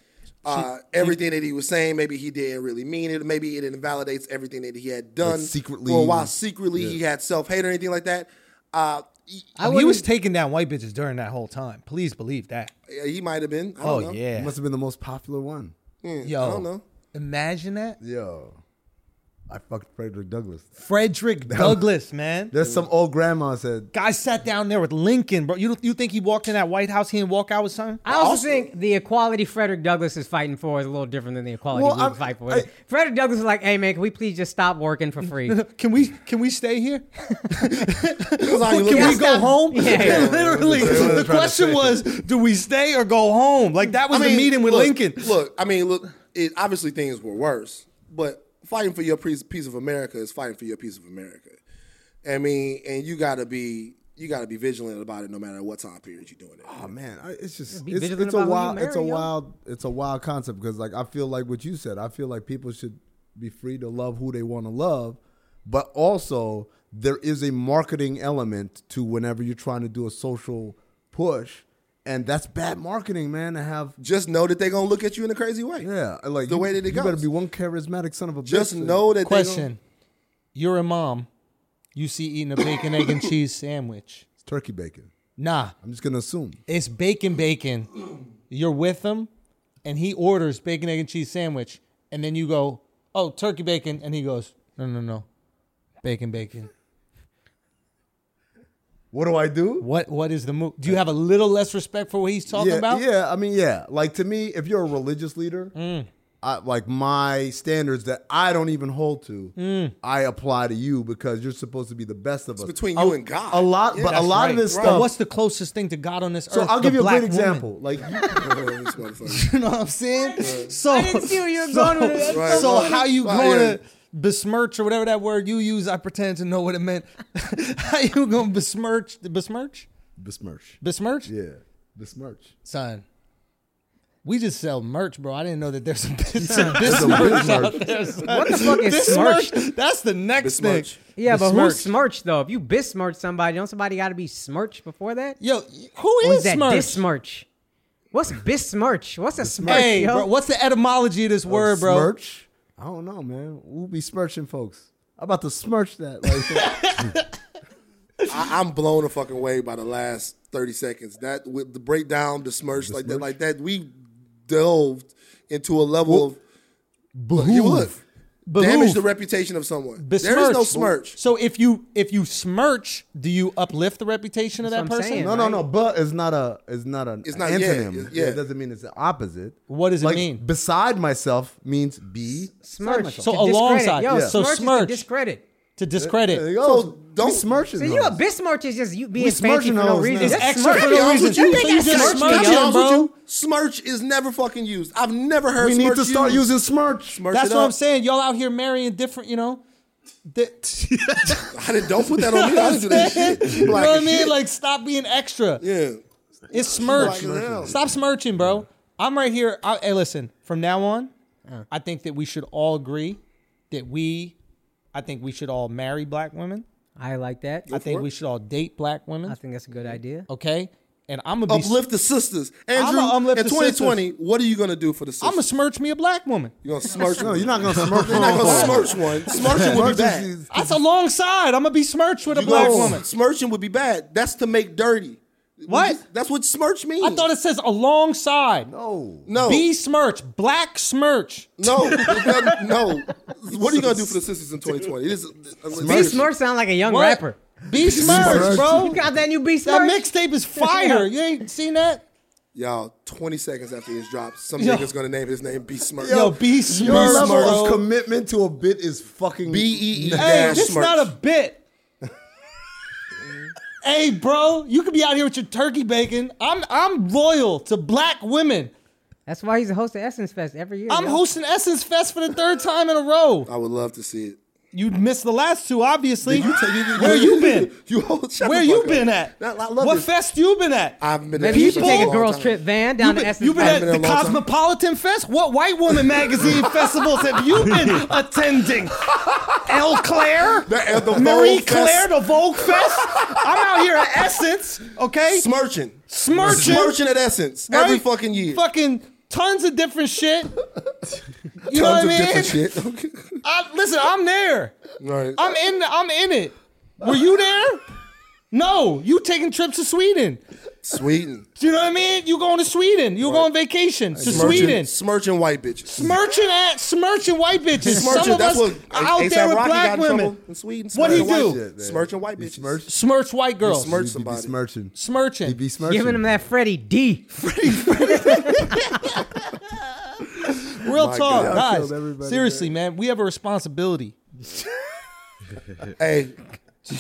C: uh, everything that he was saying, maybe he didn't really mean it. Maybe it invalidates everything that he had done
D: Like, secretly.
C: for a while. Secretly, he had self hate or anything like that. Uh, he,
B: I mean, he was taking down white bitches during that whole time. Please believe that.
C: he might have been. I don't
B: Oh
C: know.
B: yeah,
D: Must have been the most popular one.
B: yo.
C: I don't know.
B: Imagine that,
D: Yo, I fucked Frederick Douglass.
B: Frederick Douglass, man.
D: There's some old grandma said.
B: Guy sat down there with Lincoln, bro. You you think he walked in that White House? He didn't walk out with something.
E: I also, think the equality Frederick Douglass is fighting for is a little different than the equality
D: Well,
E: we
D: I'm-
E: would fight for.
D: I-
E: Frederick Douglass is like, hey man, can we please just stop working for free?
B: Can we can we stay here?
C: That's how you look
B: Can
C: at
B: we
C: it.
B: go home?
E: Yeah.
B: Literally, the question was, do we stay or go home? Like that was the meeting with
C: look,
B: Lincoln.
C: Look, I mean, look. It, obviously, things were worse, but fighting for your piece, piece of America is fighting for your piece of America. I mean, and you gotta be you gotta be vigilant about it, no matter what time period you're doing it.
B: Ah.
D: Oh man, I, it's just
E: be
D: it's,
E: vigilant
D: it's a
E: about who you
D: wild it's a
E: marry, yo.
D: wild it's a wild concept because like I feel like what you said. I feel like people should be free to love who they want to love, but also there is a marketing element to whenever you're trying to do a social push, and that's bad marketing, man. To have
C: Just know that they're gonna look at you in a crazy way.
D: yeah, like
C: The
D: you-
C: way that it
D: you better
C: goes.
D: be one charismatic son of a
C: Just
D: bitch.
C: know that
B: Question: You're a mom. You see eating a bacon, egg, and cheese sandwich.
D: It's turkey bacon.
B: Nah,
D: I'm just gonna assume.
B: it's bacon, bacon. You're with him, and he orders bacon, egg, and cheese sandwich, and then you go, "Oh, turkey bacon," and he goes, "No, no, no, bacon, bacon."
D: What do I do?
B: What what is the move? Do you have a little less respect for what he's talking
D: yeah,
B: about?
D: Yeah, I mean, yeah. Like to me, if you're a religious leader,
B: Mm.
D: I, like my standards that I don't even hold to,
B: Mm.
D: I apply to you because you're supposed to be the best of us.
C: they between
D: a,
C: you and God.
D: a lot, but a
B: That's
D: lot of
B: right.
D: this
B: Right.
D: stuff.
B: What's the closest thing to God on this
D: so
B: earth?
D: I'll give
B: The
D: you a
B: black
D: great
B: woman.
D: example. Like, you,
C: This motherfucker.
B: You know what I'm saying? So I
E: didn't see where you were going with it.
C: Right.
B: So how you
C: Right.
B: going to besmirch or whatever that word you use? I pretend to know what it meant. how you going to besmirch? Besmirch?
D: besmirch.
B: Besmirch?
D: Yeah, besmirch.
B: Son, we just sell merch, bro. I didn't know that there's a business.
D: It's a besmirch.
E: what the fuck is smirch?
B: Besmirch? That's the next
C: Besmirch.
B: thing.
E: Yeah, but
B: Besmirch.
E: who's smirch though? If you besmirch somebody, don't somebody got to be smirched before that?
B: Yo, who
E: Or
B: is
E: is that
B: smirch?
E: dismirch? What's besmirch? What's a smirch?
B: Hey,
E: yo?
B: bro, what's the etymology of this word, bro?
D: Smirch? I don't know, man. We'll be smirching folks. I'm about to smirch that. Like,
C: I, I'm blown a fucking way by the last 30 seconds. That with the breakdown, the smirch, like that, like that. We delved into a level of you look. Damage
B: Behoof.
C: the reputation of someone. There is
B: Besmirch.
C: no smirch.
B: So if you if you smirch, do you uplift the reputation of
E: That's
B: that
E: what I'm
B: person?
E: saying.
D: No, no, no. But is not a is not an
C: It's not- yeah,
D: antonym.
C: it's-
D: yeah,
C: yeah.
D: it doesn't mean it's the opposite.
B: What does it
D: like,
B: mean?
D: Beside myself means be.
E: smirch.
B: So
E: to discredit.
B: alongside.
E: Yo,
B: Yeah. So
E: smirch is to
B: smirch.
E: discredit.
B: To
D: There you
B: discredit.
D: go.
C: So
D: We
C: don't-
D: smirching.
E: So you a
D: hoes.
E: besmirch is just you being
D: We
E: fancy
D: smirching
E: for no
D: hoes
E: reason.
D: now.
E: That's
B: It's
E: smirch.
B: extra for
C: Be
B: no
C: honest
B: reason.
C: with you.
B: So you just
E: smirch me,
B: smirch,
E: yo.
C: Be honest with
B: bro.
C: you, smirch is never fucking used. I've never heard.
D: We need
C: smirch
D: to start
C: used.
D: using smirch.
C: Smirch
B: That's
C: it
B: what
C: up.
B: I'm saying. Y'all out here marrying different, you know. Di-
C: I didn't, don't put that on me. I didn't do that shit. Black
B: you know what I
C: as
B: mean?
C: shit.
B: Like, stop being extra.
C: yeah.
B: It's smirch.
C: Black as hell.
B: Stop smirching, bro. I'm right here. I, hey, listen. From now on, I think that we should all agree that we, I think we should all marry black women.
E: I like that.
B: I think we should all date black women.
E: I think that's a good idea.
B: Okay, and I'm gonna be.
C: Uplift the sisters, Andrew.
B: I'ma uplift
C: in
B: the
C: 2020, what are you gonna do for the sisters?
B: I'm gonna smirch me a black woman.
C: you're gonna smirch.
D: No, you're not gonna smirch.
C: You're not gonna smirch one. Smirching would be bad.
D: Smirch is-
B: That's alongside. I'm gonna be smirched with a
C: You
B: black
C: know,
B: woman.
C: Smirching would be bad. That's to make dirty.
B: What?
C: That's what smirch means.
B: I thought it says alongside.
D: No.
C: no,
B: Be smirch, black smirch.
C: no, it doesn't- no. What are you gonna do for the sisters in 2020? It is, uh,
E: Be smirch sound like a young
B: What?
E: rapper.
B: Be smirch,
D: Smirch.
B: bro.
E: You got that new be
B: That
E: smirch?
B: mixtape is fire. You ain't seen that?
C: Y'all, 20 seconds after this drops, some
B: Yo.
C: nigga's gonna name his name Be Smirch.
B: Yo, be
D: Your
B: smirch,
D: level of
B: bro.
D: commitment to a bit is fucking
C: B E E
B: Hey,
C: dash
B: this is
C: Smirch.
B: not a bit. hey, bro, you could be out here with your turkey bacon. I'm I'm loyal to black women.
E: That's why he's a host of Essence Fest every year.
B: I'm
E: yo.
B: hosting Essence Fest for the third time in a row.
C: I would love to see it.
B: You missed the last two, obviously. Where
C: you-
B: you been?
C: You hold. shut
B: Where
C: the
B: you
C: fuck up.
B: been at?
C: Now, I love
B: what
C: this.
B: fest you been at?
C: I haven't been.
E: Maybe you should
B: People-
E: take a
C: long
E: girls
C: time.
E: trip van down
B: You've
E: to
B: been,
E: Essence.
B: you been
E: Park.
B: at
C: been
B: the
C: there a long time.
B: Cosmopolitan Fest? What white woman magazine festivals have you been attending? El Claire?
C: The, uh, the
B: Marie
C: Vogue
B: Claire,
C: Fest.
B: the Vogue Fest? I'm out here at Essence, okay?
C: Smirching.
B: Smirching.
C: Smirching at Essence
B: right?
C: every fucking year.
B: Fucking tons of different shit. You know what
C: Tons
B: I
C: of
B: mean?
C: different shit. Okay.
B: I, listen, I'm there.
C: All right.
B: I'm in. I'm in it. Were you there? No, you taking trips to Sweden.
C: Sweden.
B: Do you know what I mean? You going to Sweden? You going on vacation to Sweden?
C: Smirching white bitches.
B: Smirching at smirching white bitches. Some
C: Smirching.
B: of
C: That's
B: us
C: what
B: are out
C: A$AP
B: there with
C: Rocky
B: black
C: got in trouble
B: women.
C: in Sweden.
B: What'd he
C: Smirching
B: do?
C: white shit, man. Smirching white bitches.
D: smirched.
B: Smirch white girls.
C: Smirch
D: He be
C: e- somebody.
D: smirching. He
B: Smirching.
D: be smirching.
E: Giving him that Freddie D.
B: Real talk,
C: God.
D: I
B: guys.
D: killed everybody,
B: Seriously, man, we have a responsibility.
C: Hey,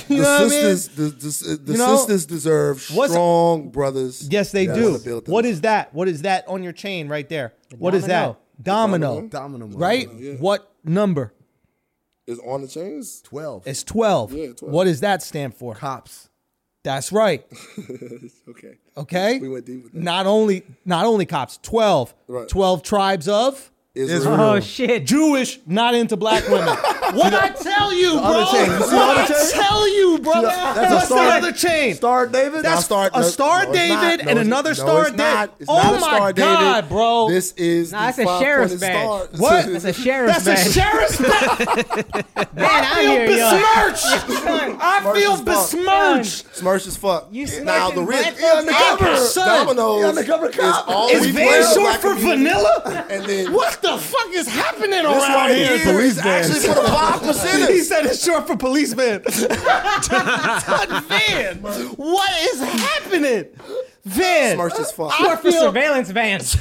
B: You know
C: the
B: what I mean?
C: sisters, the, the, the
B: You know,
C: sisters deserve
B: what's-
C: strong brothers.
B: Yes, they
C: to
B: do.
C: build them.
B: What is that? What is that on your chain right there? What is that? Domino.
D: Domino.
B: Right? What number?
C: is on the chains.
D: Twelve.
B: It's 12.
C: Yeah, 12.
B: What does that stand for?
D: Cops.
B: That's right.
C: Okay,
B: Okay?
C: we went deep with that.
B: Not only not only cops, 12.
C: Right.
B: 12 tribes of
C: Israel.
E: Oh shit.
B: Jewish, not into black women. what I tell you, bro?
D: other chain. You see the
B: What
D: other
B: I
D: chain?
B: tell you, bro?
D: That's a
B: What's
D: star-
B: the other chain?
D: Star David.
C: Now
D: That's
C: start-
B: a Star
C: it's not.
B: David and
C: it's-
B: another
C: no,
B: Star
C: it's not.
B: David.
C: It's not
B: Oh
C: a
B: my
C: Star David.
B: God, bro.
C: This is
E: Nah, that's
C: the
E: a
C: five
E: sheriff's
C: pointed
E: badge.
C: star.
B: What?
E: That's a sheriff's
B: That's a
E: badge.
B: sheriff's badge.
E: Man, I
B: I
E: hear
B: feel
E: you.
B: besmirched. I feel
C: Smirched as fuck.
B: besmirched.
C: Smirch as fuck.
E: You smirching
C: now the real
E: black folks He undercover.
B: out. Son,
C: Dominoes
D: he undercover cop.
C: Is all
B: Is
C: we
B: Van
C: play in the
B: short
C: black
B: for
C: community.
B: vanilla?
C: And then
B: What the fuck is happening
C: This
B: around
C: right
B: here?
C: here is actually for the five
B: He
C: percenters.
B: said it's short for policeman. Son, Van, what is happening? Van,
C: Smirch as fuck.
B: I
E: Short for
B: feel,
E: surveillance vans.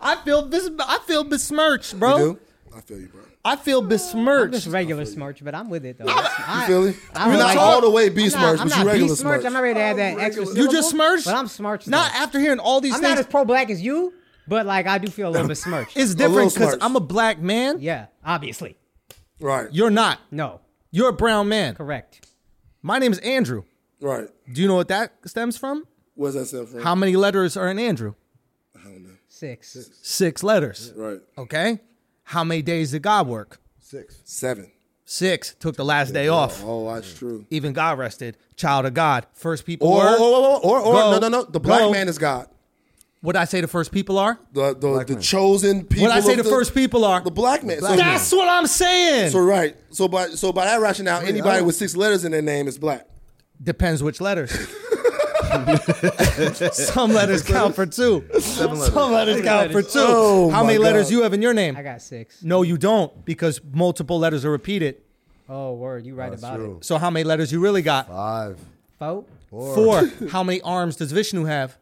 B: I feel, bes- I feel besmirched, bro.
C: You do? I feel you, bro.
B: I feel
E: Just
B: besmirched.
E: regular smirch, but I'm with it though.
C: You
E: I-
C: feel it?
E: I
C: You're
E: don't
C: not
E: like-
C: all the way
E: I'm
C: B
E: not-
C: smirch,
E: I'm
C: but
E: not
C: you regular
E: B smirch.
C: smirch.
E: I'm not ready to add that extra.
B: You just
E: syllable,
B: smirched.
E: But I'm smirched.
B: Not
E: though.
B: after hearing all these
E: I'm
B: things.
E: not as pro black as you, but like I do feel a little bit smirched.
B: it's different because
C: smirched.
B: I'm a black man.
E: yeah, obviously.
C: Right,
B: You're not.
E: No,
B: You're a brown man.
E: correct.
B: My name is Andrew.
C: right.
B: Do you know what that stems from?
C: Where's that stem from?
B: How many letters are in Andrew?
E: Six.
B: Six letters.
C: Right,
B: Okay. How many days did God work?
C: seven.
B: Six. Took the last day off.
C: Oh, that's true.
B: Even God rested. Child of God. First people
C: Or
B: are.
C: or or, or, or
B: Go.
C: no no no. The black
B: Go.
C: man is God.
B: What I say the first people are?
C: The the, the chosen people.
B: What I say the,
C: of
B: first people are.
C: The black man. so,
B: That's what I'm saying.
C: so right. So by so by that rationale, anybody with six letters in their name is black.
B: Depends which letters. Some letters count for two. Some letters count for two.
C: Oh,
B: How many
C: my
B: letters
C: God.
B: you have in your name?
E: I got six.
B: No, you don't, because multiple letters are repeated.
E: Oh, word, you right about
D: true.
B: So how many letters you really got?
D: five.
E: it. Four.
B: Four. How many arms does Vishnu have?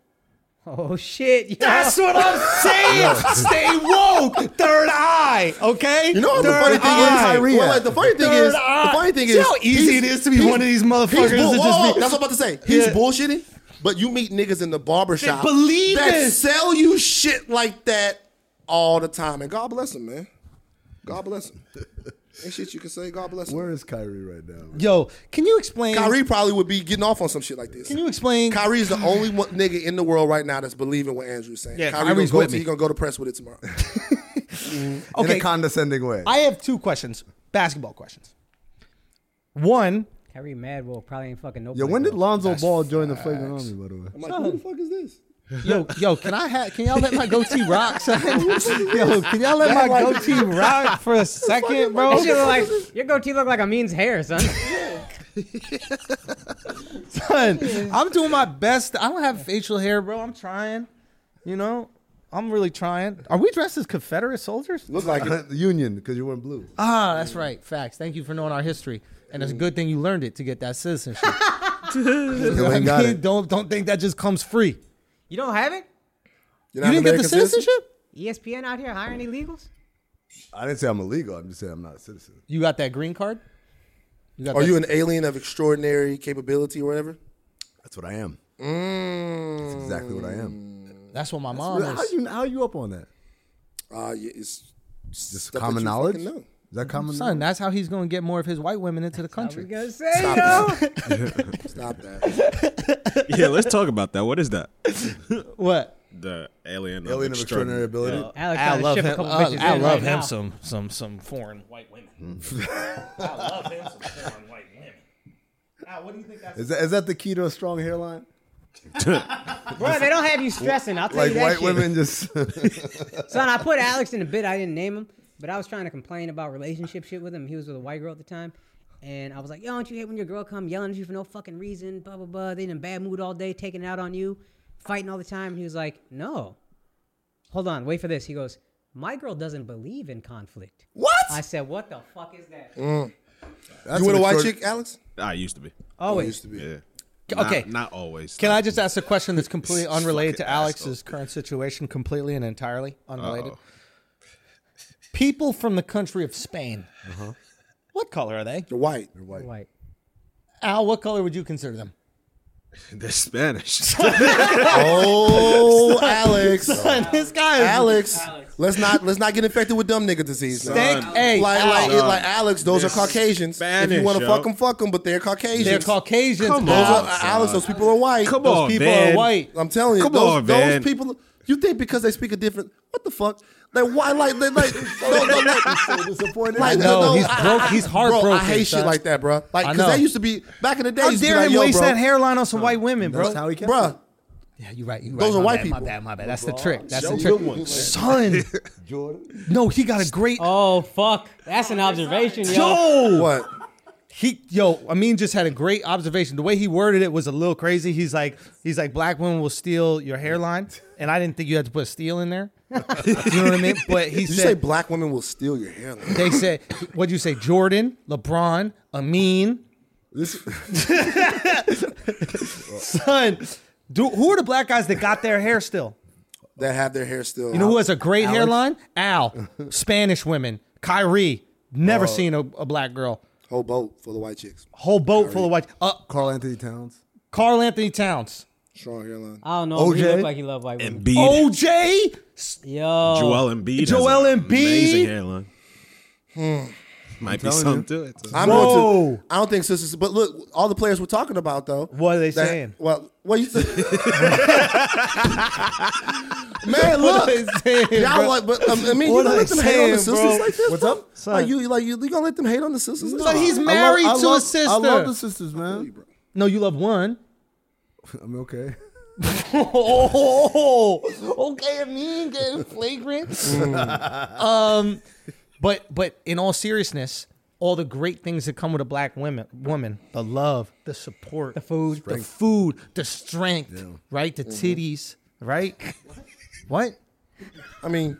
E: Oh shit. yo.
B: That's what I'm saying. Stay woke. Third eye. Okay.
C: You know what the
B: Third
C: funny thing
B: eye.
C: is? Well, like, the funny thing
B: Third
C: is,
B: eye.
C: the funny thing
B: See
C: is,
B: how easy it is to be
C: he's-
B: one of these
C: he's
B: motherfuckers
C: bull-
B: that just
C: whoa,
B: be-
C: That's what I'm about to say. He's
B: Yeah.
C: bullshitting, but you meet niggas in the barber shop
B: believe
C: that
B: it.
C: sell you shit like that all the time, and God bless them, man. God bless them. Ain't shit you can say. God bless
D: Where
C: them.
D: is Kyrie right now? man?
B: Yo, can you explain?
C: Kyrie probably would be getting off on some shit like this.
B: Can you explain?
C: Kyrie's the only one nigga in the world right now that's believing what Andrew's saying.
B: Yeah,
C: Kyrie
B: Kyrie's
C: gonna go
B: with
C: to,
B: me.
C: He gonna go to press with it tomorrow.
D: In
B: Okay.
D: a condescending way.
B: I have two questions. Basketball questions. One.
E: Harry Madwell probably ain't fucking no.
D: Yo, when did Lonzo Ball join the Flagrant Army? By the way,
C: I'm like, who the fuck is this?
B: Yo, yo, can I have? Can y'all let my goatee rock? son? yo, can y'all let my goatee rock for a second, bro?
E: That shit look like your goatee look like a mean's hair, son.
B: Son, I'm doing my best. I don't have facial hair, bro. I'm trying. You know, I'm really trying. Are we dressed as Confederate soldiers?
C: Look like it.
D: the Union because you weren't blue.
B: Ah, that's right. Facts. Thank you for knowing our history. And it's a good thing you learned it to get that citizenship.
D: You ain't got
B: I mean,
D: it.
B: Don't don't think that just comes free.
E: You don't have it? E
C: You're
B: You didn't get
C: not
B: the
C: American citizen?
B: citizenship?
E: ESPN out here hiring illegals?
D: I didn't say I'm illegal. I'm just saying I'm not a citizen.
B: You got that green card? You got
C: Are
B: that-
C: you an alien of extraordinary capability or whatever?
D: That's what I am.
E: Mm.
D: That's exactly what I am.
B: That's what my
D: How
B: mom is.
D: you how you up on that?
C: Uh, yeah, it's
D: Just
C: stuff that
D: common
C: you
D: knowledge.
C: fucking know. Is that common?
B: Son, that's how he's going to get more of his white women into the country.
E: gonna say, yo.
D: Stop that.
F: yeah, let's talk about that. What is that?
B: What?
F: The alien,
C: Alien of extraordinary ability.
E: Alex
B: I
E: tried to
B: love
E: ship a
B: him.
E: couple
B: I-
E: bitches
B: I
E: in
B: love
E: right
B: him
E: now.
B: some some some foreign white women.
I: I love him some foreign white women. Al, what do you think that's?
C: Is that is that the key to a strong hairline?
E: Bro, they don't have you stressing. I'll tell
C: Like
E: you that
C: white
E: shit.
C: women just
E: Son, I put Alex in a bit. I didn't name him, but I was trying to complain about relationship shit with him. He was with a white girl at the time. And I was like, yo, don't you hate when your girl come yelling at you for no fucking reason, blah, blah, blah. They in a bad mood all day, taking it out on you, fighting all the time. And he was like, no. Hold on, wait for this. He goes, my girl doesn't believe in conflict.
C: what?
E: I said, what the fuck is that?
D: Mm.
C: That's
D: You with a
C: an
D: white
C: extraordinary-
D: chick, Alex?
F: I used to be.
E: Oh,
D: Always. used to be.
F: Yeah.
B: Okay.
F: Not, not always.
B: Can I just ask a question that's completely unrelated to
F: Fucking
B: Alex's
F: asshole.
B: current situation, completely and entirely unrelated? People from the country of Spain. What color are they?
D: You're white.
E: White.
B: Al, what color would you consider them?
F: They're Spanish.
D: Oh, Alex.
B: this guy is
D: Alex. Let's not let's not get infected with dumb nigga disease. now.
B: Thank-
F: Son.
B: hey,
D: like,
B: Al,
D: like,
F: Son.
D: like Alex, those are
F: They're
D: Caucasians. if
F: Spanish,
D: you want to
F: yo.
D: fuck them, fuck them, but they're Caucasians.
B: they're Caucasians.
F: Come
D: Those
B: Al.
D: are,
F: on.
D: Alex, those people are white.
F: Come
B: Those
F: on,
B: people
F: man.
B: are white.
D: I'm telling you,
F: Come
D: those,
F: on,
D: those
F: man.
D: people. You think because they speak a different? What the fuck? Like why? Like they like. no, no, like
C: So disappointed.
D: like,
B: know,
D: no,
B: he's
D: I-
B: broke-
D: I-
B: he's
D: bro,
B: heartbroken,
D: I hate
B: son.
D: shit like that, bro. Like,
B: I
D: cause
B: know.
D: that used to be back in the day.
B: How
D: used to be
B: dare
D: like,
B: him
D: yo,
B: waste
D: bro,
B: that hairline on some white women, bro?
C: That's how he kept
D: bro.
B: yeah, you're right. You're
D: Those
B: right.
D: are
B: my
D: white
B: bad,
D: people.
B: My bad. My bad. That's the trick. That's the
F: Good
B: trick.
F: ones.
B: Son,
C: it. Jordan.
B: no, he got a great.
D: Uh,
E: Oh, fuck. That's an observation, yo.
B: Yo,
D: What?
B: he yo Amin just had a great observation. The way he worded it was a little crazy. He's like he's like black women will steal your hairline, and I didn't think you had to put steal in there. you know what I mean? But he
D: Did you say
B: said
D: black women will steal your hairline?
B: they said what'd you say? Jordan, LeBron, Amin,
C: This,
B: son. Do, who are the black guys that got their hair still?
D: That have their hair still.
B: You know who has a great hairline? Al, Spanish women, Kyrie. Never seen a, a black girl.
D: whole boat full of white chicks,
B: Whole boat full of white. Uh,
C: Carl Anthony Towns.
B: Carl Anthony Towns,
D: strong hairline.
E: I don't know. He
C: OJ?
E: look like he love white women.
F: Embiid.
B: OJ,
E: Yo.
F: Joel Embiid. has
B: oh, Joel
F: an
B: Embiid? Hmm.
F: Amazing hairline. Might be
C: telling
F: something to it.
D: I'm going to-
B: Whoa.
D: I don't think sisters, but look, all the players we're talking about though.
B: What are they
D: that-
B: saying?
D: Well, what you Man, look, y'all like, but um, I mean, you
C: What
D: gonna
C: are
D: let
C: they
D: them hate on
C: saying,
D: the sisters
C: bro?
D: like this?
C: What's
D: bro?
C: up?
D: Like you, like you, you gonna let them hate on the sisters?
B: But he's
C: I love-
B: married
C: I
B: to
C: love-
B: a sister.
C: I love the sisters, man.
B: no, you love one.
C: I'm okay.
B: Oh, okay, I mean, getting flagrant. um, but but in all seriousness, all the great things that come with a black woman, woman, the love, the support, the food, the food, the strength, right, the
C: Mm-hmm.
B: titties, right, what?
D: I mean,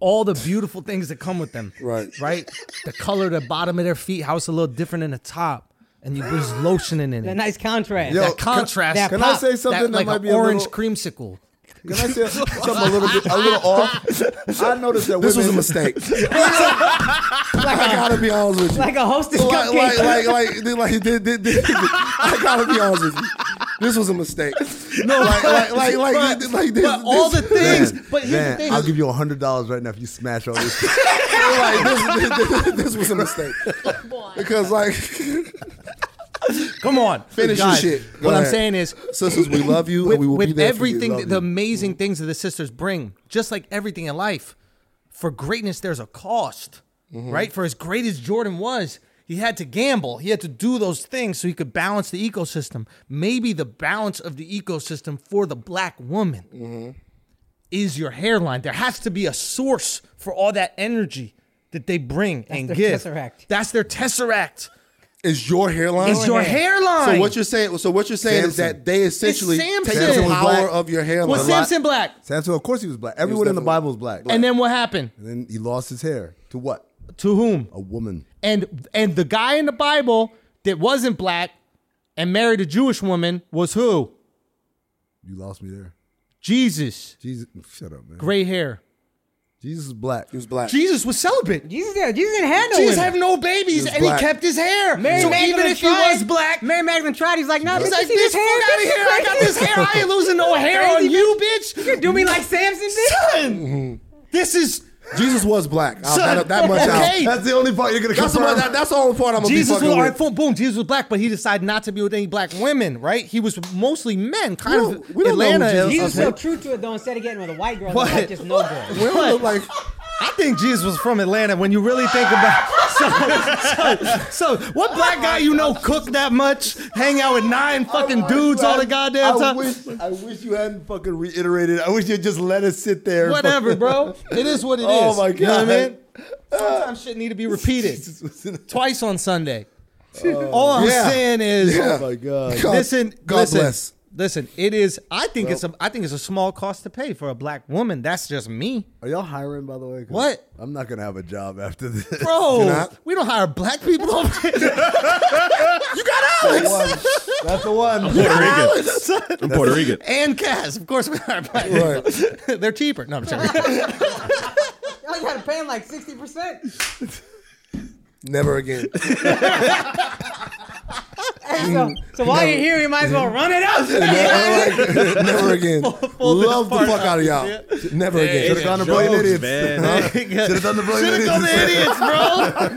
B: All the beautiful things that come with them,
D: Right.
B: Right, the color, of the bottom of their feet, how it's a little different than the top, and you just lotioning in
E: That
B: it.
E: nice contrast.
C: Yo,
B: That contrast.
E: that
C: Can I
E: pop,
C: say something that,
B: like
C: might
B: an
C: be a
B: orange
C: little?
B: creamsicle.
C: Can I say something a little bit, a little off? I noticed that
D: this was
C: women,
D: a mistake. I gotta be honest with you.
E: like a hostess
D: like,
E: cupcake.
D: like, like, like, they- like, they- they- they- I gotta be honest with you. This was a mistake. No, like, like, like, like,
B: but-
D: this- like this,
B: but all
D: this-
B: the things. but here's
C: Man,
B: the thing.
C: I'll give you hundred dollars right now if you smash all this.
D: like, this, this, this, this was a mistake because, like,
B: come on,
D: Finish your
B: Guys,
D: shit. Go
B: What I'm
D: ahead.
B: saying is,
D: sisters, we love you,
B: with,
D: and we will
B: with
D: be there
B: everything,
D: for you.
B: the amazing things that the sisters bring, just like everything in life, for greatness there's a cost,
D: Mm-hmm.
B: right? For as great as Jordan was, he had to gamble. He had to do those things so he could balance the ecosystem. Maybe the balance of the ecosystem for the black woman
D: Mm-hmm.
B: is your hairline. There has to be a source for all that energy that they bring and
E: their
B: give.
E: tesseract.
B: That's their tesseract.
D: is your hairline.
B: It's your hairline.
D: So what you're saying? So what you're saying is
C: Samson.
D: that they essentially take
B: Samson.
D: the
B: Samson was
D: power
C: black.
D: of your hairline.
B: was
D: A lot-
B: Samson black?
C: Santo, of course he was black. Everyone in the
D: definitely
C: Bible is black.
B: And then what happened?
C: And then he lost his hair to what?
B: To whom?
C: A woman.
B: And and the guy in the Bible that wasn't black and married a Jewish woman was who?
C: You lost me there.
B: Jesus.
C: Jesus, shut up, man.
B: Gray hair.
C: Jesus is black.
D: He was black.
B: Jesus was celibate.
E: Jesus, didn't- Jesus didn't have no
B: Jesus
E: women.
B: had no babies
D: was
B: and
D: black.
B: he kept his hair. so even if he was black,
E: Mary Magdalene tried. He's like, no,
B: he's
E: this
B: like,
E: is
B: this
E: his
B: fuck
E: hair.
B: out of here. I got this hair. I ain't losing no hair
E: Crazy
B: on you, bitch.
C: Mm-hmm.
E: Do me like Samson did.
B: Son, this is
C: Jesus was black. I- that, that much
B: okay.
C: out.
D: That's the only part you're gonna
C: That's the,
D: confirm.
C: one- that, that's the only part I'm gonna
B: Jesus
C: be
B: was
C: fucking
B: all
C: with.
B: right, boom, boom. Jesus was black, but he decided not to be with any black women, right? He was mostly men, kind
C: We
B: of
C: don't- we don't know who
B: Atlanta. is-
E: He was so
B: is-
E: true to it though. Instead of getting with a white girl,
B: What?
E: that's just no girl.
C: We don't look like
B: I think Jesus was from Atlanta. When you really think about, so, so, so what black guy you know cook that much? Hang out with nine fucking
D: I
B: dudes all the
D: wish-
B: goddamn
D: Oh I
B: time.
D: wish, I wish you hadn't fucking reiterated. I wish you just let us sit there. and
B: Whatever,
D: fucking-
B: bro. It is what it is.
D: Oh my
B: You know what I
D: God.
B: mean? Sometimes shit need to be repeated
D: Jesus was in-
B: twice on Sunday. all I'm
C: Yeah.
B: saying is,
D: Oh my god.
C: God-
B: listen,
C: God
B: listen,
C: bless.
B: listen. It is. I think it's a. I think it's a small cost to pay for a black woman. That's just me,
D: Are y'all hiring by the way? 'Cause
B: What?
D: I'm not gonna have a job after this.
B: bro.
C: not?
B: We don't hire black people. over here.
D: One. That's the one.
F: Puerto Rican. I'm Puerto Rican.
B: and Cass, of course, we hire black. people.
C: right.
B: They're cheaper. No, I'm joking.
E: Y'all gotta pay him like sixty percent.
C: Never again.
E: So,
B: Mm.
E: so while you're here, you might as well run it up.
C: Never, like, never again. Love the fuck out of y'all. Never
D: Should've
C: again.
D: gone to Brilliant Idiots.
B: Should
D: Should've done the Brilliant
B: Should have gone to idiots,
D: Idiots.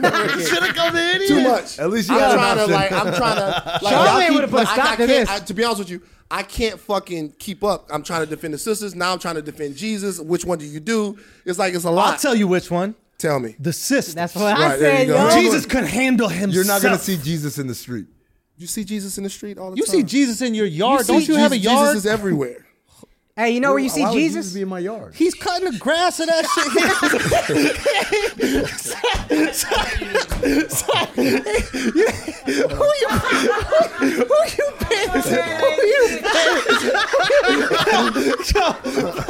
B: bro. Should have gone to idiots.
C: Too much.
D: At least you
C: I'm
D: got an
C: trying to
D: option.
C: like. I'm trying to. Like,
E: Charlamagne
C: y'all keep-
E: would've put a
C: I- I
E: stop to
C: can't-
E: this.
C: I- To be honest with you, I can't fucking keep up. I'm trying to defend the sisters. Now I'm trying to defend Jesus. Which one do you do? It's like it's a lot.
B: I'll tell you which one.
C: Tell me.
B: The sister.
E: That's what I
C: Right, there
E: said,
C: you go.
E: yo.
C: Jesus-
B: could handle himself.
D: You're not gonna see Jesus in the street.
C: You see Jesus in the street all the
B: You
C: time.
B: see Jesus in your yard. Don't you
C: Jesus,
B: have a yard?
C: Jesus is everywhere.
E: Hey, you know where you see
D: Why would
E: Jesus?
D: Jesus be in my yard?
B: He's cutting the grass and that shit. Sorry. Sorry. Who you? Who you pissing? Who you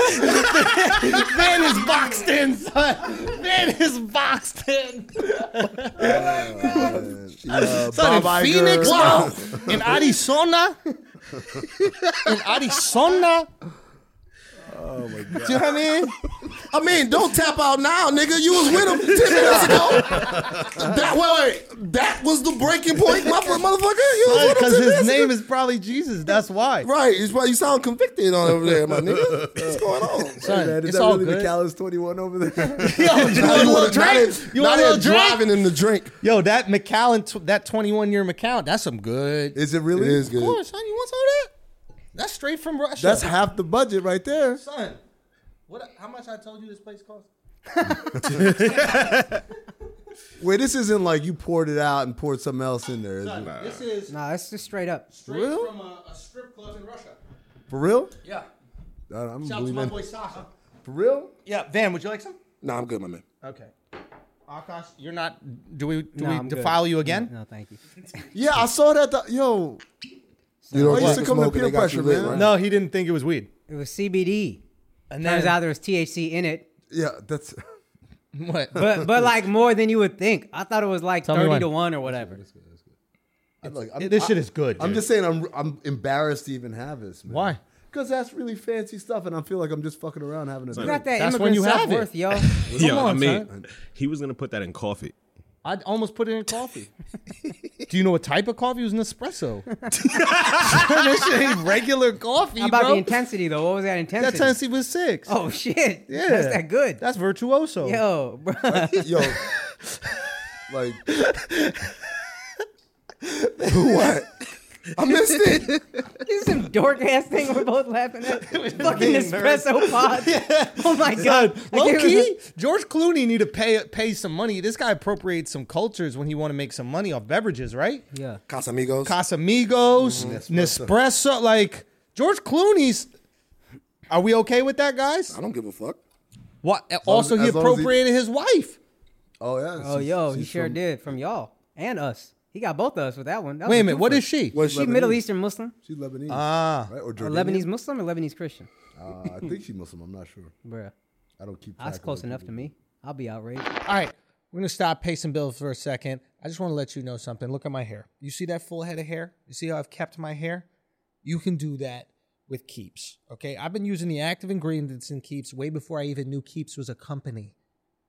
B: pissing? Van is boxed in, son. Van is boxed in. Son,
D: Uh, Bob
B: in Phoenix,
D: Iger.
B: bro. In Arizona. In Arizona. Do you know what I mean?
C: I mean, don't tap out now, nigga. You was with him ten minutes ago. That wait, wait, that was the breaking point, my fr- motherfucker. You was with him
B: Because
C: 10
B: his
C: minutes ago.
B: name is probably Jesus. That's why.
C: Right, it's why you sound convicted on over there, my nigga. What's going on?
B: Son,
D: Man, is
B: it's
D: that
B: all
D: really the
B: good.
D: Callous 21 over there?
B: Yo, you
C: Now
B: want a
C: they
B: little
C: wanna- now
B: drink?
C: they-
B: You
C: now
B: want a
C: they're
B: little drink?
C: driving him to drink.
B: Yo, that McAllen, tw- that 21 year McAllen, that's some good.
D: Is it really?
C: It is
B: Of
C: good.
B: course, son, you want some of that? That's straight from Russia.
D: That's half the budget right there.
B: son. What? How much I told you this place cost?
D: Wait, this isn't like you poured it out and poured something else in there, is it?
B: This is
E: No, that's just straight up.
B: straight
D: Real?
B: from a, a strip club in Russia.
D: For real?
B: Yeah.
D: I- I'm
B: Shout out to
D: believing.
B: my
D: that.
B: boy Sasha.
D: For real?
B: Yeah, Van, would you like some?
C: Nah, I'm good, my man.
B: Okay. Akash, you're not. Do we do
E: No,
B: we
E: I'm good.
B: defile you again?
E: No, thank you.
D: Yeah, I saw that. th- Yo,
C: You don't
D: Why you
C: drink
D: succumb to
C: smoke and
D: peer
C: they got
D: pressure,
C: you lit,
D: man?
C: right?
B: No, he didn't think it was weed.
E: It was CBD.
B: And
E: Turns out there was THC in it,
D: yeah, that's.
B: what?
E: but but like more than you would think. I thought it was like
B: Tell me
E: thirty
B: when.
E: to one or whatever.
D: Look, I'm,
B: this
D: I-
B: shit is good.
D: I'm
B: dude.
D: just saying, I'm I'm embarrassed to even have this. Man.
B: Why?
D: Because that's really fancy stuff, and I feel like I'm just fucking around having a
E: You
D: drink.
E: got that
B: That's
E: immigrant
B: when you have it.
E: self-worth, yo.
F: Yo, I
B: on,
F: mean, he was gonna put that in coffee.
B: I almost put it in coffee. Do you know what type of coffee? It was an espresso. this shit ain't regular coffee,
E: How about
B: bro.
E: the intensity though? What was that intensity?
B: that Tennessee was six.
E: Oh shit!
B: yeah,
E: that's that good.
B: That's virtuoso.
E: yo, bro.
D: Yo, like
C: What? I missed it.
E: this is some dork ass thing we're both laughing at. Fucking espresso pod. Oh my god. I
B: Low
E: can't
B: key,
E: remember-
B: George Clooney need to pay pay some money. This guy appropriates some cultures when he want to make some money off beverages, right?
E: Yeah.
C: Casamigos.
B: Casamigos,
D: Mm,
B: Nespresso. Like George Clooney's. Are we okay with that, guys?
C: I don't give a fuck.
B: What? Also, he
D: as long as he-
B: appropriated his wife.
D: oh yeah.
E: Oh
D: she's-
E: yo, he
D: she's
E: sure
D: from-
E: did from y'all and us. He got both of us with that one. That was
B: Wait a minute. What
E: twofer.
B: is she?
C: What
E: Is she Middle Eastern Muslim?
D: She's Lebanese.
B: Ah.
D: right? Or
E: Or
D: Jordanian?
E: Lebanese Muslim or Lebanese Christian?
D: Uh, I think she's Muslim. I'm not sure.
E: Bruh.
D: I don't keep.
E: That's close enough to me. I'll be outraged.
B: All right, we're gonna stop pay some bills for a second. I just want to let you know something. Look at my hair. You see that full head of hair? You see how I've kept my hair? You can do that with Keeps. Okay, I've been using the active ingredients in Keeps way before I even knew Keeps was a company.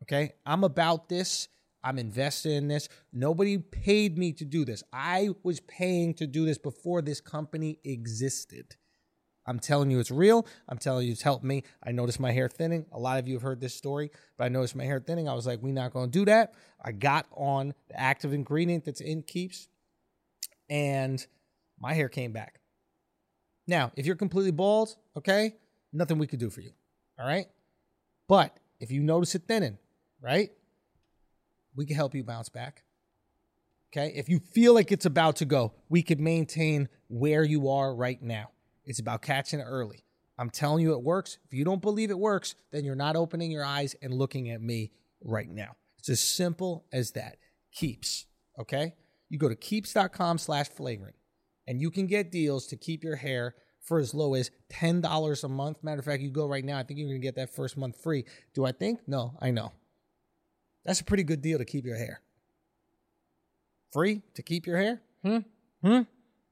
B: Okay, I'm about this. I'm invested in this. Nobody paid me to do this. I was paying to do this before this company existed. I'm telling you it's real. I'm telling you it's helped me. I noticed my hair thinning. A lot of you have heard this story, but I noticed my hair thinning. I was like, we not going to do that. I got on the active ingredient that's in Keeps and my hair came back. Now, if you're completely bald, okay, nothing we could do for you. All right? But if you notice it thinning, right? We can help you bounce back. Okay? If you feel like it's about to go, we could maintain where you are right now. It's about catching it early. I'm telling you it works. If you don't believe it works, then you're not opening your eyes and looking at me right now. It's as simple as that. Keeps. Okay? You go to keeps.com slash flagrant and you can get deals to keep your hair for as low as $10 a month. Matter of fact, you go right now, I think you're gonna get that first month free. Do I think? No, I know. That's a pretty good deal to keep your hair. Free to keep your hair? Hmm? Hmm?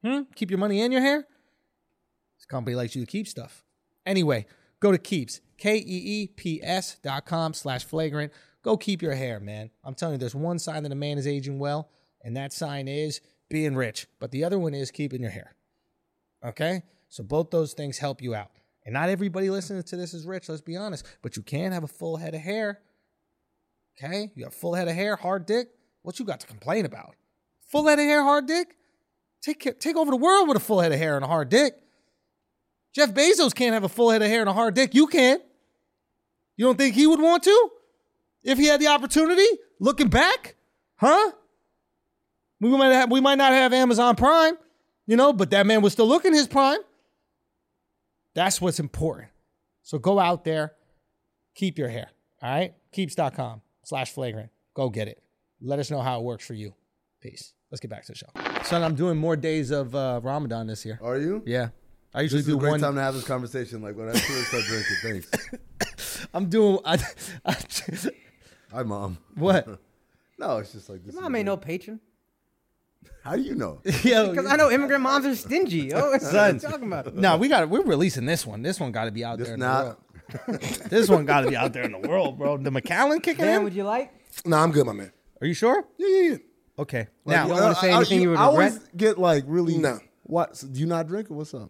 B: Hmm? Keep your money in your hair? This company likes you to keep stuff. Anyway, go to Keeps, K E E P S dot com slash flagrant. Go keep your hair, man. I'm telling you, there's one sign that a man is aging well, and that sign is being rich. But the other one is keeping your hair. Okay? So both those things help you out. And not everybody listening to this is rich, let's be honest, but you can have a full head of hair. Okay? You got a full head of hair, hard dick. What you got to complain about? Full head of hair, hard dick? Take, care, take over the world with a full head of hair and a hard dick. Jeff Bezos can't have a full head of hair and a hard dick. You can. You don't think he would want to? If he had the opportunity? Looking back? Huh? We might, have, we might not have Amazon Prime, you know, but that man was still looking his prime. That's what's important. So go out there, keep your hair, all right? Keeps.com slash flagrant. Go get it. Let us know how it works for you. Peace. Let's get back to the show. Son, I'm doing more days of uh, Ramadan this year.
D: Are you?
B: Yeah. I usually
D: Oh. This is
B: do
D: a great
B: one.
D: time to have this conversation. Like when I feel start drinking, thanks.
B: I'm doing. I, I,
D: Hi, mom.
B: what?
D: No, it's just like this. is
E: Mom ain't no patron.
D: How do you know?
B: Yo,
E: Because I know immigrant moms are stingy. Oh, what are you talking about?
B: No, we got. We're releasing this one. This one got to be out there.
D: It's
B: in the world.
D: not.
B: This one got to be out there in the world, bro. The McAllen kicking
E: Dan,
B: in.
E: would you like?
C: Nah, I'm good, my man.
B: Are you sure?
D: Yeah, yeah, yeah.
B: Okay.
E: You
B: Now,
E: don't want to say
D: I- I-
E: anything you, would
D: I
E: regret?
D: always get like really.
C: No.
D: What? so do you not drink or what's up?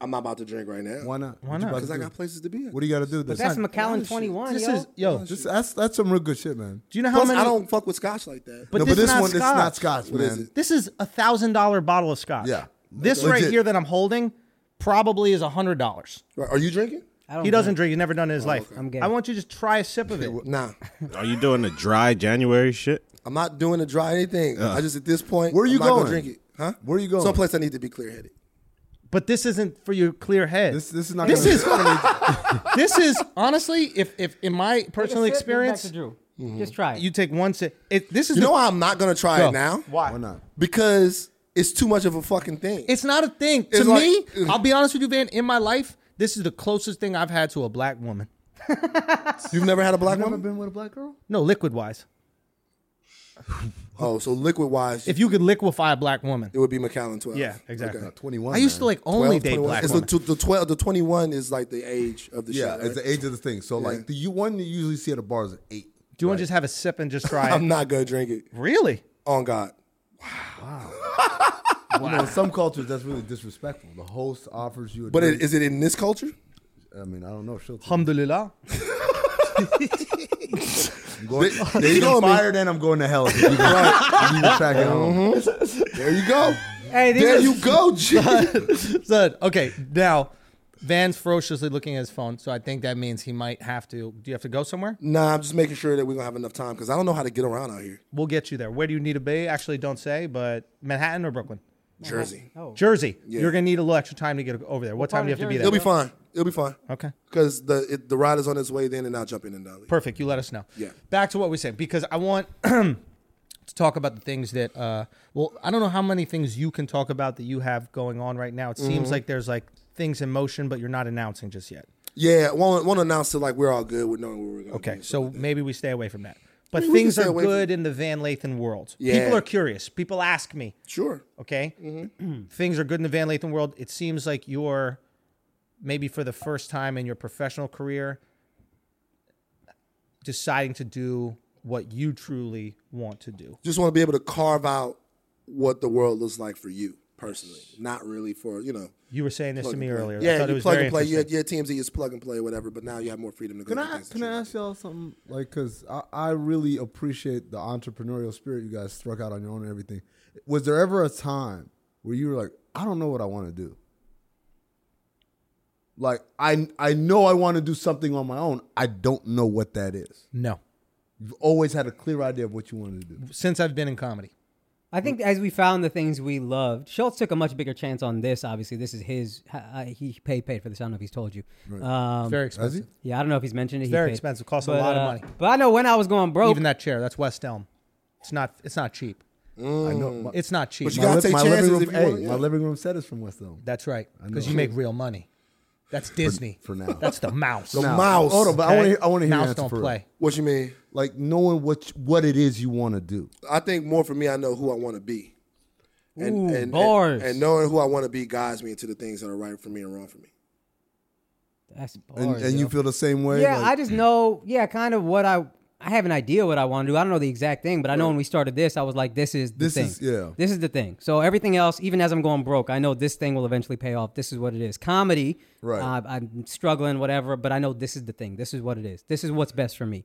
C: I'm not about to drink right now.
D: Why not? Why
B: not?
C: Because I got places to be at.
D: What do you got to do? This?
E: That's McAllen 21,
B: this
E: yo.
B: is yo.
D: This- that's that's some real good shit, man.
B: Do you know how
C: Plus,
B: many?
C: I don't fuck with scotch like that.
B: but
D: no,
B: this,
D: but this
B: not
D: one,
B: scotch.
D: it's not scotch, man.
C: is it?
B: This is a thousand dollar bottle of scotch.
D: Yeah.
B: This
D: Legit.
B: right here that I'm holding probably is a hundred dollars.
C: Right, Are you drinking?
E: I don't
B: He doesn't drink. He's never done it in his life.
E: I'm gay.
B: I want you to just try a sip of it.
C: Nah.
F: Are you doing the dry January shit?
C: I'm not doing a dry anything. I just at this point.
D: Where you
C: I'm not gonna
D: going?
C: drink it, huh?
D: Where you going?
C: Someplace I need to be clear headed.
B: But this isn't for your clear head.
D: This this is not.
B: This
D: gonna-
B: is this is honestly, if if in my personal
E: Sit, go back to
B: experience, Mm-hmm.
E: Drew. Just try it.
B: you take one sip. It, this is
C: You
B: the-
C: know why I'm not gonna try
B: Go.
C: it now?
D: Why not?
C: Because it's too much of a fucking thing.
B: it's not a thing to
C: It's like-
B: me. I'll be honest with you, Van. In my life, this is the closest thing I've had to a black woman.
C: You've never had a black
D: Never
C: woman?
D: been with a black girl?
B: No, liquid wise.
C: Oh, so liquid wise,
B: If you could liquefy a black woman,
C: it would be McAllen 12.
B: yeah, exactly.
C: Okay.
D: Twenty one.
B: I used to like only
C: 12,
B: date
C: 21.
B: black
C: It's
B: women.
C: the, the 12, the 21 is like the age of the
D: Yeah,
C: shit.
D: it's
C: right?
D: the age of the thing. So like the you one you usually see at a bar is an eight.
B: Do you want to just have a sip and just try
C: I'm
B: it?
C: not gonna drink it.
B: Really?
C: On God.
D: You know, in some cultures that's really disrespectful. The host offers you. A
C: But
D: drink.
C: it, is it in this culture?
D: I mean, I don't know. She'll
B: Alhamdulillah.
D: I'm going, they,
C: they
D: get
C: know me.
D: fired and I'm going to hell. If you, right. you can track it home.
C: There you go.
E: hey, this
C: There
E: is-
C: you go, G.
B: Son, okay, now Van's ferociously looking at his phone, so I think that means he might have to. Do you have to go somewhere?
C: nah, I'm just making sure that we're gonna have enough time because I don't know how to get around out here.
B: We'll get you there. Where do you need to be? Actually, don't say, but Manhattan or Brooklyn?
C: Jersey.
B: Jersey.
C: Oh. Yeah.
B: You're going to need a little extra time to get over there. What time do you have
E: part
B: to
E: of
B: be there?
C: It'll be fine. It'll be fine.
B: Okay.
C: Because the it, the ride is on its way then and I'll jump in and out.
B: Perfect. You let us know.
C: Yeah.
B: Back to what we said, because I want to talk about the things that, uh, well, I don't know how many things you can talk about that you have going on right now. It seems
C: Mm-hmm.
B: like there's like things in motion, but you're not announcing just yet.
C: Yeah, won't won't announce it like we're all good with knowing where we're going.
B: Okay, so maybe we stay away from that. But
C: mean, we can
B: things
C: stay
B: are
C: away from-
B: good in the Van Lathan world.
C: Yeah.
B: People are curious. People ask me,
C: sure.
B: okay? things are good in the Van Lathan world. It seems like you're maybe for the first time in your professional career deciding to do what you truly want to do.
C: Just want to be able to carve out what the world looks like for you personally. Not really for you know.
B: You were saying this
C: plug
B: to
C: and
B: me
C: play.
B: earlier. I
C: Yeah,
B: thought it
C: you
B: was
C: plug
B: very
C: and play. You
B: interesting.
C: had, your TMZ is plug and play, whatever. But now you have more freedom to go.
D: Can
C: do
D: I
C: things that
D: can
C: you
D: I
C: like.
D: ask y'all something? Like, cause I, I really appreciate the entrepreneurial spirit you guys struck out on your own and everything. Was there ever a time where you were like, I don't know what I want to do? Like, I I know I want to do something on my own. I don't know what that is.
B: No,
D: You've always had a clear idea of what you wanted to do.
B: since I've been in comedy.
E: I think as we found the things we loved, Schultz took a much bigger chance on this. Obviously, this is his. Uh, he paid paid for this. I don't know if he's told you. Um,
B: Very
D: Has
B: expensive.
D: he?
E: yeah, I don't know if he's mentioned it. He
B: very
E: paid.
B: expensive. Costs a lot of
E: uh,
B: money.
E: But I know when I was going
D: Oh.
E: broke.
B: Even that chair, that's West Elm. It's not. It's not cheap.
D: I know. My,
B: It's not cheap.
C: But you
D: my
C: gotta
D: li-
C: take
D: my living
C: chances
D: room,
C: if you
D: hey,
C: wanna-
D: my
C: yeah.
D: living room set is from West Elm.
B: That's right. Because
D: know.
B: you make real money. That's Disney.
D: for now.
B: That's the mouse.
D: Now,
C: mouse,
D: Hold on, but I
B: okay?
D: want to. I want to hear your
B: Mouse
D: answer
B: don't
D: for real.
B: play.
C: What you mean?
D: Like knowing what what it is you want to do.
C: I think more for me, I know who I want to be. And,
E: Ooh,
C: and,
E: bars.
C: and and knowing who I want to be guides me into the things that are right for me and wrong for me.
E: That's
D: And,
E: bars,
D: and you
E: yo.
D: feel the same way.
E: Yeah,
D: Like-
E: I just know. Yeah, kind of what I. I have an idea what I want to do. I don't know the exact thing, but I know when we started this, I was like, "This is the
D: This
E: thing.
D: is- yeah.
E: This is the thing." So everything else, even as I'm going broke, I know this thing will eventually pay off. This is what it is. Comedy,
D: Right.
E: Uh, I'm struggling, whatever, but I know this is the thing. This is what it is. This is what's best for me.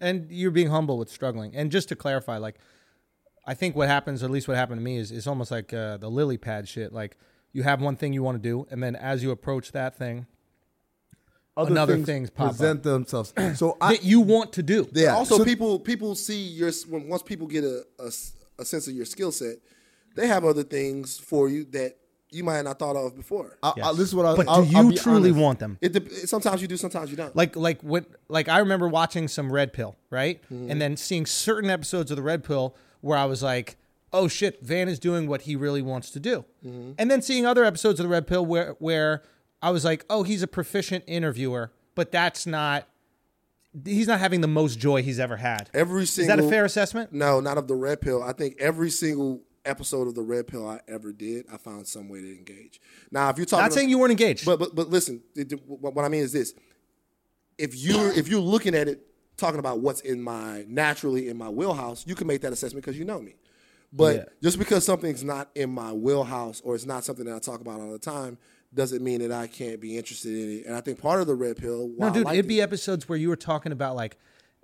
B: and you're being humble with struggling. And just to clarify, like I think what happens, or at least what happened to me, is it's almost like uh, the lily pad shit. Like you have one thing you want to do, and then as you approach that thing Another things pop up.
D: present themselves. So I
B: that you want to do,
D: yeah.
C: also,
D: so-
C: people people see your when, once people get a, a s- a sense of your skill set, they have other things for you that you might not thought of before.
D: I, I, this is what I.
B: but
D: I'll,
B: do you
D: I'll be
B: truly
D: honest.
B: want them?
C: it dep- sometimes you do, sometimes you don't.
B: Like like what like I remember watching some Red Pill, right?
C: Mm-hmm.
B: And then seeing certain episodes of the Red Pill where I was like, "Oh shit, Van is doing what he really wants to do."
C: Mm-hmm.
B: And then seeing other episodes of the Red Pill where where I was like, "Oh, he's a proficient interviewer, but that's not he's not having the most joy he's ever had."
C: every
B: Is
C: single
B: that a fair assessment?
C: No, not of the Red Pill. I think every single episode of the Red Pill I ever did, I found some way to engage. Now, if you're talking,
B: Not saying you weren't engaged.
C: but but but listen, it- it- what what I mean is this: if you're if you're looking at it, talking about what's in my naturally in my wheelhouse, you can make that assessment because you know me. But just because something's not in my wheelhouse or it's not something that I talk about all the time doesn't mean that I can't be interested in it. And I think part of the red pill,
B: No,
C: why I
B: dude,
C: liked
B: it'd
C: it-
B: be episodes where you were talking about like,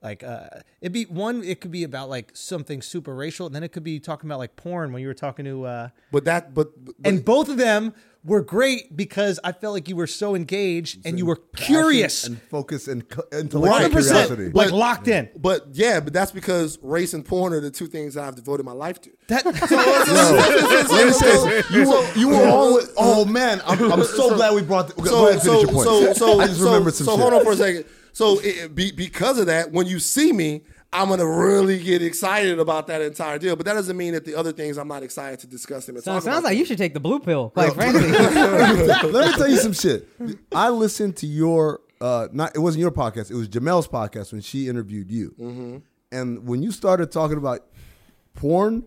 B: like uh, it'd be one. It could be about like something super racial, and then it could be talking about like porn when you were talking to. Uh,
C: but that but, but
B: and both of them were great because I felt like you were so engaged and you were curious,
D: and focus and co- intellectual
B: hundred
D: curiosity.
B: percent, like locked in.
C: But yeah, but that's because race and porn are the two things that I've devoted my life to.
B: That
D: Let me say this. You were, you were
C: so-
D: always. Oh man, I'm, I'm so glad we brought. The, go ahead and finish your point.
C: So, so,
D: I just
C: so,
D: remembered some
C: so
D: shit.
C: hold on for a second. So it, it be, because of that, when you see me, I'm gonna really get excited about that entire deal. But that doesn't mean that the other things I'm not excited to discuss them. And
E: So
C: talk
E: it sounds
C: about
E: like you should take the blue pill, quite frankly.
D: Let me tell you some shit. I listened to your uh not it wasn't your podcast, it was Jamel's podcast when she interviewed you.
C: Mm-hmm.
D: And when you started talking about porn,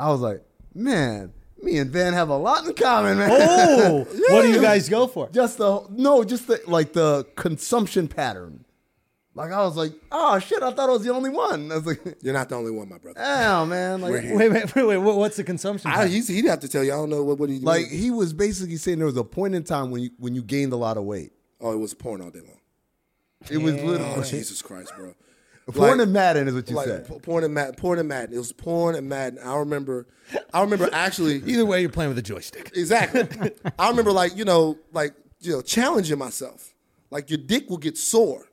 D: I was like, man, me and Van have a lot in common, man.
B: oh, what do you guys go for?
D: Just the no, just the like the consumption pattern. Like I was like, oh shit, I thought I was the only one. I was like,
C: You're not the only one, my brother.
D: damn man. Like,
B: Wait, wait, wait, wait. what- What's the consumption?
C: I, he's, he'd have to tell you. I don't know what what he
D: like he was basically saying there was a point in time when you when you gained a lot of weight.
C: Oh, it was porn all day long.
D: It was literally
C: Oh Jesus Christ, bro.
D: porn
C: Like-
D: and Madden is what you
C: Like
D: said.
C: p- porn and Madden, porn and Madden. It was porn and Madden. I remember, I remember actually.
B: Either way, you're playing with a joystick.
C: Exactly. I remember like, you know, like, you know, challenging myself. Like your dick will get sore.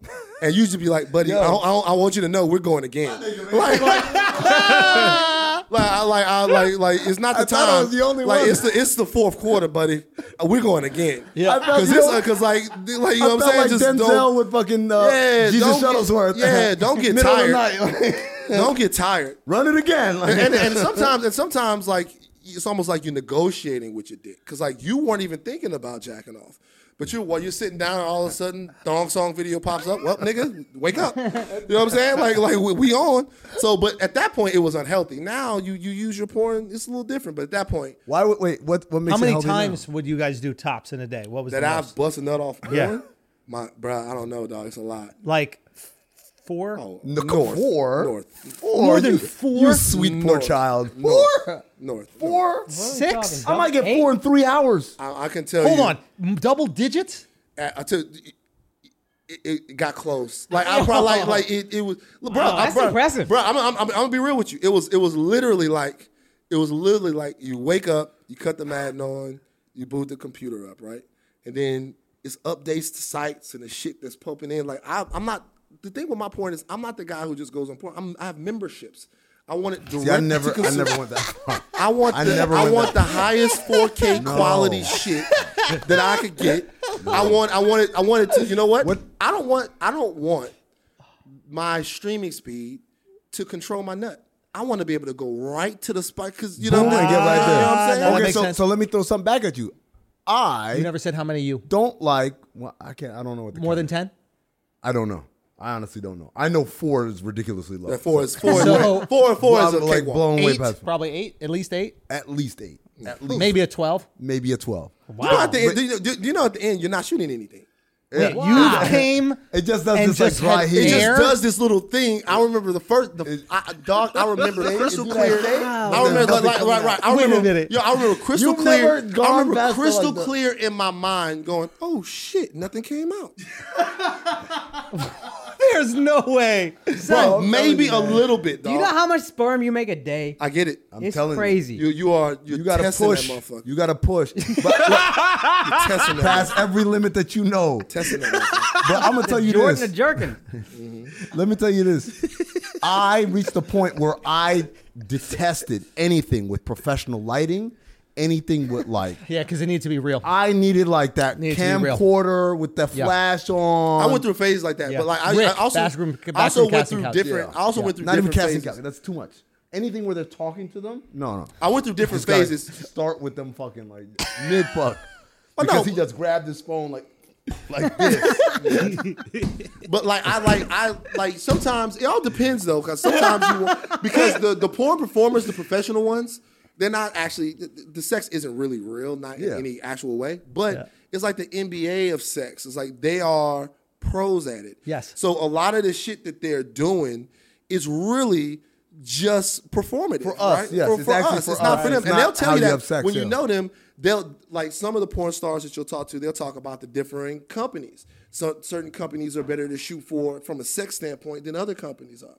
C: And you just be like, buddy, I, don't, I, don't, I want you to know we're going again. Like, like, like, I, like, I, like, like, it's not the
D: I
C: time.
D: thought I was the only
C: like,
D: one.
C: it's the it's the fourth quarter, buddy. Uh, We're going again.
D: Yeah. I felt
C: because
D: you
C: it's
D: know-
C: because like, d- like you know
D: I
C: what I'm saying.
D: felt
C: just
D: like Denzel
C: don't,
D: with fucking uh,
C: yeah, don't
D: Jesus
C: get-
D: Shuttlesworth.
C: yeah, don't get
D: Middle of the
C: tired.
D: night.
C: don't get tired.
D: Run it again. Like,
C: and, and sometimes and sometimes like it's almost like you're negotiating with your dick because like you weren't even thinking about jacking off but you while you're sitting down and all of a sudden thong song video pops up well nigga wake up you know what i'm saying like like we, we on so but at that point it was unhealthy now you you use your porn it's a little different but at that point
D: why? would- Wait, what? What makes
B: How
D: it
B: many
D: healthy now?
B: times would you guys do tops in a day? What was
C: that
B: the
C: i
B: most?
C: bust a nut off porn
B: Yeah.
C: my bruh i don't know dog it's a lot
B: like
H: four.
C: Oh,
D: N-
C: North.
D: Four.
C: North.
D: Four.
H: More than
D: you,
H: four?
D: You sweet poor
C: North.
D: child.
C: North.
D: Four.
C: North.
D: Four.
H: Six?
D: I might get
E: Eight?
D: four in three hours.
C: I, I can tell
H: Hold
C: you.
H: on, M- double digits.
C: I, I tell you, it, it, it got close. Like I probably like, like it, it was. Bro,
E: Wow, that's
C: bro,
E: impressive.
C: Bro, I'm, I'm, I'm, I'm gonna be real with you. It was it was literally like it was literally like you wake up, you cut the Madden on, you boot the computer up, right, and then it's updates to sites and the shit that's pumping in. Like I, I'm not. The thing with my porn is, I'm not the guy who just goes on porn. I'm, I have memberships. I want it direct
D: See, I
C: to
D: never, I
C: consumer.
D: never went that far.
C: I want
D: I
C: the,
D: never
C: I
D: went
C: want the
D: that-
C: highest 4K
D: No.
C: quality shit that I could get. I want I want it I want it to you know what?
D: What-
C: I don't want I don't want my streaming speed to control my nut. I want to be able to go right to the spot because you know,
D: Boom,
C: what I'm-
D: get
C: you
D: right there.
C: know what I'm saying?
D: okay,
H: makes
D: so,
H: sense.
D: so let me throw something back at you. I
H: You never said how many you.
D: don't like. Well, I can't. I don't know what the
H: More
D: count
H: than
D: is.
H: ten.
D: I don't know. I honestly don't know. I know four is ridiculously low.
C: Yeah, Four is four. is-
H: So-
C: four and four
D: Well,
C: is a
D: I'm, like
C: cakewalk.
D: blown way
H: Eight,
D: past.
H: probably eight, at least eight,
D: At least eight. At least
H: maybe a twelve.
D: maybe a twelve.
C: You know, at the end, do you, know, do you know at the end you're not shooting anything.
H: Wait, you came.
D: It just does
H: And
D: this like
H: just
D: dry
H: had
D: heat.
C: It
H: Air?
C: just does this little thing. I remember the first the I, I- dog. I remember
D: It
C: crystal
D: do that
C: clear.
D: thing?
E: Oh.
C: I remember like,
D: Nothing
C: like,
D: coming
C: right,
D: out.
C: right. I
H: Wait a
C: remember,
H: minute.
C: Yo, I remember crystal
D: You've
C: clear.
D: never gone
C: I remember
D: faster
C: crystal
D: like that.
C: clear in my mind, going, "Oh shit, nothing came out."
H: There's no way.
D: Oh,
C: Bro, maybe a little bit, dog.
E: You know how much sperm you make a day?
C: I get it. I'm
E: it's
D: telling you.
E: crazy.
C: you, you are you're
D: You gotta
C: testing
D: push.
C: that motherfucker.
D: You gotta push. But look,
C: You're testing that.
D: pass every limit that you know.
C: motherfucker. testing that. motherfucker.
D: But I'm gonna tell you
E: Jordan
D: this.
E: the jerkin.
D: Let me tell you this. I reached the point where I detested anything with professional lighting, anything with like
H: Yeah, because it needs to be real.
D: I needed like that
H: Needed to be real.
D: camcorder with the flash on.
C: I went through phases like that,
H: Yeah.
C: but like I,
H: Rick,
C: I also
H: bathroom-
C: I
H: bathroom
C: also went
H: casting
C: through
H: couch.
C: different.
D: Yeah.
C: I also
D: Yeah.
C: went through
D: not even
C: different
D: casting
C: phases.
D: couch. That's too much. Anything where they're talking to them? No, no.
C: I went through different
D: Just gotta
C: phases. Oh,
D: Start with them fucking like mid fuck. Because
C: no.
D: he just grabbed his phone like like this.
C: But like I like I like sometimes it all depends though because sometimes you want, because the the porn performers the professional ones they're not actually the, the sex isn't really real not in
D: Yeah.
C: any actual way but it's like the NBA of sex it's like they are pros at it
H: Yes.
C: so a lot of the shit that they're doing is really just performative for
D: us,
C: right?
D: yes,
C: for,
D: it's
C: for
D: actually
C: us
D: for
C: it's not
D: us.
C: for them
D: It's
C: and
D: not
C: they'll tell
D: how
C: you
D: you
C: that
D: have sex,
C: when you
D: yeah.
C: know know them, they'll like some of the porn stars that you'll talk to, they'll talk about the differing companies. So certain companies are better to shoot for from a sex standpoint than other companies are.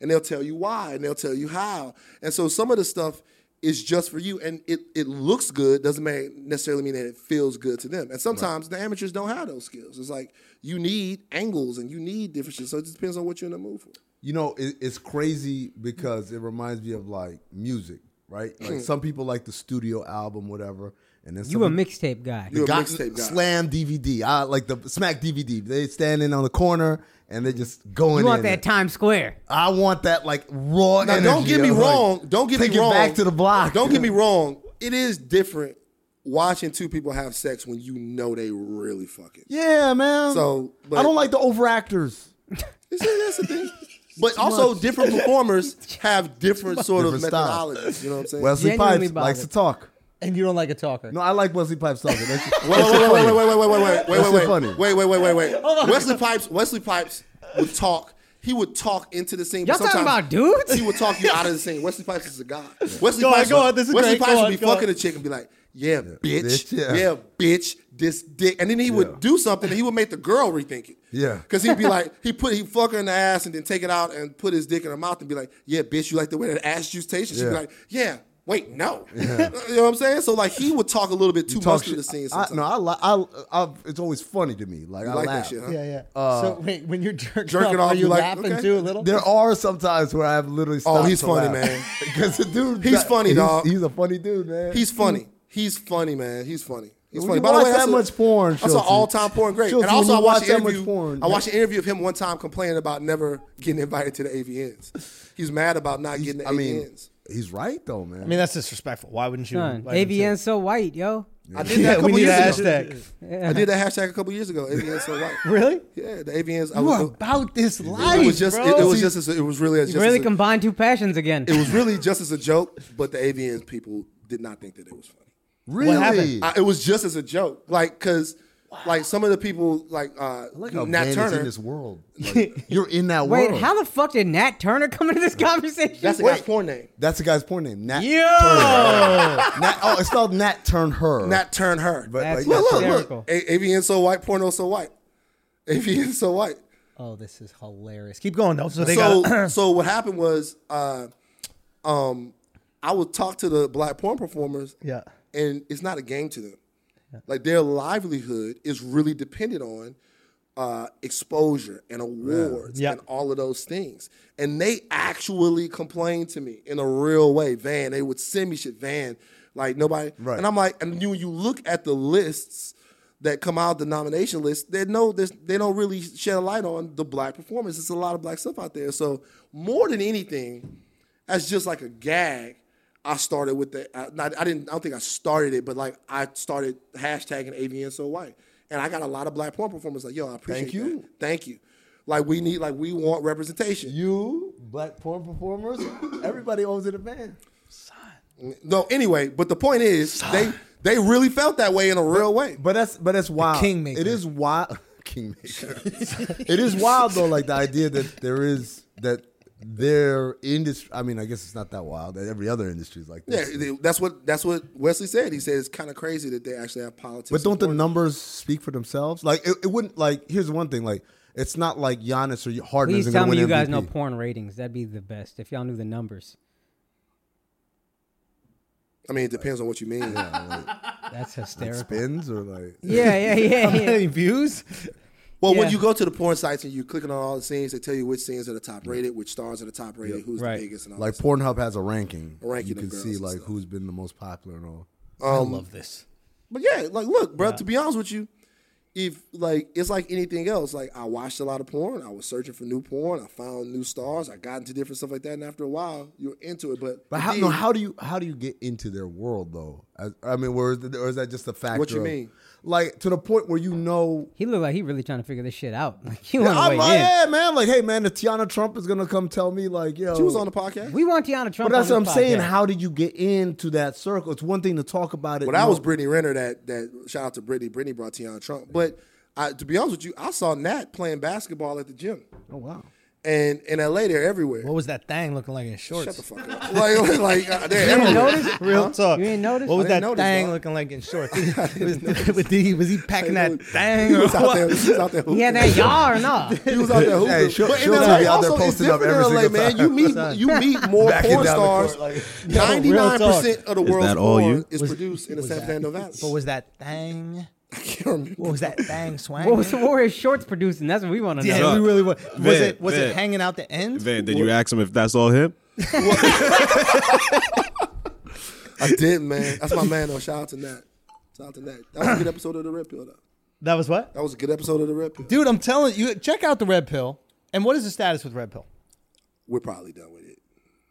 C: And they'll tell you why and they'll tell you how. And so some of the stuff is just for you and it, it looks good doesn't ma- necessarily mean that it feels good to them. And sometimes the amateurs don't have those skills. It's like you need angles and you need different shit. So it just depends on what you're in the mood for.
D: You know, it, it's crazy because it reminds me of like music, right?
C: Hmm.
D: Like some people like the studio album, whatever, and then some
E: You a
D: people-
E: mixtape guy.
C: You're a
D: got
C: mixtape guy.
D: slam DVD. I like the smack DVD. They standing on the corner and they just going.
E: You want
D: in
E: that Times Square.
D: I want that like raw.
C: Now,
D: energy
C: don't get me
D: of, like,
C: wrong. don't get
D: take
C: me wrong.
D: It back to the block.
C: Don't get me wrong. It is different watching two people have sex when you know they really fucking.
D: Yeah, man.
C: So, but-
D: I don't like the over actors.
C: You see, that's the thing. But also, different performers have different sort of
D: Different styles.
C: methodologies. You know what I'm saying?
D: Wesley
E: Genuinely
D: Pipes likes to
E: bothered.
D: talk.
H: And you don't like a talker.
D: No, I like Wesley Pipes talking. That's just,
C: wait, wait, wait, wait, wait, wait, wait, wait,
D: That's
C: wait, wait,
D: funny.
C: wait, wait, wait, wait, wait, wait. Wesley Pipes. Wesley Pipes would talk. He would talk into the scene.
E: Y'all
C: but
E: talking
C: sometimes
E: about dudes?
C: He would talk you out of the scene. Wesley Pipes is a god. Wesley
H: Go on,
C: Pipes.
H: go
C: would-
H: on, this is
C: Wesley
H: great. Go
C: Pipes would
H: on,
C: be
H: go on.
C: fucking a chick and be like, "Yeah, bitch,
D: bitch, yeah.
C: yeah. bitch, this dick," and then he would do something and he would make the girl rethink it.
D: Yeah.
C: because he'd be like, he put he fuck her in the ass and then take it out and put his dick in her mouth and be like, "Yeah, bitch, you like the way that ass juice tastes?" And She'd be
D: Yeah.
C: like, "Yeah." Wait, no. you know what I'm saying? So like he would talk a little bit too
D: talk
C: much through the scene.
D: shit. I,
C: Sometimes.
D: no, I like. I, I, it's always funny to me. Like I
C: like that
D: laugh.
C: shit, huh?
H: Yeah, yeah. so wait, when you're jerking,
C: Uh, jerking
H: off,
C: off,
H: are you
C: you like,
H: laughing
C: okay.
H: too a little?
D: There are some times where I've literally.
C: Oh,
D: stopped
C: he's
D: to
C: funny,
D: laugh.
C: man.
D: Because the dude,
C: He's funny, dog.
D: He's, a funny dude, man.
C: He's funny. He's funny, man. He's funny. He's
D: When
C: funny.
D: you watch
C: I
D: that
C: saw-
D: much porn,
C: I saw
D: Shelton.
C: all time porn great.
D: Shelton,
C: and also,
D: when
C: I
D: you
C: watched
D: watch
C: an
D: that much
C: interview.
D: porn,
C: I watched an interview of him one time complaining about never getting invited to the AVNs. He's mad about not getting the
D: I mean,
C: AVNs.
D: he's right though, man.
H: I mean, that's disrespectful. Why wouldn't you?
E: Son,
H: like to-
E: AVN so white, yo.
C: I did that
H: Yeah,
C: a
H: we
C: couple
H: need a
C: years ago.
H: hashtag.
C: I did that hashtag a couple years ago. AVNs so white.
H: Really?
C: Yeah, the AVNs. I
H: You
C: was,
H: are about this life.
C: it was just. It, it
H: bro.
C: was just. As a, it was really. As
E: You
C: just
E: really
C: as a,
E: combine two passions again.
C: it was really just as a joke, but the AVNs people did not think that it was funny.
D: really?
H: happened?
C: I, it was just as a joke, like because Like some of the people, like uh,
D: Like how
C: Nat
D: Van is in
C: Turner.
D: this world. Like, you're in that
E: Wait,
D: world.
E: how the fuck did Nat Turner come into this conversation?
C: That's the guy's porn name.
D: That's the guy's porn name. Nat
E: Yo!
D: Turner. Nat, oh, it's spelled Nat Turn Her.
C: Nat Turn Her.
D: But like,
E: That's
C: look, look,
E: hysterical.
C: look. A- AVN so white, porno so white. AVN so white.
B: Oh, this is hilarious. Keep going though. So they
C: so
B: got
C: so what happened was uh um I would talk to the black porn performers
B: Yeah.
C: and it's not a game to them. Like their livelihood is really dependent on uh, exposure and awards
B: Yeah.
C: and all of those things. And they actually complained to me in a real way, Van. They would send me shit, Van. Like nobody,
D: Right.
C: and I'm like, and you you look at the lists that come out, the nomination list. They know this. They don't really shed a light on the black performance. There's a lot of black stuff out there. So more than anything, that's just like a gag. I started with the I, not, I didn't I don't think I started it, but like I started hashtagging AVN so white, and I got a lot of black porn performers like yo I appreciate
D: Thank you.
C: that. thank you, like we need like we want representation.
D: you, black porn performers, everybody owns it a band.
C: no, anyway, but the point is they they really felt that way in a real way.
D: But that's but that's wild.
B: kingmaker.
D: It is wild. Kingmaker. it is wild though, like the idea that there is that their industry. I mean, I guess it's not that wild. That every other industry is like
C: Yeah,
D: this.
C: they- that's what that's what Wesley said. He said it's kind of crazy that they actually have politics.
D: But don't the
C: supporting-
D: numbers speak for themselves? Like it, it wouldn't. Like here's one thing. Like it's not like Giannis or Harden.
E: Please
D: isn't
E: tell
D: gonna
E: me you
D: win
E: guys
D: MVP.
E: know porn ratings. That'd be the best if y'all knew the numbers.
C: I mean, it depends on what you mean.
E: That's hysterical.
D: spins or like.
E: yeah, yeah, yeah, yeah.
B: any views.
C: Well, when
E: Yeah.
C: you go to the porn sites and you're clicking on all the scenes, they tell you which scenes are the top rated, which stars are the top rated, who's
E: Right.
C: the biggest, and all
D: Like
C: that.
D: Pornhub has a ranking.
C: A ranking
D: you
C: of
D: can
C: girls
D: see
C: and
D: like
C: stuff.
D: who's been the most popular and all.
B: I
C: um,
B: love this.
C: But yeah, like look, bro. To be honest with you, if like it's like anything else, like I watched a lot of porn. I was searching for new porn. I found new stars. I got into different stuff like that. And after a while, you're into it. But
D: But how,
C: then-
D: no, how do you how do you get into their world though? As, I mean, where is the, or is that just a factor?
C: you
D: of-
C: mean?
D: Like to the point where you know.
E: He looked like he really trying to figure this shit out. Like he
D: Yeah,
E: want to
D: I'm
E: weigh
D: like,
E: in.
D: yeah, man. Like, hey, man, if Tiana Trump is gonna come tell me, like, yo,
C: she was on the podcast?
E: We want Tiana Trump.
D: But that's what
E: on
D: I'm
E: this
D: saying.
E: podcast.
D: How did you get into that circle? It's one thing to talk about it.
C: Well, that
D: you
C: was
D: know,
C: Brittany Renner. That that shout out to Brittany. Brittany brought Tiana Trump. But I, to be honest with you, I saw Nat playing basketball at the gym.
D: Oh wow.
C: And in LA, they're everywhere.
B: What was that thing looking like in shorts?
C: Shut the fuck up. like, like uh, they're
E: You
C: everywhere.
E: didn't notice?
B: Real talk.
E: You ain't noticed?
B: What was
C: I
B: that
C: didn't notice,
B: thing
C: dog.
B: looking like in shorts? was, was he, was he packing that thing?
C: He
B: Or
C: was out
B: what?
C: there. He was out there.
E: He had that y'all or not?
C: He was out there hooping.
D: Hey, she'll-
C: but in
D: she'll
C: LA,
D: be out there
C: also, it's
D: posting up
C: different
D: every
C: in LA, man. You
D: single
C: meet you meet more
D: Backing
C: porn
D: down the court,
C: stars.
D: like-
C: Ninety nine percent of the world's
F: that all
C: porn
F: you?
C: is produced in the San Fernando Valley.
B: What was that thing?
C: I can't remember.
B: What was that thing swang?
E: What was the Warriors shorts producing? That's what we want to
B: yeah,
E: know.
B: we really was. Was
F: Vet,
B: it was it
F: vet.
B: hanging out the end?
F: Van, did you ask him if that's all him?
C: I did, man. That's my man. Though. Shout out to Nat. Shout out to Nat. That was a good episode of the Red Pill. Though.
B: That was what?
C: That was a good episode of the Red Pill.
B: Dude, I'm telling you, check out the red pill. And what is the status with red pill?
C: We're probably done with it.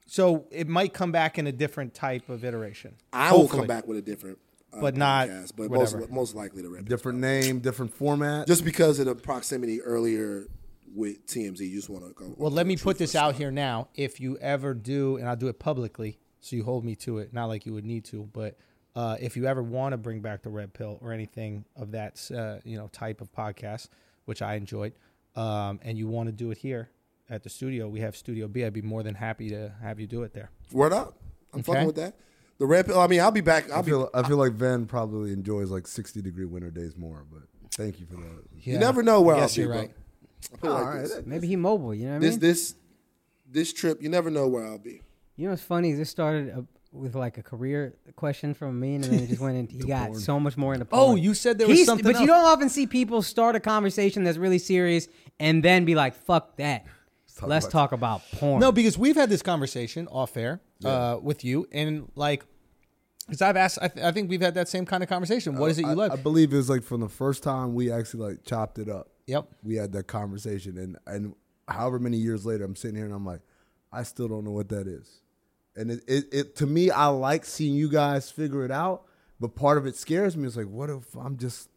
B: So it might come back in a different type of iteration.
C: I will
B: Hopefully.
C: come back with a different, uh,
B: But not
C: podcast, but
B: whatever.
C: most most likely the Red Pill.
D: Different name, different format.
C: Just because of the proximity earlier with TMZ, you just want to go.
B: Well, let me put this out here now. If you ever do, and I'll do it publicly, so you hold me to it, not like you would need to, but uh, if you ever want to bring back the red pill or anything of that, uh, you know, type of podcast, which I enjoyed, um, and you want to do it here at the studio, we have Studio B. I'd be more than happy to have you do it there.
C: Word up. I'm
B: Okay.
C: fucking with that. The Red Pill. I mean, I'll be back. I'll
D: I
C: be.
D: feel I feel like Van probably enjoys like 60 degree winter days more. But thank you for that.
C: You never know where
B: Yes,
C: I'll be,
B: you're
C: bro.
B: right.
C: I put it like this.
E: Maybe he mobile. You know what I mean?
C: This this this trip, you never know where I'll be.
E: You know what's funny? is This started uh with like a career question from me, and then it just went into. He got so much more into.
B: Oh,
E: porn.
B: you said there was something
E: But you
B: else.
E: don't often see people start a conversation that's really serious and then be like, "Fuck that."
D: talk
E: Let's
D: about-
E: talk about porn.
B: No, because we've had this conversation off air uh, with you, and like, because I've asked, I, th- I think we've had that same kind of conversation.
C: Uh,
B: What is it you
D: I,
B: like?
D: I believe it was like from the first time we actually like chopped it up.
B: Yep.
D: We had that conversation, and and however many years later, I'm sitting here and I'm like, I still don't know what that is. And it, it, it to me, I like seeing you guys figure it out, but part of it scares me. It's like, what if I'm just,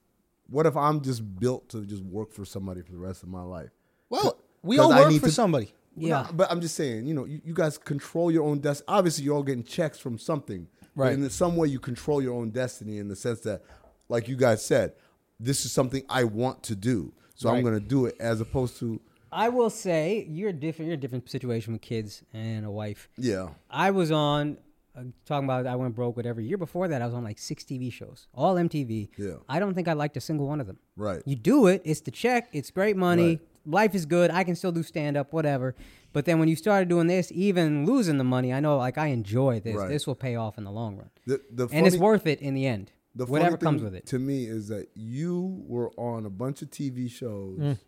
D: what if I'm just built to just work for somebody for the rest of my life?
B: well, we
D: 'Cause
B: all
D: I
B: work
D: need
B: for
D: to-
B: somebody.
E: Yeah.
D: No, but I'm just saying, you know, you, you guys control your own destiny. Obviously, you're all getting checks from something. But
B: Right.
D: In some way, you control your own destiny in the sense that, like you guys said, this is something I want to do. So I'm going to do it as opposed to,
E: I will say you're different. You're a different situation with kids and a wife.
D: yeah.
E: I was on uh, talking about I went broke. Whatever year before that, I was on like six TV shows, all MTV.
D: Yeah.
E: I don't think I liked a single one of them.
D: Right.
E: You do it. It's the check. It's great money. Life is good. I can still do stand up. Whatever. But then when you started doing this, even losing the money, I know like I enjoy this.
D: Right.
E: This will pay off in the long run.
D: The, the
E: and it's
D: funny-
E: worth it in the end.
D: the funny
E: whatever
D: thing
E: comes with it.
D: To me is that you were on a bunch of TV shows,
E: Mm.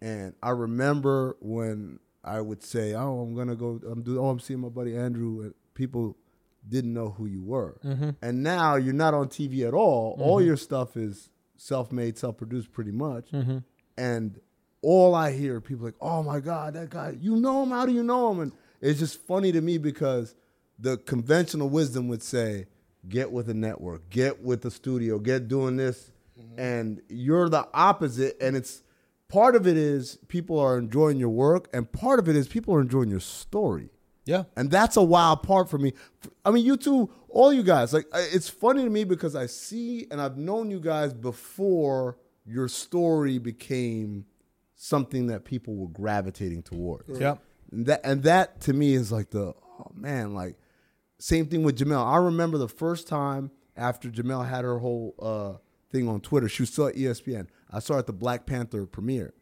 D: and I remember when I would say, "Oh, I'm gonna go. I'm do. Oh, I'm seeing my buddy Andrew." And people didn't know who you were, and now you're not on TV at all. All your stuff is self-made, self-produced, pretty much, and all I hear are people like, "Oh my God, that guy! You know him? How do you know him?" And it's just funny to me because the conventional wisdom would say, "Get with a network, get with the studio, get doing this," and you're the opposite. And it's part of it is people are enjoying your work, and part of it is people are enjoying your story.
B: Yeah.
D: And that's a wild part for me. I mean, you two, all you guys, like, I- it's funny to me because I see and I've known you guys before your story became something that people were gravitating towards.
B: Yep.
D: And that, and that to me is like the, oh man, like, same thing with Jamel. I remember the first time after Jamel had her whole uh, thing on Twitter, she was still at E ESPN. I saw her at the Black Panther premiere.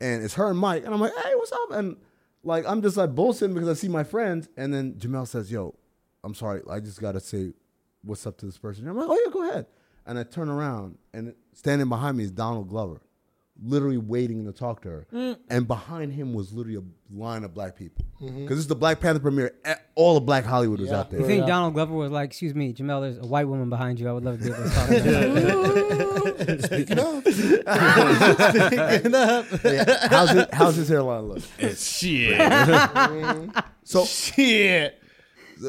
D: And it's her and Mike. And I'm like, hey, what's up? And like, I'm just like bullshitting because I see my friends. And then Jamel says, yo, I'm sorry. I just got to say what's up to this person. And I'm like, oh, yeah, go ahead. And I turn around and standing behind me is Donald Glover, literally waiting to talk to her.
B: Mm.
D: And behind him was literally a line of black people. Because this is the Black Panther premiere. Eh, All of Black Hollywood was out there.
E: You think Donald Glover was like, "Excuse me, Jamel, there's a white woman behind you. I would love to be able to talk to her."
D: Yeah. How's, it, how's his hairline look?
I: Shit.
D: So,
B: Shit.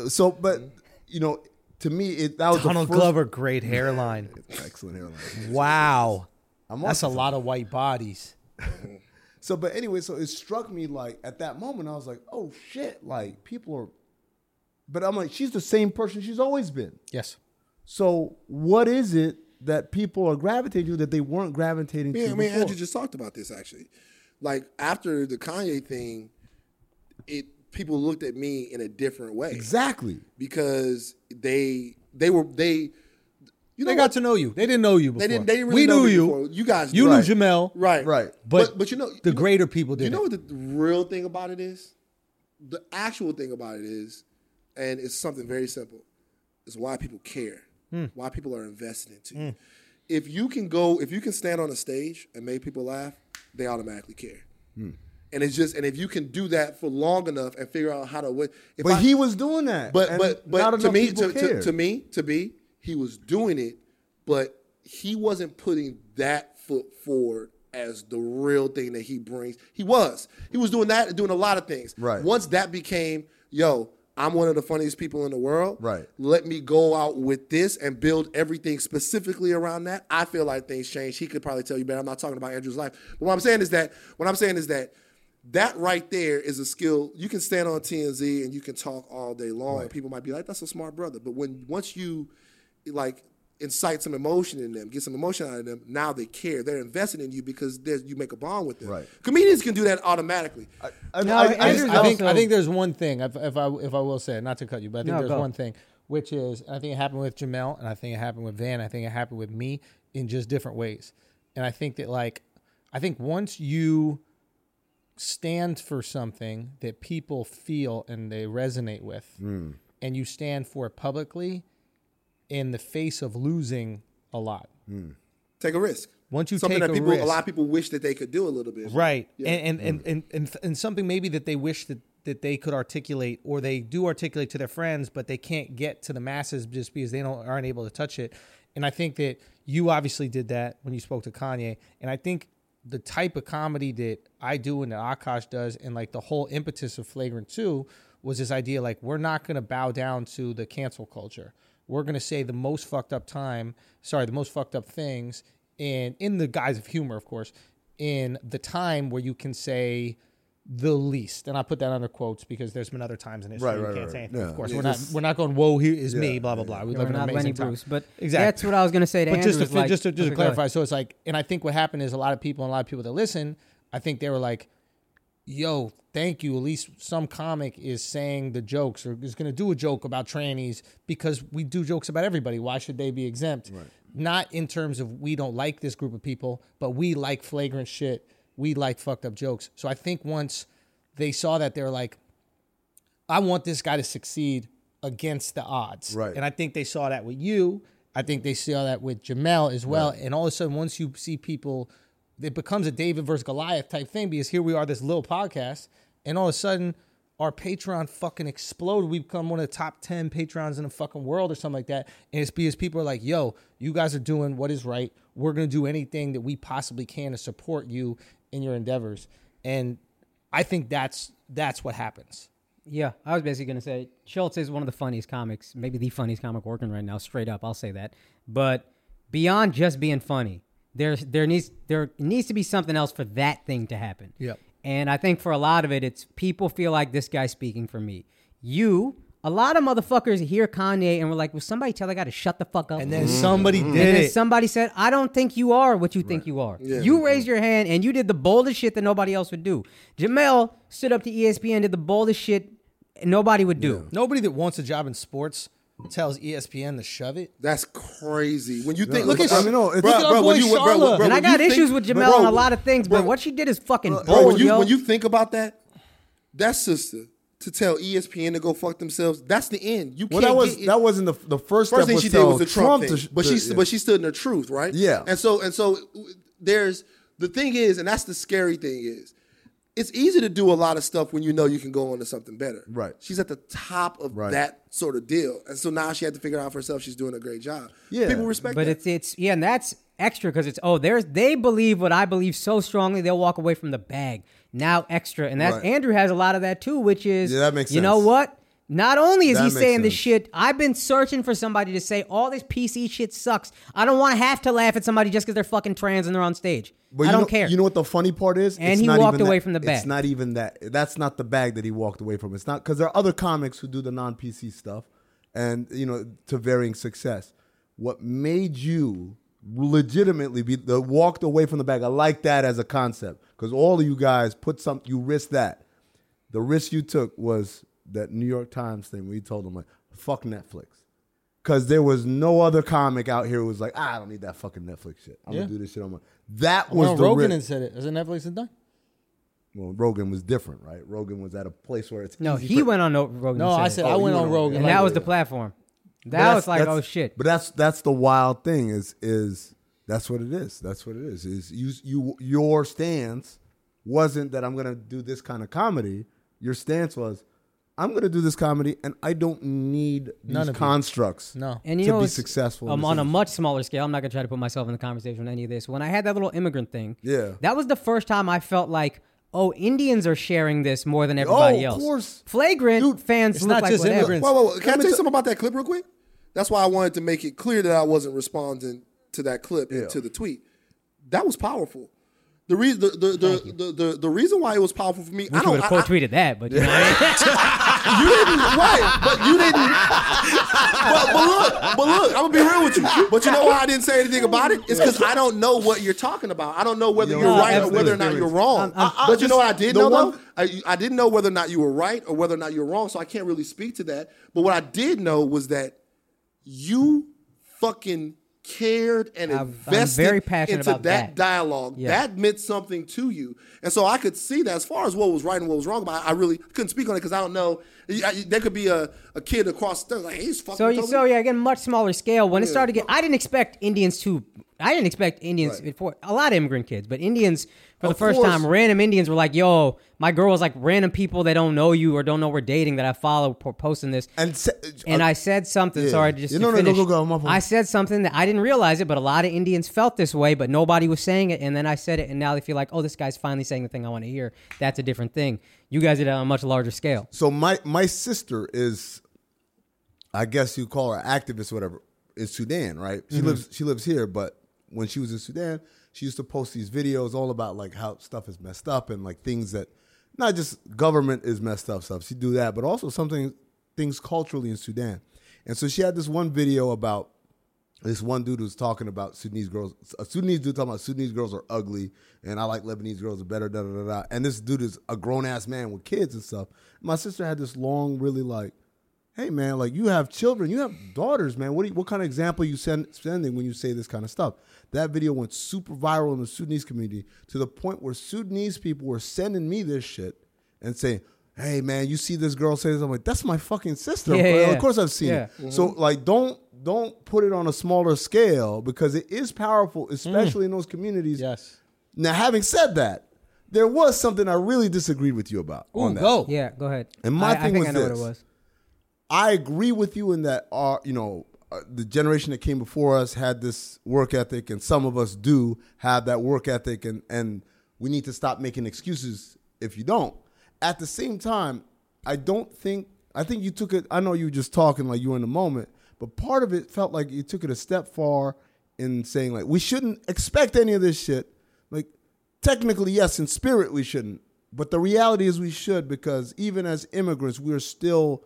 D: so, but you know, to me, it that was
B: Donald
D: the first
B: Glover, great hairline.
D: excellent hairline.
B: wow.
D: I'm
B: That's a
D: on-
B: lot of white bodies.
D: So, but anyway, so it struck me like at that moment, I was like, oh shit, like people are. But I'm like, she's the same person she's always been.
B: Yes.
D: So, what is it that people are gravitating to that they weren't gravitating
C: Me,
D: to?
C: and- me and
D: before?
C: Andrew just talked about this actually. Like after the Kanye thing, it people looked at me in a different way
D: exactly.
C: because they they were they you know
B: They
C: what?
B: got to know you. They didn't know you before.
C: they didn't they didn't really
B: we
C: know
B: knew
C: me
B: you.
C: before. you guys
B: You
C: right.
B: knew Jamel.
C: right
D: Right.
B: But,
C: but, you know
B: the
C: you know-
B: greater people
C: You
B: didn't.
C: know what the real thing about it is? The actual thing about it is, and it's something very simple, is why people care,
D: Hmm.
C: why people are invested into you. If you can go, if you can stand on a stage and make people laugh, they automatically care.
D: Hmm.
C: And it's just, and if you can do that for long enough and figure out how to win, if
D: But
C: I-
D: he was doing that.
C: but
D: and
C: but
D: not
C: but to
D: enough
C: me
D: people
C: to, to,
D: cared.
C: to me to be he was doing it, but he wasn't putting that foot forward as the real thing that he brings. He was he was doing that and doing a lot of things.
D: Right.
C: Once that became yo. I'm one of the funniest people in the world.
D: Right.
C: Let me go out with this and build everything specifically around that. I feel like things change. He could probably tell you better. I'm not talking about Andrew's life. But what I'm saying is that what I'm saying is that that right there is a skill. You can stand on TMZ and you can talk all day long. And people might be like, "That's a smart brother," but when once you like incite some emotion in them, get some emotion out of them, now they care. They're invested in you because there's- you make a bond with them.
D: Right.
C: Comedians can do that automatically.
D: I,
E: No,
D: I- I
E: Andrew's
D: just-
B: I think I
E: also-
B: think there's one thing if, if I if I will say it, not to cut you, but I think
E: No,
B: there's
E: go.
B: one thing which is I think it happened with Jamel and I think it happened with Van. I think it happened with me in just different ways, and I think that like I think once you stand for something that people feel and they resonate with, and you stand for it publicly in the face of losing a lot.
C: Take a risk.
B: Once you
C: something
B: take
C: that
B: a
C: people
B: risk-
C: a lot of people wish that they could do a little bit.
B: right and, and, and, and and and something maybe that they wish that that they could articulate or they do articulate to their friends but they can't get to the masses just because they don't aren't able to touch it and i think that you obviously did that when you spoke to kanye and i think the type of comedy that i do and that akash does and like the whole impetus of flagrant 2 was this idea like we're not going to bow down to the cancel culture we're going to say the most fucked up time sorry the most fucked up things and in the guise of humor of course in the time where you can say the least, and I put that under quotes because there's been other times in history
D: Right,
B: we
D: right,
B: can't
D: right.
B: say anything.
D: Yeah.
B: Of course,
D: Yeah,
B: we're not
D: just-
B: we're not going. Whoa, here is me.
D: Yeah,
B: Blah blah blah. We
E: We're
B: live in
E: not
B: an
E: Lenny
B: amazing time.
E: Bruce, but
B: Exactly.
E: that's what I was gonna say to
B: But
E: Andrew.
B: just to,
E: is like-
B: just to just
E: okay,
B: to
E: go ahead.
B: clarify, so it's like, and I think what happened is a lot of people and a lot of people that listen, I think they were like, "Yo, thank you." At least some comic is saying the jokes or is going to do a joke about trannies because we do jokes about everybody. Why should they be exempt? Not in terms of we don't like this group of people, but we like flagrant shit. We like fucked up jokes. So I think once they saw that, they were like, I want this guy to succeed against the odds.
D: Right.
B: And I think they saw that with you. I think they saw that with Jamel as well. And all of a sudden, once you see people, it becomes a David versus Goliath type thing because here we are, this little podcast, and all of a sudden, our Patreon fucking exploded. We become one of the top 10 Patreons in the fucking world or something like that. And it's because people are like, yo, you guys are doing what is right. We're going to do anything that we possibly can to support you in your endeavors. And I think that's that's what happens.
E: Yeah, I was basically going to say Schultz is one of the funniest comics, maybe the funniest comic working right now. Straight up, I'll say that. But beyond just being funny, there's there needs there needs to be something else for that thing to happen.
B: Yep.
E: And I think for a lot of it, it's people feel like this guy's speaking for me. You, a lot of motherfuckers hear Kanye and we're like, "Will somebody tell that guy to shut the fuck up?"
B: And then somebody did
E: And then
B: it.
E: somebody said, I don't think you are what you think you are. You
C: mm-hmm.
E: raised your hand and you did the boldest shit that nobody else would do. Jamel stood up to E ESPN and did the boldest shit nobody would do.
B: Nobody that wants a job in sports tells E ESPN to shove it.
C: That's crazy. When you think,
D: look at- I mean, no, it's-
C: Bruh,
D: look at our
C: bruh,
B: boy
C: when you- bruh,
B: Charlotte.
C: bruh,
E: And I
C: when
E: got
C: you
E: issues
C: think-
E: with Jamel
C: bro,
E: on a lot of things, but
C: bro,
E: what she did is fucking bold,
C: Bro, when you
E: yo.
C: when you think about that, that sister to tell E ESPN to go fuck themselves, that's the end. You
D: Well,
C: can't.
D: that was
C: get it.
D: that wasn't the the
C: first
D: first, step
C: thing
D: was
C: she did was
D: tell
C: the Trump,
D: to
C: thing,
D: sh-
C: but
D: to-
C: she
D: yeah.
C: but she stood in her truth, right?
D: Yeah.
C: And so and so there's the thing is, and that's the scary thing is, it's easy to do a lot of stuff when you know you can go on to something better.
D: Right.
C: She's at the top of
D: Right.
C: that sort of deal, and so now she had to figure it out for herself. She's doing a great job.
D: Yeah.
C: People respect
E: But
C: that.
E: it's it's yeah, and that's extra because it's oh, there's they believe what I believe so strongly they'll walk away from the bag. Now extra, and that's
D: Right.
E: Andrew has a lot of that too, which is
D: Yeah, that makes
E: You know
D: sense.
E: what? Not only is
D: That
E: he
D: makes
E: saying this
D: sense.
E: shit, I've been searching for somebody to say all this PC shit sucks. I don't want to have to laugh at somebody just because they're fucking trans and they're on stage.
D: But
E: I
D: you
E: don't
D: know,
E: care.
D: You know what the funny part is?
E: And he walked
D: even
E: away
D: that-
E: from the bag.
D: It's not even that. That's not the bag that he walked away from. It's not because there are other comics who do the non PC stuff, and you know to varying success. What made you legitimately be the walked away from the bag? I like that as a concept because all of you guys put some. You risk that. The risk you took was that New York Times thing. where you told them like, "Fuck Netflix." Cause there was no other comic out here who was like, "Ah, I don't need that fucking Netflix shit. I'm
B: Yeah.
D: gonna do this shit on my. That was
B: Well,
D: the
B: Rogan
D: risk.
B: and said it. Isn't Netflix and done?
D: Well, Rogan was different, right? Rogan was at a place where it's
E: no,
D: easy
E: he
D: for-
E: went on no, Rogan.
B: No,
E: and
B: I
E: said
B: said I
E: it.
D: he
B: went
D: went
B: on
D: on
B: Rogan.
E: and
B: like-
E: that was the platform.
D: But
E: That was
D: that's-
E: like
D: that's-
E: oh shit.
D: But that's that's the wild thing is is that's what it is. That's what it is. Is you you your stance wasn't that I'm gonna do this kind of comedy. Your stance was I'm gonna do this comedy, and I don't need
B: None
D: these
B: of it.
D: constructs.
B: No.
E: and you
D: to
E: know,
D: be
E: it's-
D: successful in
E: um,
D: this
E: on a
D: industry.
E: much smaller scale. I'm not gonna try to put myself in the conversation with any of this. When I had that little immigrant thing,
D: Yeah.
E: that was the first time I felt like, oh, Indians are sharing this more than everybody
D: Oh, of
E: else.
D: course.
E: flagrant
D: Dude,
E: fans
B: it's
E: look
B: not
E: like
B: just
E: whatever.
B: immigrants.
C: Whoa, whoa, whoa. Can I
D: Let me
C: tell you
D: t-
C: something about that clip real quick? That's why I wanted to make it clear that I wasn't responding to that clip and to the tweet. That was powerful. The reason the the the, the, the, the reason why it was powerful for me, I
E: You
C: don't
E: would
C: I,
E: have quote
C: I-
E: tweeted that, but you know, what I mean?
C: you didn't right, but you didn't. But, but look, but look, I'm gonna be real with you. But you know why I didn't say anything about it? It's because I don't know what you're talking about. I don't know whether
D: Yo,
C: you're
D: no,
C: right or
D: absolutely.
C: whether or not you're wrong.
D: I'm- I'm
C: but you know
D: just-
C: what I did
D: the
C: know
D: one-
C: though? I, I didn't know whether or not you were right or whether or not you're wrong. So I can't really speak to that. But what I did know was that you fucking cared and
E: I'm- I'm
C: invested
E: very passionate
C: into
E: about that.
C: dialogue.
E: Yeah.
C: That meant something to you, and so I could see that as far as what was right and what was wrong. But I really couldn't speak on it because I don't know. I- I- there could be a, a kid across the like he's fucking.
E: so
C: with
E: you-
C: Toby.
E: so yeah, again, much smaller scale. When it started to get, I didn't expect Indians to. I didn't expect Indians for a lot of immigrant kids, but Indians for the
D: Of
E: first
D: course.
E: time, random Indians were like, "Yo, my girl was like random people that don't know you or don't know we're dating that I follow po- posting this."
D: and se-
E: and
D: uh,
E: I said something.
D: Yeah.
E: Sorry, just
D: Yeah,
E: to
D: no, no, go,
E: finish.
D: go, go, my fault.
E: I said something that I didn't realize it, but a lot of Indians felt this way, but nobody was saying it. And then I said it, and now they feel like, oh, this guy's finally saying the thing I want to hear. That's a different thing. You guys did it on a much larger scale.
D: So my my sister is, I guess you call her activist, or whatever. Is Sudan right? She lives she lives here, but when she was in Sudan, she used to post these videos all about like how stuff is messed up and like things that not just government is messed up stuff. She do that, but also something things culturally in Sudan. And so she had this one video about this one dude was talking about Sudanese girls. A Sudanese dude talking about Sudanese girls are ugly, and I like Lebanese girls better. Da da da da. And this dude is a grown ass man with kids and stuff. My sister had this long, really like, hey man, like you have children, you have daughters, man. What do you, what kind of example you send, sending when you say this kind of stuff? That video went super viral in the Sudanese community to the point where Sudanese people were sending me this shit and saying. Hey man, you see this girl say this? I'm like, that's my fucking sister.
E: Yeah,
D: bro.
E: yeah.
D: Of course I've seen
H: Yeah.
D: it. So like don't don't put it on a smaller scale because it is powerful, especially in those communities.
H: Yes.
D: Now having said that, there was something I really disagreed with you about on that.
H: go.
E: Yeah, go ahead.
D: And my
E: I, I
D: thing was
E: think I know
D: this.
E: what it was.
D: I agree with you in that our, you know, uh, the generation that came before us had this work ethic, and some of us do have that work ethic, and and we need to stop making excuses if you don't. At the same time, I don't think I think you took it. I know you were just talking like you were in the moment, but part of it felt like you took it a step far in saying like we shouldn't expect any of this shit. Like technically yes in spirit we shouldn't but the reality is we should because even as immigrants we're still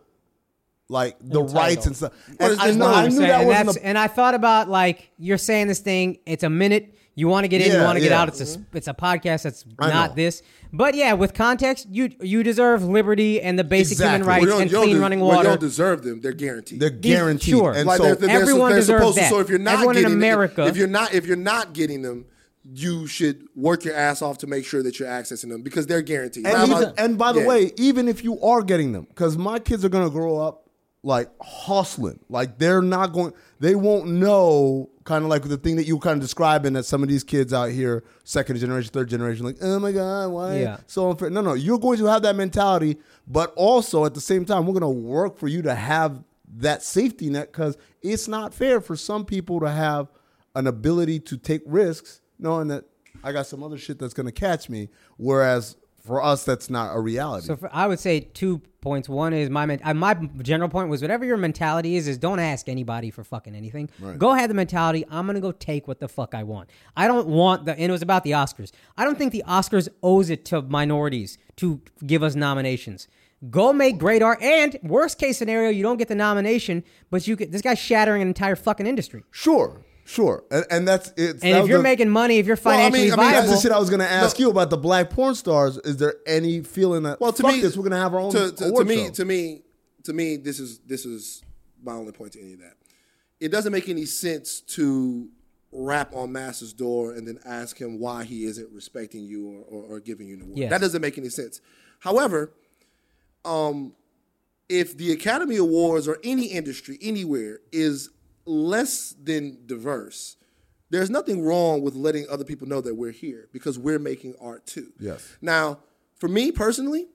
D: like the rights and stuff
C: Well,
D: and i,
C: there's
D: know,
C: no
D: I knew
E: Saying-
D: that
E: and,
D: wasn't
E: that's-
D: a,
E: and I thought about like you're saying this thing. It's a minute. You want to get in. you
D: Yeah,
E: want to get
D: yeah.
E: out. It's a s- it's a podcast that's
D: I
E: not
D: know.
E: this. But yeah, with context, you you deserve liberty and the basic human
D: Exactly.
E: rights
D: Well,
C: you don't-
E: and
C: you don't
E: clean
C: de-
E: running
C: Well, you
E: water.
C: don't deserve them. They're guaranteed.
D: they're guaranteed
E: sure.
D: and
E: Like,
D: so
C: they're, they're, they're-
E: Everyone
C: they're
E: deserves
C: supposed
E: that.
C: to. So if you're not
E: Everyone in
C: getting
E: America-
C: it, if you're not if you're not getting them, you should work your ass off to make sure that you're accessing them because they're guaranteed. Now,
D: and, even-
C: like-
D: and by the
C: yeah.
D: way even if you are getting them because my kids are going to grow up like hustling like they're not going they won't know kind of like the thing that you were kind of describing that some of these kids out here second generation third generation like oh my god why
E: Yeah.
D: so unfair no no you're going to have that mentality but also at the same time we're going to work for you to have that safety net because it's not fair for some people to have an ability to take risks knowing that i got some other shit that's going to catch me whereas for us that's not a reality
E: So for, I would say two points. One is my men- uh, my general point was whatever your mentality is is don't ask anybody for fucking anything. Go have the mentality. I'm gonna go take what the fuck I want. I don't want the. And it was about the Oscars. I don't think the Oscars owes it to minorities to give us nominations. Go make great art. And worst case scenario, you don't get the nomination, but you get this guy's shattering an entire fucking industry.
D: Sure, sure, and, and that's it.
E: And if you're making money, if you're
D: Well, I mean,
E: financially
D: I mean, that's
E: viable,
D: the shit I was gonna ask you about the black porn stars. Is there any feeling that
C: well, to
D: fuck
C: me,
D: this, we're gonna have our own
C: To, to- to
D: award
C: me,
D: show?
C: to me, to me, this is this is my only point to any of that. It doesn't make any sense to rap on Master's door and then ask him why he isn't respecting you or, or, or giving you an award.
E: Yes.
C: That doesn't make any sense. However, if the Academy Awards or any industry anywhere is less than diverse, there's nothing wrong with letting other people know that we're here because we're making art too.
D: Yes.
C: Now, for me personally,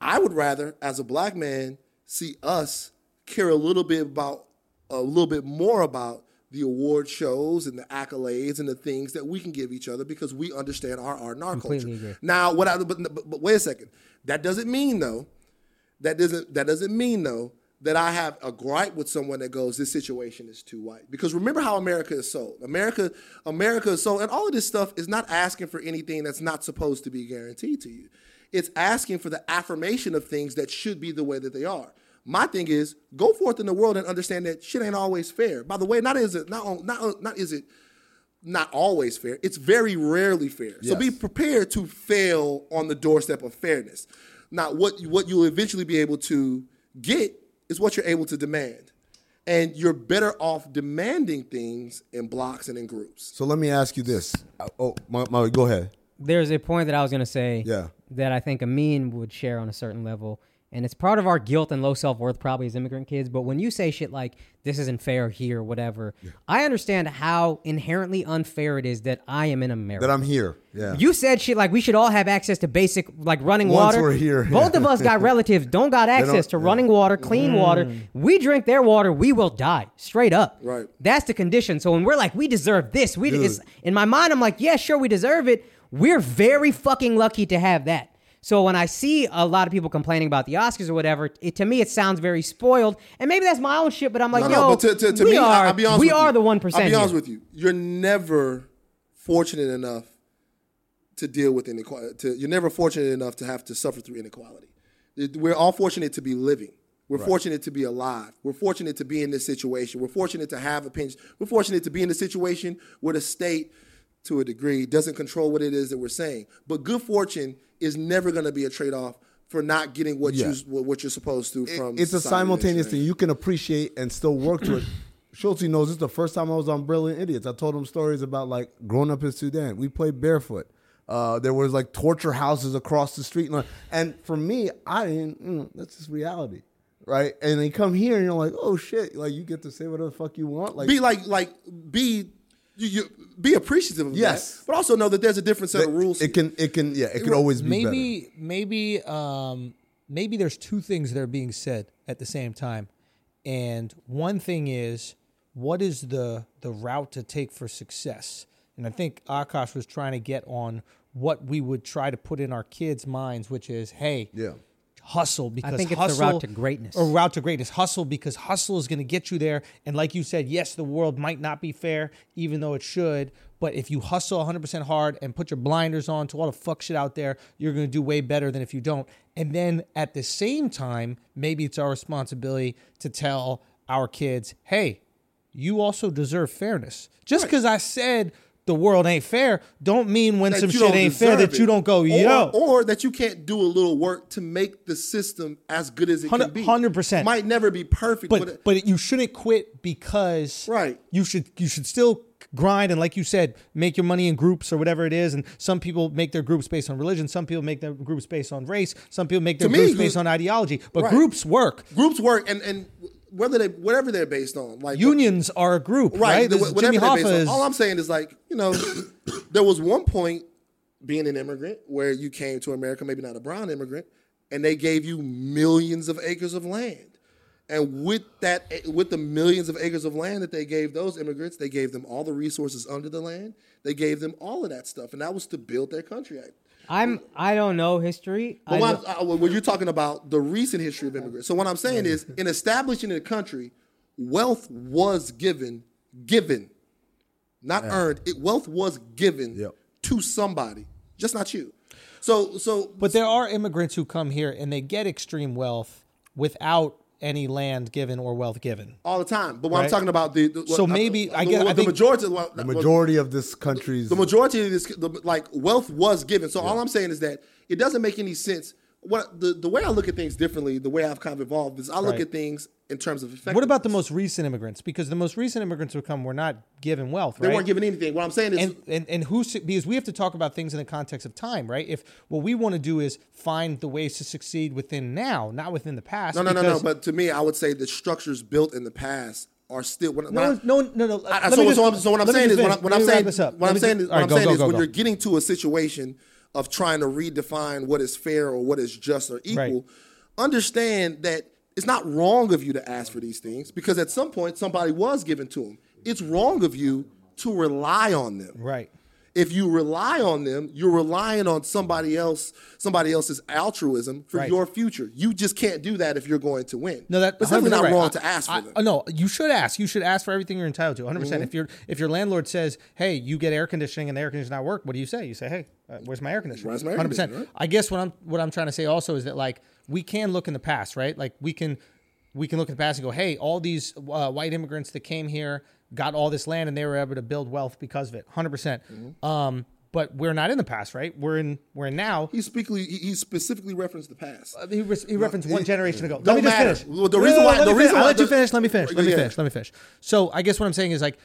C: I would rather, as a black man, see us care a little bit about, a little bit more about the award shows and the accolades and the things that we can give each other because we understand our art and our
E: Completely
C: culture.
E: agree.
C: Now, what I, but, but, but wait a second. That doesn't mean though that doesn't that doesn't mean though that I have a gripe with someone that goes, this situation is too white. Because remember how America is sold. America, America is sold, and all of this stuff is not asking for anything that's not supposed to be guaranteed to you. It's asking for the affirmation of things that should be the way that they are. My thing is, go forth in the world and understand that shit ain't always fair. By the way, not is it not not not is it not always fair. It's very rarely fair. So be prepared to fail on the doorstep of fairness. Now, what what you'll eventually be able to get is what you're able to demand, and you're better off demanding things in blocks and in groups.
D: so let me ask you this. Uh, Oh, my, my, go ahead.
E: there's a point that I was gonna say
D: Yeah.
E: that I think Amin would share on a certain level. And it's part of our guilt and low self worth probably as immigrant kids. But when you say shit like this isn't fair here, whatever, I understand how inherently unfair it is that I am in America.
D: That I'm here. Yeah.
E: You said shit like we should all have access to basic like running
D: Once
E: water.
D: we're here.
E: Both of us got relatives don't got access to
D: don't-
E: running water, clean water. We drink their water, we will die straight up.
C: Right.
E: That's the condition. So when we're like, we deserve this, we it's, in my mind, I'm like, yeah, sure, we deserve it. We're very fucking lucky to have that. So when I see a lot of people complaining about the Oscars or whatever, it, to me it sounds very spoiled, and maybe that's my own shit. But I'm like, yo,
C: but to, to, to
E: we
C: me,
E: are
C: I, will be honest
E: we
C: with
E: are
C: you.
E: the one percent.
C: I'll be honest with you. You're never fortunate enough to deal with inequality. To, you're never fortunate enough to have to suffer through inequality. It- We're all fortunate to be living. We're fortunate to be alive. We're fortunate to be in this situation. We're fortunate to have opinions. We're fortunate to be in a situation where the state, to a degree, doesn't control what it is that we're saying. But good fortune is never going to be a trade off for not getting what
D: Yeah.
C: you what you're supposed to from.
D: it's a
C: society
D: simultaneous
C: that's
D: thing. You can appreciate and still work to it. Schultz knows this is the first time I was on Brilliant Idiots. I told him stories about like growing up in Sudan. We played barefoot. Uh, there was like torture houses across the street, and, like- and for me, I didn't. Mm, that's just reality, right? And they come here, and you're like, oh shit! Like you get to say whatever the fuck you want. Like
C: be like like be you, you be appreciative of
D: Yes.
C: that, but also know that there's a different set
D: it,
C: of rules.
D: it can, it can, yeah, it can always be
B: maybe maybe um maybe there's two things that are being said at the same time and one thing is what is the the route to take for success and i think akash was trying to get on what we would try to put in our kids minds which is hey
D: Yeah.
B: hustle because
E: think it's the
B: hustle
E: route to greatness.
B: or route to greatness hustle because hustle is going to get you there and like you said yes the world might not be fair even though it should but if you hustle 100% hard and put your blinders on to all the fuck shit out there you're going to do way better than if you don't and then at the same time maybe it's our responsibility to tell our kids hey you also deserve fairness just because i said the world ain't fair don't mean when
C: that
B: some
C: you
B: shit
C: don't
B: ain't fair
C: deserve
B: that you
C: it.
B: don't go
C: Or-
B: yo
C: or that you can't do a little work to make the system as good as it
B: Hundred-
C: can be.
B: 100%.
C: might never be perfect, but,
B: but but you shouldn't quit because
C: Right.
B: you should you should still grind and like you said make your money in groups or whatever it is and some people make their groups based on religion some people make their groups based on race some people make their
C: To me,
B: groups
C: group-
B: based on ideology but
C: Right.
B: groups work
C: groups work and and whether they whatever they're based on, like
B: unions are a group right,
C: right?
B: This
C: the-
B: is
C: whatever
B: Jimmy
C: they're
B: Hoffa
C: based on.
B: is
C: All I'm saying is like you know, there was one point being an immigrant where you came to America, maybe not a brown immigrant, and they gave you millions of acres of land. And with that, eh, with the millions of acres of land that they gave those immigrants, they gave them all the resources under the land. They gave them all of that stuff, and that was to build their country.
E: I'm. I don't know history. I
C: But what
E: don't-
C: I'm- uh, well, you're talking about the recent history of immigrants. So what I'm saying is, in establishing a country, wealth was given, given, not earned. It wealth was given
D: Yep.
C: to somebody, just not you. So, so
B: but there are immigrants who come here and they get extreme wealth without any land given or wealth given
C: all the time. But what I'm talking about the, the
B: So
C: what- uh,
B: maybe-
C: the,
B: I guess-
C: the,
B: I think-
C: majority
D: better. The majority of this country's
C: the majority of this the, like wealth was given so all i'm saying is that it doesn't make any sense what the, the way i look at things differently the way i've kind of evolved is i look
B: Right.
C: at things in terms of effect
B: what about the most recent immigrants because the most recent immigrants who come were not given wealth
C: they
B: right?
C: weren't given anything what i'm saying is
B: and and, and who su- because we have to talk about things in the context of time, right? If what we want to do is find the ways to succeed within now, not within the past.
C: no no no no
B: because-
C: but to me i would say the structures built in the past are still when,
B: no,
C: when I-
B: one- no, no, no.
C: I-
B: let
C: so,
B: me just-
C: so, I'm- so what I'm
B: let me
C: saying is
B: just
C: when, I,
B: finish.
C: when
B: Let me wrap
C: I'm saying
B: this
C: is,
B: up.
C: what
B: Let
C: I'm
B: me
C: saying
B: just-
C: is
B: all
C: what
B: right,
C: I'm
B: go,
C: saying
B: go,
C: is
B: go,
C: when
B: go.
C: you're getting to a situation of trying to redefine what is fair or what is just or equal,
B: Right.
C: understand that it's not wrong of you to ask for these things because at some point somebody was given to them. It's wrong of you to rely on them.
B: right.
C: If you rely on them, you're relying on somebody else, somebody else's altruism for
B: Right.
C: your future. You just can't do that if you're going to win.
B: No, that,
C: it's definitely
B: 100%
C: not
B: right.
C: wrong
B: I-
C: to ask for
B: I-
C: them. Mm-hmm.
B: No, you should ask. You should ask for everything you're entitled to. 100. percent If your if your landlord says, "Hey, you get air conditioning and the air conditioning not work," what do you say? You say, "Hey, uh, where's my air conditioning?"
C: Where's my air conditioning,
B: I guess what I'm what I'm trying to say also is that like we can look in the past, right? Like we can we can look in the past and go, "Hey, all these uh, white immigrants that came here got all this land and they were able to build wealth because of it." 100. percent
C: Mm-hmm.
B: Um, but we're not in the past, right? We're in we're in now.
C: He specifically, he he specifically referenced the past.
B: Uh, He, re- he referenced one generation ago.
C: don't
B: let me just
C: matter.
B: finish.
C: Well, the reason why-
B: let
C: the
B: me
C: reason
B: finish. I'll
C: why
B: let you
C: the-
B: finish. Let me finish. Let me
C: Yeah.
B: finish. Let me finish. So I guess what I'm saying is like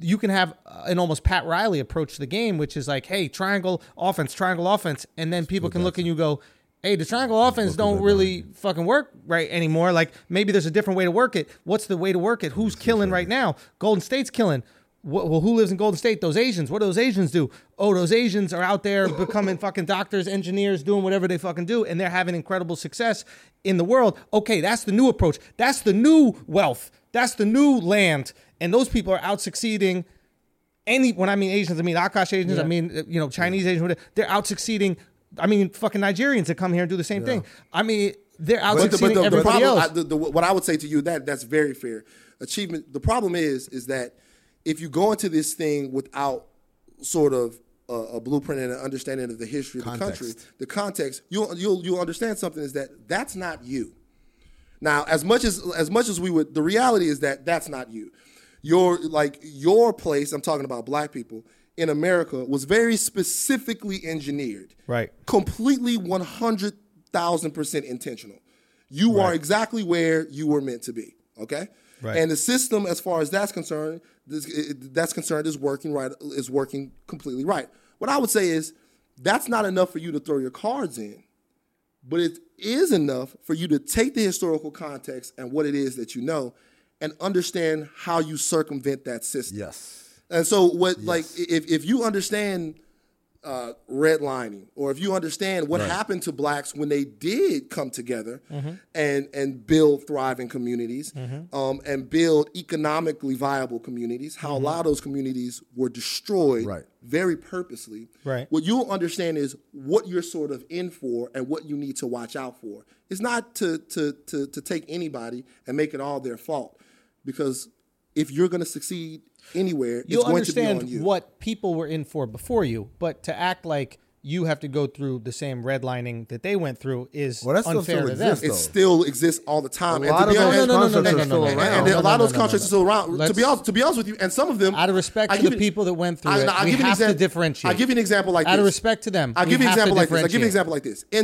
B: you can have uh, an almost Pat Riley approach to the game, which is like, hey, triangle offense, triangle offense, and then people can look and you go, hey, the triangle offense don't really fucking work right anymore. Like maybe there's a different way to work it. What's the way to work it? Who's killing right now? Golden State's killing. Wh- Well, who lives in Golden State? Those Asians. What do those Asians do? Oh, those Asians are out there becoming fucking doctors, engineers, doing whatever they fucking do, and they're having incredible success in the world. Okay, that's the new approach. That's the new wealth. That's the new land. And those people are out succeeding any when I mean Asians, I mean Akash Asians, I mean uh, you know Chinese Asians, whatever, they're out succeeding. I mean fucking Nigerians that come here and do the same thing. I mean they're out
C: But the, but
B: succeeding
C: the, the
B: everybody
C: problem,
B: else.
C: I, the, the, what I would say to you that that's very fair. Achievement. The problem is, is that if you go into this thing without sort of a, a blueprint and an understanding of the history of the country,
D: Context.
C: the context, you'll you'll you'll understand something is that that's not you. Now, as much as as much as we would, the reality is that that's not you. Your like your place. I'm talking about black people in America was very specifically engineered,
B: Right.
C: Completely 100,000 percent intentional. You are exactly where you were meant to be. Okay.
B: Right.
C: And the system, as far as that's concerned, this, it, that's concerned is working right. Is working completely right. What I would say is that's not enough for you to throw your cards in but it is enough for you to take the historical context and what it is that you know and understand how you circumvent that system.
D: Yes.
C: And so what like if if you understand uh, redlining or if you understand what happened to blacks when they did come together
D: Mm-hmm.
C: and and build thriving communities um, and build economically viable communities how a lot of those communities were destroyed
D: Mm-hmm. Right.
C: very purposely
B: Right.
C: what you'll understand is what you're sort of in for and what you need to watch out for it's not to to to, to take anybody and make it all their fault because if you're going to succeed anywhere
B: You'll
C: it's going to be
B: understand
C: on you
B: what people were in for before you, but to act like you have to go through the same redlining that they went through is
D: Well, that stuff
B: unfair
D: still
B: to them.
D: exists,
C: it
D: though.
C: still exists all the time. and
D: lot
C: to be
D: of
C: honest,
D: those No, no, no, no,
B: no, no,
D: concepts
B: no,
D: are still
B: no, no,
C: and
D: around.
C: there- a lot of
B: no,
C: those
B: no, no,
C: contracts
B: no.
C: are still around. to
B: Let's-
C: be honest, to be honest with you, and some of them,
B: Out of respect
C: I
B: to
C: give
B: the
C: you-
B: people that went through
C: I-
B: it,
C: I'll
B: we
C: give you an
B: have to
C: example-
B: differentiate.
C: I'll give you an example like
B: Out of
C: this.
B: respect to them,
C: I'll
B: we
C: give you an
B: have to
C: example like this. I'll give you
B: differentiate.
C: an example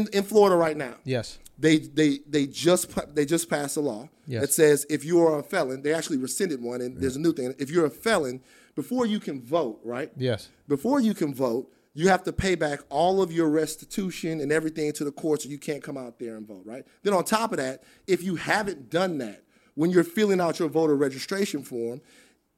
C: like this. In in Florida right now,
B: Yes.
C: they they they just pa- they just passed a law
B: Yes.
C: that says if you are a felon, they actually rescinded one, and there's a new thing. If you're a felon, before you can vote, right?
B: Yes.
C: Before you can vote, you have to pay back all of your restitution and everything to the courts, or you can't come out there and vote, right? Then on top of that, if you haven't done that when you're filling out your voter registration form,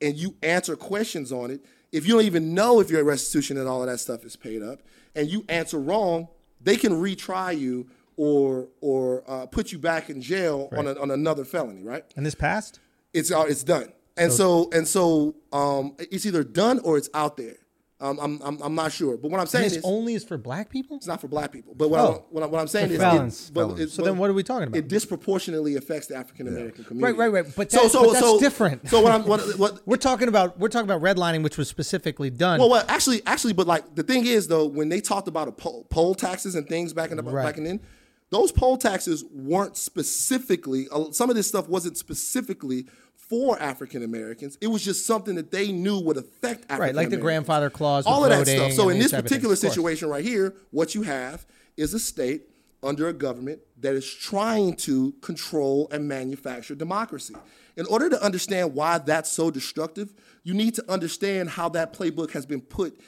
C: and you answer questions on it, if you don't even know if your restitution and all of that stuff is paid up, and you answer wrong, they can retry you or or uh, put you back in jail on a, on another felony, right?
B: And this passed?
C: it's out, it's done. And so, and so, um, it's either done or it's out there. Um, I'm, I'm, I'm not sure. But what I'm saying
B: This
C: is,
B: only is for black people?
C: it's not for black people. But what, I,
B: Oh.
C: what, I, what I'm saying is,
J: felons.
C: It, but it-
B: So then what are we talking about?
C: It disproportionately affects the African American community.
B: Right, right, right. But that- but that's different.
C: So what I'm, what, what,
B: We're talking about we're talking about redlining, which was specifically done.
C: well, well, actually, actually, but like the thing is though, when they talked about a poll, poll taxes and things back in the back and then, those poll taxes weren't specifically. uh, Some of this stuff wasn't specifically for African Americans. It was just something that they knew would affect African
B: right, like the
C: Americans.
B: grandfather clause,
C: all of
B: with
C: that
B: voting
C: stuff. So
B: and
C: in
B: these
C: this
B: type of
C: particular
B: things, of course.
C: situation right here, what you have is a state under a government that is trying to control and manufacture democracy. In order to understand why that's so destructive, you need to understand how that playbook has been put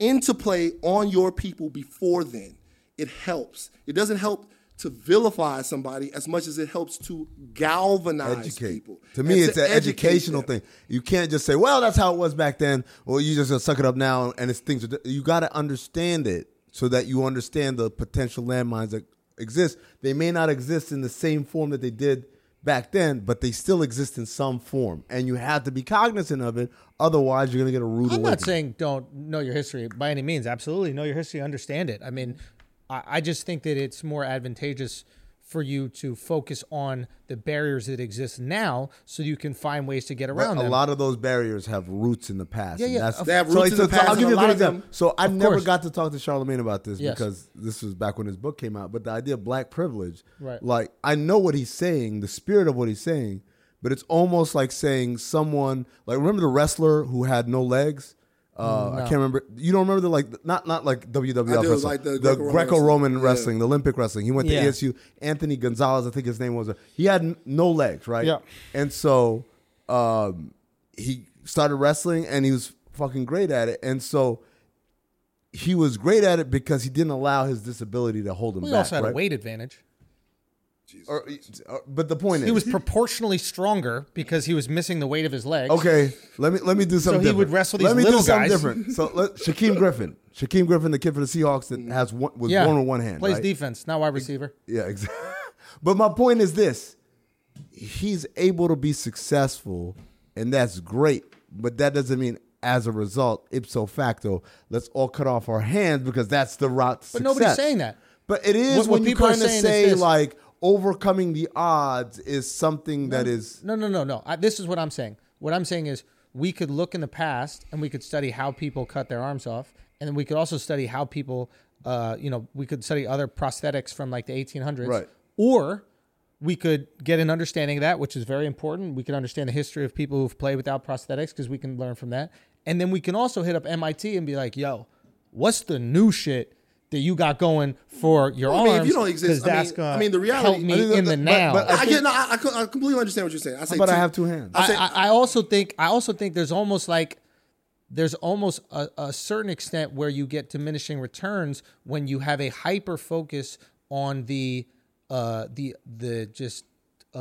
C: into play on your people before then. It helps. It doesn't help to vilify somebody as much as it helps to galvanize
D: educate
C: people.
D: To
C: and
D: me, it's an
C: educate
D: educational
C: them.
D: thing. You can't just say, "Well, that's how it was back then," or you just gonna suck it up now. And it's things that- you got to understand it so that you understand the potential landmines that exist. They may not exist in the same form that they did back then, but they still exist in some form, and you have to be cognizant of it. Otherwise, you're gonna get a rude.
B: I'm not
D: awakening.
B: saying don't know your history by any means. Absolutely, know your history, understand it. I mean, I, I just think that it's more advantageous for you to focus on the barriers that exist now, so you can find ways to get
D: But
B: around
D: a
B: them.
D: lot of those barriers have roots in the past.
B: Yeah,
D: and
B: yeah,
D: That's,
B: of They
C: have roots
D: it's-
C: in the past,
D: I'll
C: and
D: give
C: a
D: you a
C: lot
D: good
C: of them-
D: example. So I never
B: course.
D: got to talk to Charlemagne about this
B: Yes.
D: because this was back when his book came out. But the idea of black privilege,
B: Right.
D: like I know what he's saying, the spirit of what he's saying, but it's almost like saying someone like remember the wrestler who had no legs.
B: Mm,
D: Uh, I can't remember. You don't remember the like not not like WWF
C: I do,
D: wrestling,
C: like the
D: the
C: Greco-Roman
D: Greco-Roman
C: wrestling. Yeah.
D: wrestling, the Olympic wrestling. He went to E
B: Yeah.
D: ASU. Anthony Gonzalez, I think his name was. He had n- no legs, right?
B: Yeah.
D: And so um, he started wrestling and he was fucking great at it. And so he was great at it because he didn't allow his disability to hold him
B: we
D: back.
B: also had
D: right?
B: a weight advantage.
D: Or- or- but the point
B: He
D: is,
B: was proportionally stronger because he was missing the weight of his legs.
D: okay. Let me let me do something.
B: he would
D: different.
B: wrestle these
D: let me
B: little
D: do something
B: guys.
D: different. So let, Shaquem Griffin, Shaquem Griffin, the kid for the Seahawks that has one was
B: Yeah,
D: born with one hand,
B: Plays
D: right?
B: defense, not wide receiver.
D: Yeah, exactly. But my point is this: he's able to be successful, and that's great. But that doesn't mean, as a result, ipso facto, let's all cut off our hands because that's the route. To
B: But nobody's
D: success.
B: saying that.
D: But it is
B: What- what
D: when you
B: people are
D: kind of
B: saying is
D: say
B: this.
D: like overcoming the odds is something that is
B: No, no, no, no. I, this is what I'm saying. What I'm saying is we could look in the past and we could study how people cut their arms off, and then we could also study how people, uh, you know, we could study other prosthetics from like the 1800s,
D: Right.
B: Or we could get an understanding of that, which is very important. We can understand the history of people who've played without prosthetics because we can learn from that, and then we can also hit up MIT and be like, "Yo, what's the new shit?" That you got going for your
C: I mean, if
B: arms,
C: you don't exist-
B: 'Cause
C: I mean-
B: that's gonna
C: I mean, the reality-
B: help me
C: I
D: mean,
B: in
D: the-
B: the
D: but-
B: now.
D: but
C: I, get, no, I, I co- I completely understand what you're saying. I say
D: But I
C: two-
D: have two hands.
C: I say,
B: I, I also think I also think there's almost like there's almost a, a certain extent where you get diminishing returns when you have a hyper focus on the uh the the just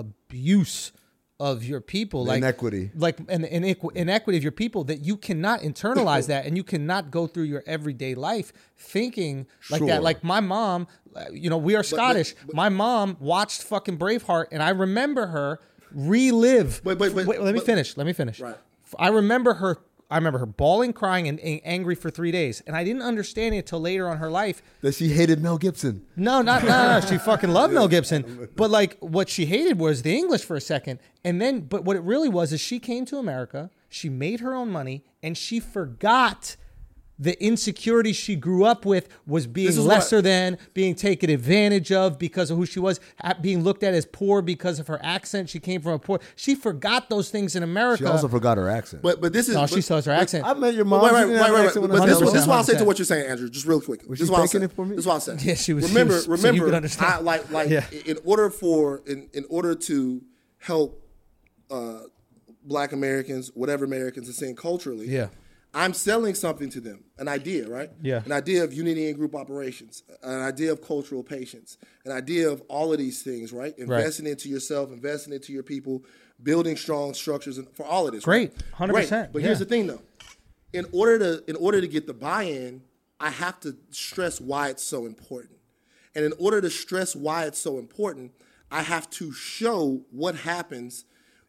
B: abuse of your people like
D: inequity.
B: like an inequ- inequity of your people that you cannot internalize that and you cannot go through your everyday life thinking like
D: Sure.
B: that like my mom uh, you know we are Scottish my mom watched fucking Braveheart and I remember her relive
C: But- but- but-
B: Wait, let me
C: but-
B: finish. Let me finish.
C: Right.
B: F- I remember her. I remember her bawling, crying, and, and angry for three days. And I didn't understand it till later on her life.
D: that she hated Mel Gibson.
B: No, not no, no. She fucking loved Mel Gibson. But like, what she hated was the English for a second, and then, but what it really was is she came to America. She made her own money, and she forgot the insecurity she grew up with was being
C: is what-
B: lesser than, being taken advantage of because of who she was, at- being looked at as poor because of her accent. She came from a poor. She forgot those things in America.
D: She also forgot her accent.
C: but, but this is.
B: no,
C: but,
B: she still has her accent.
D: I met your
C: But
D: mom.
C: wait,
D: she
C: wait,
D: didn't
C: wait,
D: have an
C: wait,
D: accent
C: wait.
D: when I
C: But
D: met
C: this,
D: her.
C: this is why I say to
B: 100%.
C: what you're saying, Andrew, just real quick.
D: Was
C: this
D: she
C: is why I
D: faking
C: said.
D: it for me?
C: This is why I said.
B: Yeah, she was- she
C: Remember,
B: was- so you
C: remember.
B: could understand.
C: I, like, like
B: Yeah.
C: in order for in in order to help uh, Black Americans, whatever Americans are saying culturally,
B: Yeah.
C: I'm selling something to them, an idea, right?
B: Yeah.
C: An idea of unity and group operations, an idea of cultural patience, an idea of all of these things, right? Investing into yourself, investing into your people, building strong structures, and for all of this.
B: Great.
C: right?
B: 100%,
C: But here's
B: yeah.
C: the thing, though. In order to in order to get the buy-in, I have to stress why it's so important. And in order to stress why it's so important, I have to show what happens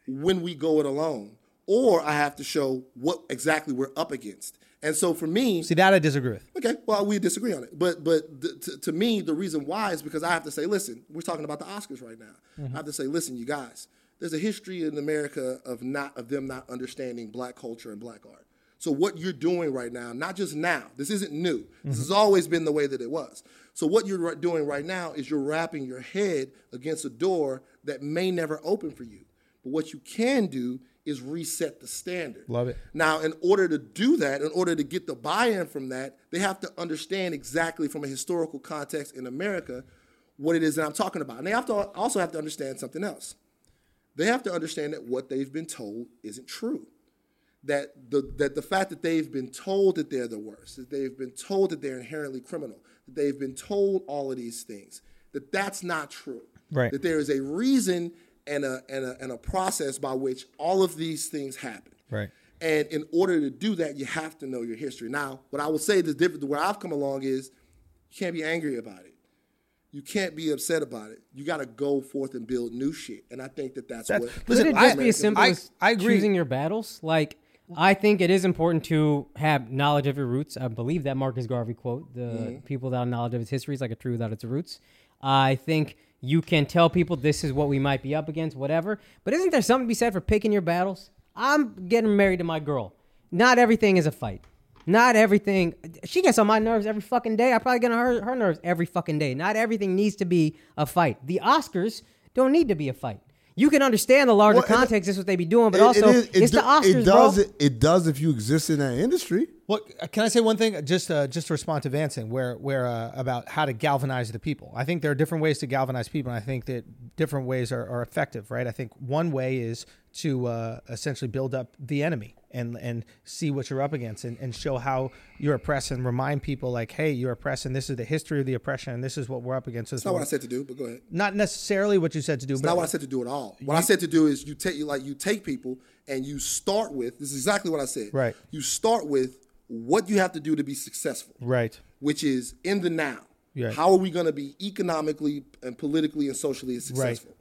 C: when we go it alone, or I have to show what exactly we're up against. And so for me,
B: See that I disagree with.
C: Okay, well, we disagree on it. But but th- to, to me, the reason why is because I have to say, listen, we're talking about the Oscars right now. I have to say, listen, you guys, there's a history in America of not of them not understanding black culture and black art. So what you're doing right now, not just now, this isn't new. This has always been the way that it was. So what you're ri- doing right now is you're wrapping your head against a door that may never open for you. But what you can do is reset the standard.
B: Love it.
C: Now, in order to do that, in order to get the buy-in from that, they have to understand exactly from a historical context in America what it is that I'm talking about. And they have to also have to understand something else. They have to understand that what they've been told isn't true. That the that the fact that they've been told that they're the worst, that they've been told that they're inherently criminal, that they've been told all of these things, that that's not true.
B: Right.
C: That there is a reason and a and a and a process by which all of these things happen.
B: Right.
C: And in order to do that, you have to know your history. Now, what I would say the difference where I've come along is you can't be angry about it. You can't be upset about it. You got to go forth and build new shit. And I think that that's, what.
B: listen,
E: Could it
B: I-
E: just be as simple
B: I-
E: as
B: I agree.
E: choosing your battles? Like, I think it is important to have knowledge of your roots. I believe that Marcus Garvey quote: "The
D: Mm-hmm.
E: people without knowledge of its history is like a tree without its roots." I think you can tell people this is what we might be up against, whatever. But isn't there something to be said for picking your battles? I'm getting married to my girl. Not everything is a fight. Not everything. She gets on my nerves every fucking day. I probably get on her, her nerves every fucking day. Not everything needs to be a fight. The Oscars don't need to be a fight. You can understand the larger
D: Well, and-
E: context. This is what they be doing, but
D: It- it
E: also
D: is- it
E: it's
D: do-
E: the Oscars,
D: It does.
E: bro.
D: It, it does if you exist in that industry.
B: What uh, can I say? One thing, just uh, just to respond to Vancing, where where uh, about how to galvanize the people. I think there are different ways to galvanize people, and I think that different ways are, are effective, right? I think one way is to uh, essentially build up the enemy and and see what you're up against and, and show how you're oppressed and remind people like, hey, you're oppressed, and this is the history of the oppression, and this is what we're up against. This
C: That's not what I
B: is
C: said to do, but go ahead.
B: not necessarily what you said to do, but
C: Not what I said to do at all. What I said to do is you take you like you take people and you start with this is exactly what I said.
B: Right.
C: You start with what you have to do to be successful.
B: right.
C: Which is in the now.
B: Yeah.
C: How are we going to be economically and politically and socially successful?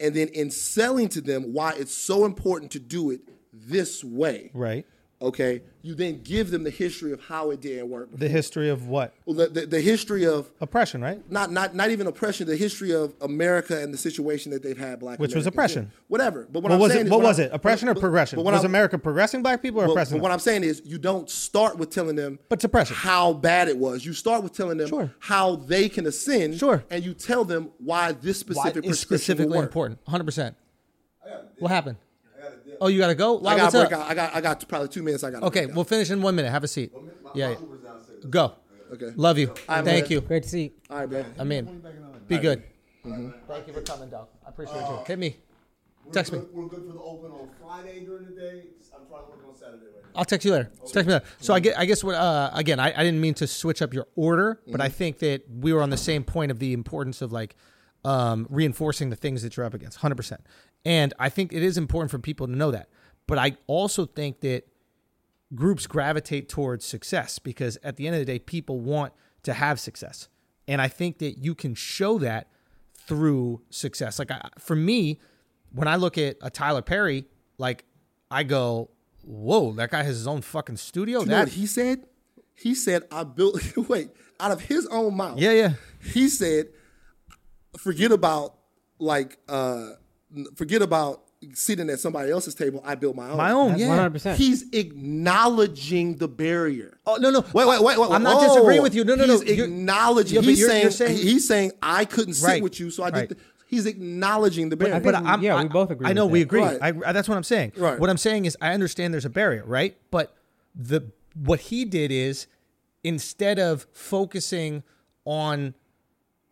C: And then in selling to them why it's so important to do it this way.
B: Right.
C: Okay, you then give them the history of how it didn't work.
B: The history of what?
C: Well, The, the, the history of
B: Oppression, right?
C: not not not even oppression, the history of America and the situation that they've had black
B: Which was
C: Americans in.
B: oppression.
C: Whatever. But what,
B: What
C: I'm
B: was
C: saying
B: it?
C: is-
B: What
C: I'm-
B: was it? Oppression or
C: but-
B: progression?
C: but what
B: was
C: I'm-
B: America progressing black people or
C: but-
B: oppressing?
C: But what
B: them?
C: I'm saying is, you don't start with telling them
B: But it's oppression.
C: how bad it was. You start with telling them
B: Sure.
C: how they can ascend,
B: Sure.
C: and you tell them why this
B: Why
C: specific
B: is
C: prescription
B: specifically
C: will work.
B: important? 100. percent What happened? Oh, you gotta go. Why,
C: I got
B: what's
C: break
B: up?
C: out. I got I got probably two minutes. I got
B: Okay, we'll finish in one minute. Have a seat. Yeah, yeah. go.
C: Okay.
B: Love you. Thank
C: man.
B: you.
E: Great to see. you.
C: all right, man.
B: I'm in. Be good. Thank you for coming, dog. I appreciate you. Hit me. Text me.
F: We're good for the open on Friday during the day. I'm trying to work on Saturday right
B: I'll text you later. Text me later. So I get, I guess what? Uh, again, I, I didn't mean to switch up your order, but I think that we were on the same point of the importance of like um, reinforcing the things that you're up against, hundred percent. And I think it is important for people to know that. But I also think that groups gravitate towards success because at the end of the day, people want to have success. And I think that you can show that through success. Like I, for me, when I look at a Tyler Perry, like I go, whoa, that guy has his own fucking studio.
C: You know
B: that
C: what he said? He said, "I built." wait, out of his own mouth.
B: yeah, yeah.
C: he said, "Forget about like uh forget about sitting at somebody else's table. I built my own.
B: My own,
E: One
B: yeah.
E: hundred percent.
C: He's acknowledging the barrier.
B: Oh no, no.
C: Wait, wait, wait, wait.
B: I'm not
C: whoa.
B: disagreeing with you. No, no, no.
C: he's
B: You're-
C: acknowledging.
B: Yeah, but
C: he's
B: you're-
C: saying,
B: you're saying-
C: he's saying I couldn't sit
B: Right,
C: with you, so I
B: right.
C: did. th- He's acknowledging the barrier.
B: but
E: think we-
B: I'm,
E: yeah,
B: I,
E: we both agree
B: I
E: with
B: know we
E: that.
B: agree.
C: Right.
B: I, I- that's what I'm saying.
C: Right.
B: What I'm saying is I understand there's a barrier, right? But the what he did is instead of focusing on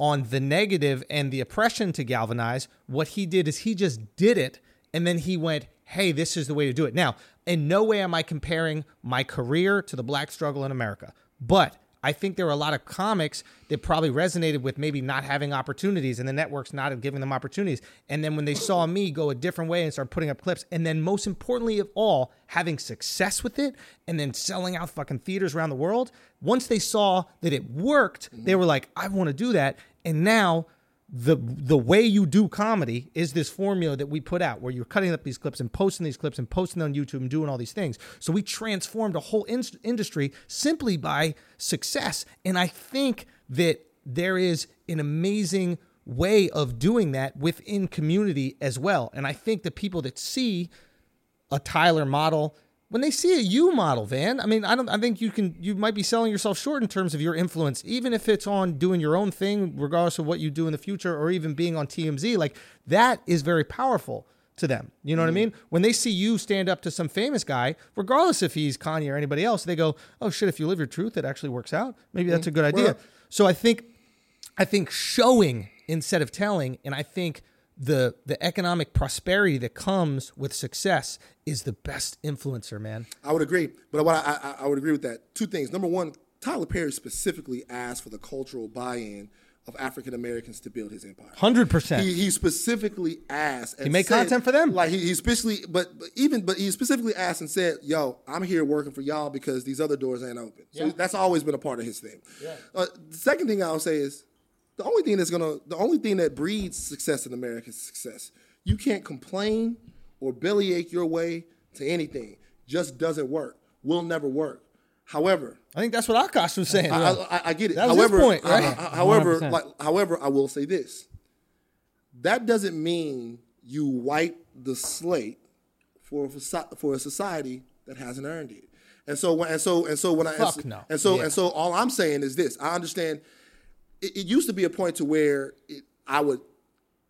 B: on the negative and the oppression to galvanize, what he did is he just did it and then he went, "Hey, this is the way to do it." Now, in no way am I comparing my career to the black struggle in America, but I think there were a lot of comics that probably resonated with maybe not having opportunities and the networks not giving them opportunities. And then when they saw me go a different way and start putting up clips, and then most importantly of all, having success with it and then selling out fucking theaters around the world, once they saw that it worked, they were like, I want to do that. And now the the way you do comedy is this formula that we put out where you're cutting up these clips and posting these clips and posting them on YouTube and doing all these things. So we transformed a whole in- industry simply by success and I think that there is an amazing way of doing that within community as well. And I think the people that see a Tyler model when they see a you model, Van. I mean, I don't. I think you can. You might be selling yourself short in terms of your influence, even if it's on doing your own thing, regardless of what you do in the future, or even being on TMZ. Like that is very powerful to them. You know what I mean? When they see you stand up to some famous guy, regardless if he's Kanye or anybody else, they go, "Oh shit! If you live your truth, it actually works out. Maybe that's a good idea." So I think I think showing instead of telling, and I think the the economic prosperity that comes with success is the best influencer, man.
C: I would agree, but what I, I I would agree with that. Two things. Number one, Tyler Perry specifically asked for the cultural buy-in of African Americans to build his empire.
B: Hundred percent.
C: He, he specifically asked. And he
B: made content for them.
C: Like he, he specifically, but, but even but he specifically asked and said, "Yo, I'm here working for y'all because these other doors ain't open." So that's always been a part of his thing. Uh, the second thing I'll say is the only thing that's gonna the only thing that breeds success in America is success. You can't complain or bellyache your way to anything. Just doesn't work. Will never work. However,
B: I think that's what Akash was saying.
C: I, I, I get it.
B: That was his
C: however,
B: point, right?
C: I- I- however,
E: 100%.
C: like, however, I will say this: that doesn't mean you wipe the slate for for, so- for a society that hasn't earned it. And so when and so and so when I
B: Fuck
C: and so,
B: no.
C: and so
B: Yeah.
C: and so all I'm saying is this: I understand. It, it used to be a point to where it, I would.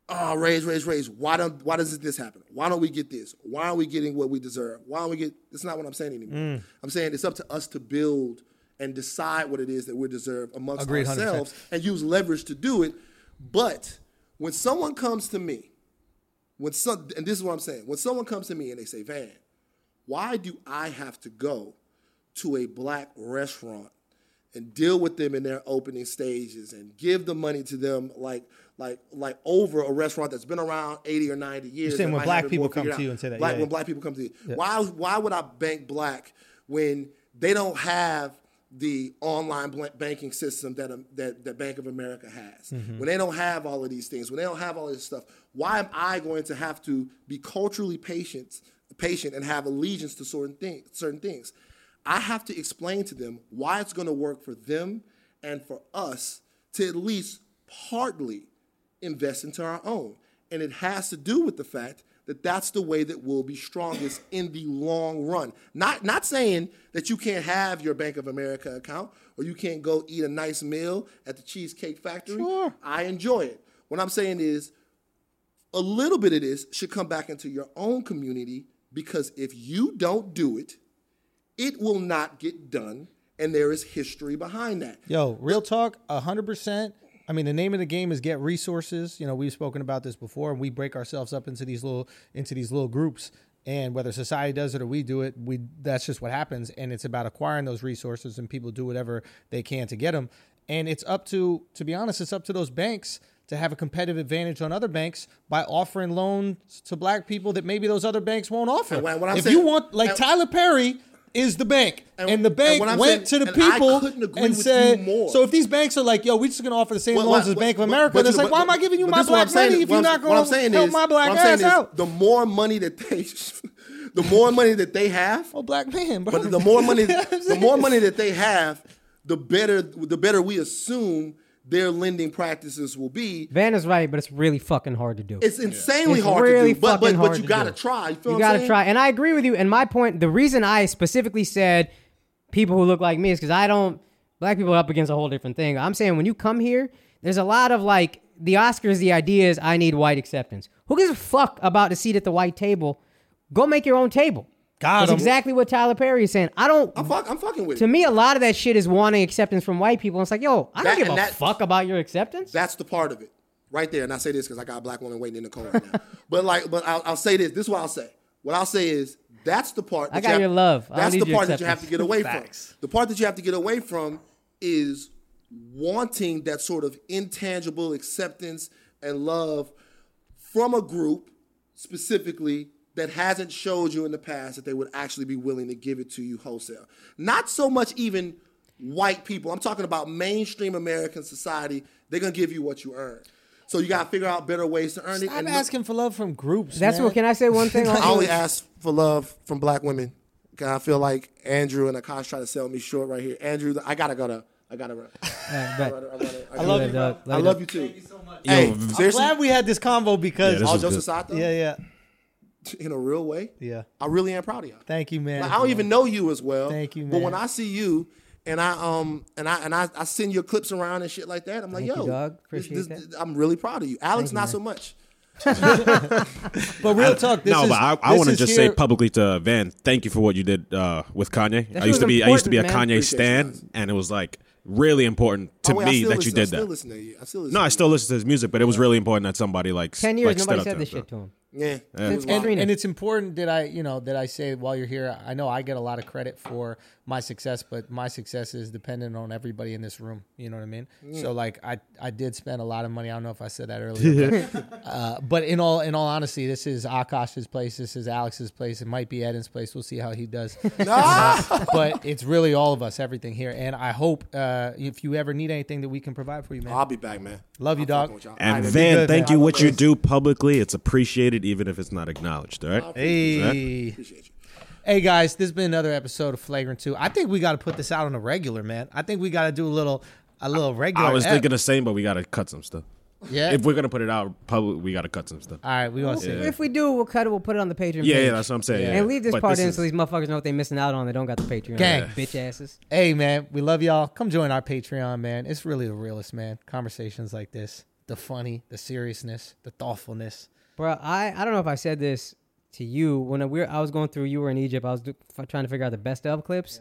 C: Oh, raise, raise, raise. Why don't why doesn't this happen? Why don't we get this? Why aren't we getting what we deserve? Why don't we get it's not what I'm saying anymore. I'm saying it's up to us to build and decide what it is that we deserve amongst
B: Agreed, 100%.
C: ourselves and use leverage to do it. But when someone comes to me, when some and this is what I'm saying, when someone comes to me and they say, Van, why do I have to go to a black restaurant and deal with them in their opening stages and give the money to them like like like over a restaurant that's been around 80 or 90 years.
B: saying
C: that
B: when
C: might
B: black
C: have it
B: people
C: more
B: come
C: figured
B: to you
C: out.
B: and say that,
C: Black,
B: yeah,
C: when
B: yeah.
C: black people come to you. Why why would I bank black when they don't have the online bl- banking system that, um, that that Bank of America has. When they don't have all of these things, when they don't have all this stuff, why am I going to have to be culturally patient patient and have allegiance to certain things. Certain things. I have to explain to them why it's going to work for them and for us to at least partly invest into our own. And it has to do with the fact that that's the way that we'll be strongest in the long run. Not not saying that you can't have your Bank of America account or you can't go eat a nice meal at the Cheesecake Factory. Sure. I enjoy it. What I'm saying is a little bit of this should come back into your own community because if you don't do it, it will not get done. And there is history behind that.
B: Yo, real talk, 100%. I mean, the name of the game is get resources. You know, we've spoken about this before, and we break ourselves up into these little into these little groups. And whether society does it or we do it, we that's just what happens. And it's about acquiring those resources, and people do whatever they can to get them. And it's up to, to be honest, it's up to those banks to have a competitive advantage on other banks by offering loans to black people that maybe those other banks won't offer.
C: And when- when I'm
B: if
C: saying-
B: you want, like
C: and-
B: Tyler Perry is the bank, and,
C: And-
B: the
C: and
B: bank
C: what I'm
B: went
C: saying-
B: to the
C: and I
B: people
C: couldn't agree
B: and
C: with you
B: said,
C: more.
B: "So if these banks are like, yo, we're just gonna offer the same
C: Well,
B: loans
C: well,
B: as Bank of
C: well,
B: America,"
C: but-
B: and it's
C: but-
B: like, why am I giving you
C: but
B: my
C: this is what
B: black
C: I'm saying
B: money
C: is-
B: if
C: what
B: you're
C: I'm-
B: not
C: what I'm
B: gonna
C: saying
B: help
C: is-
B: my
C: what
B: black
C: I'm saying
B: ass
C: is
B: out?
C: The more money that they, the more money that they have,
B: Oh, black man, bro.
C: but the more money, the more money that they have, the better, the better we assume their lending practices will be.
E: Van is right, but it's really fucking hard to do.
C: It's insanely
E: It's
C: hard
E: really
C: to do, but but,
E: fucking
C: but
E: hard
C: you
E: to
C: gotta
E: do.
C: try. You, feel
E: you
C: what I'm
E: gotta
C: saying?
E: try. And I agree with you. And my point, the reason I specifically said people who look like me is because I don't. Black people are up against a whole different thing. I'm saying when you come here, there's a lot of like the Oscars. The idea is I need white acceptance. Who gives a fuck about a seat at the white table? Go make your own table.
B: Got
E: That's
B: him.
E: exactly what Tyler Perry is saying. I don't.
C: I'm, fuck, I'm fucking with
E: to
C: it.
E: me, a lot of that shit is wanting acceptance from white people. It's like, yo, I don't
C: That-
E: give
C: and
E: a
C: that-
E: fuck about your acceptance.
C: That's the part of it, right there. And I say this because I got a black woman waiting in the car right now. but like, but I'll, I'll say this. This is what I'll say. What I'll say is that's the part. That
E: I
C: you
E: got
C: have-
E: your love. I
C: That's
E: need
C: the
E: your
C: part that you have
E: acceptance.
C: to get away from. The part that you have to get away from is wanting that sort of intangible acceptance and love from a group specifically that hasn't showed you in the past that they would actually be willing to give it to you wholesale. Not so much even white people. I'm talking about mainstream American society. They're gonna give you what you earn. So you gotta figure out better ways to earn it.
B: I'm
C: look-
B: asking for love from groups.
E: That's
B: man.
E: what. Can I say one thing?
C: I only ask for love from black women. 'Cause I feel like Andrew and Akash try to sell me short right here. Andrew, I gotta go to. I gotta run. I, gotta- I gotta- I
E: love
C: gotta-
E: you, dog.
C: I
E: Love you,
C: love
E: dog.
C: you too.
F: Yo,
C: Hey,
F: v-
C: seriously,
B: Glad we had this convo
F: Yeah,
B: because
F: this
C: all
F: was
C: jokes
F: good.
C: aside, though,
B: yeah, yeah,
C: in a real way,
B: yeah.
C: I really am proud of y'all.
B: Thank you, man.
C: Like, I don't even know you as well.
B: Thank you,
C: But
B: man.
C: when I see you and I um and I and I, I send your clips around and shit like that, I'm like,
E: Thank
C: yo,
E: you, dog.
C: this-
E: Appreciate
C: this- I'm really proud of you. Alex, not so much.
B: But real talk, this
F: no,
B: is,
F: but I, I
B: this
F: want to
B: is
F: just
B: here-
F: say publicly to Van, thank you for what you did uh, with Kanye. I
E: shit was
F: used to be I used to be a
E: important,
F: Kanye
E: man.
C: Appreciate
F: stan, and it was like really important to
C: Oh, wait, I
F: me
C: still
F: that
C: listen,
F: you did
C: I still
F: that.
C: Listen to you. I still listen
F: No,
C: to
F: I
C: you.
F: still listen to his music, but it was really important that somebody like
E: Ten years,
F: like, stood
E: nobody
F: up
E: said this
F: to him,
E: shit to him.
C: Yeah.
E: Since
B: and,
E: Katrina.
B: and it's important that I, you know, that I say while you're here, I know I get a lot of credit for my success, but my success is dependent on everybody in this room. You know what I mean? So like, I I did spend a lot of money. I don't know if I said that earlier, but, uh, but in all in all honesty, this is Akash's place. This is Alex's place. It might be Eden's place. We'll see how he does. Uh, but it's really all of us, everything here. And I hope uh, if you ever need anything that we can provide for you, man.
C: I'll be back, man.
B: Love you,
C: I'm
B: dog.
C: fucking with y'all. All right,
F: And
C: man.
F: Van,
B: good,
F: thank
B: man.
F: you what you do publicly. It's appreciated even if it's not acknowledged. All right.
B: Hey.
C: Appreciate you.
B: Hey guys, this has been another episode of Flagrant Two. I think we got to put this out on a regular, man. I think we got to do a little, a little regular.
F: I was
B: ep.
F: thinking the same, but we gotta cut some stuff.
B: yeah.
F: If we're gonna put it out public, we gotta cut some stuff.
B: All right, we want to see.
E: If we do, we'll cut it. We'll put it on the Patreon.
F: Yeah,
E: page.
F: yeah, that's what I'm saying. yeah.
E: And leave this
F: But
E: part in
F: is-
E: so these motherfuckers know what they're missing out on. They don't got the Patreon.
B: Gang.
E: bitch asses.
B: Hey man, we love y'all. Come join our Patreon, man. It's really the realest, man. Conversations like this, the funny, the seriousness, the thoughtfulness.
E: Bro, I, I don't know if I said this to you when we were, I was going through. You were in Egypt. I was do, f- trying to figure out the best of clips.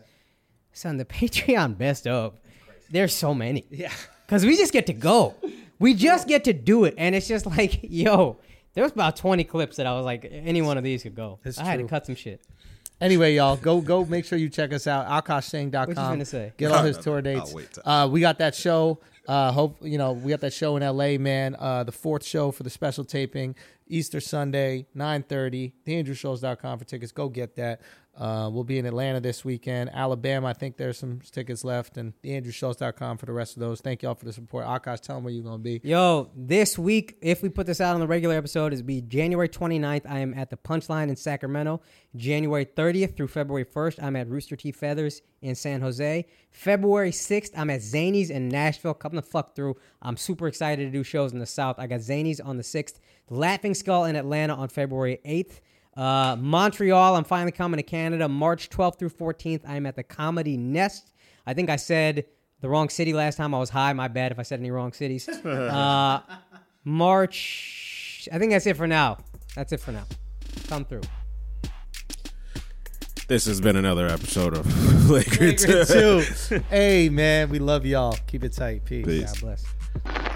E: Son, the Patreon best of. There's so many. Yeah. Cause we just get to go. We just get to do it, and it's just like, yo, there was about 20 clips that I was like, any one of these could go. I had to
B: true.
E: cut some shit.
B: Anyway, y'all, go go make sure you check us out. AkashSang.com.
E: What you finna say?
B: Get all his tour dates.
F: wait.
B: Uh, we got that show. Uh, hope you know we got that show in L.A. Man, uh, the fourth show for the special taping, Easter Sunday, nine thirty. TheAndrewShows.com for tickets. Go get that. Uh, we'll be in Atlanta this weekend, Alabama. I think there's some tickets left, and TheAndrewShows.com for the rest of those. Thank y'all for the support. Akash, tell them where you're gonna be.
E: Yo, this week, if we put this out on the regular episode, it'll be January 29th. I am at the Punchline in Sacramento. January 30th through February 1st, I'm at Rooster Teeth Feathers in San Jose. February 6th, I'm at Zanies in Nashville. Come the fuck through. I'm super excited to do shows in the South. I got Zanies on the 6th, Laughing Skull in Atlanta on February 8th. Uh, Montreal, I'm finally coming to Canada. March 12th through 14th, I'm at the Comedy Nest. I think I said the wrong city last time. I was high. My bad if I said any wrong cities. uh, March. I think that's it for now. That's it for now. Come through.
F: This has been another episode of Laker
B: Two. hey man, we love y'all. Keep it tight. Peace.
F: Peace.
E: God bless.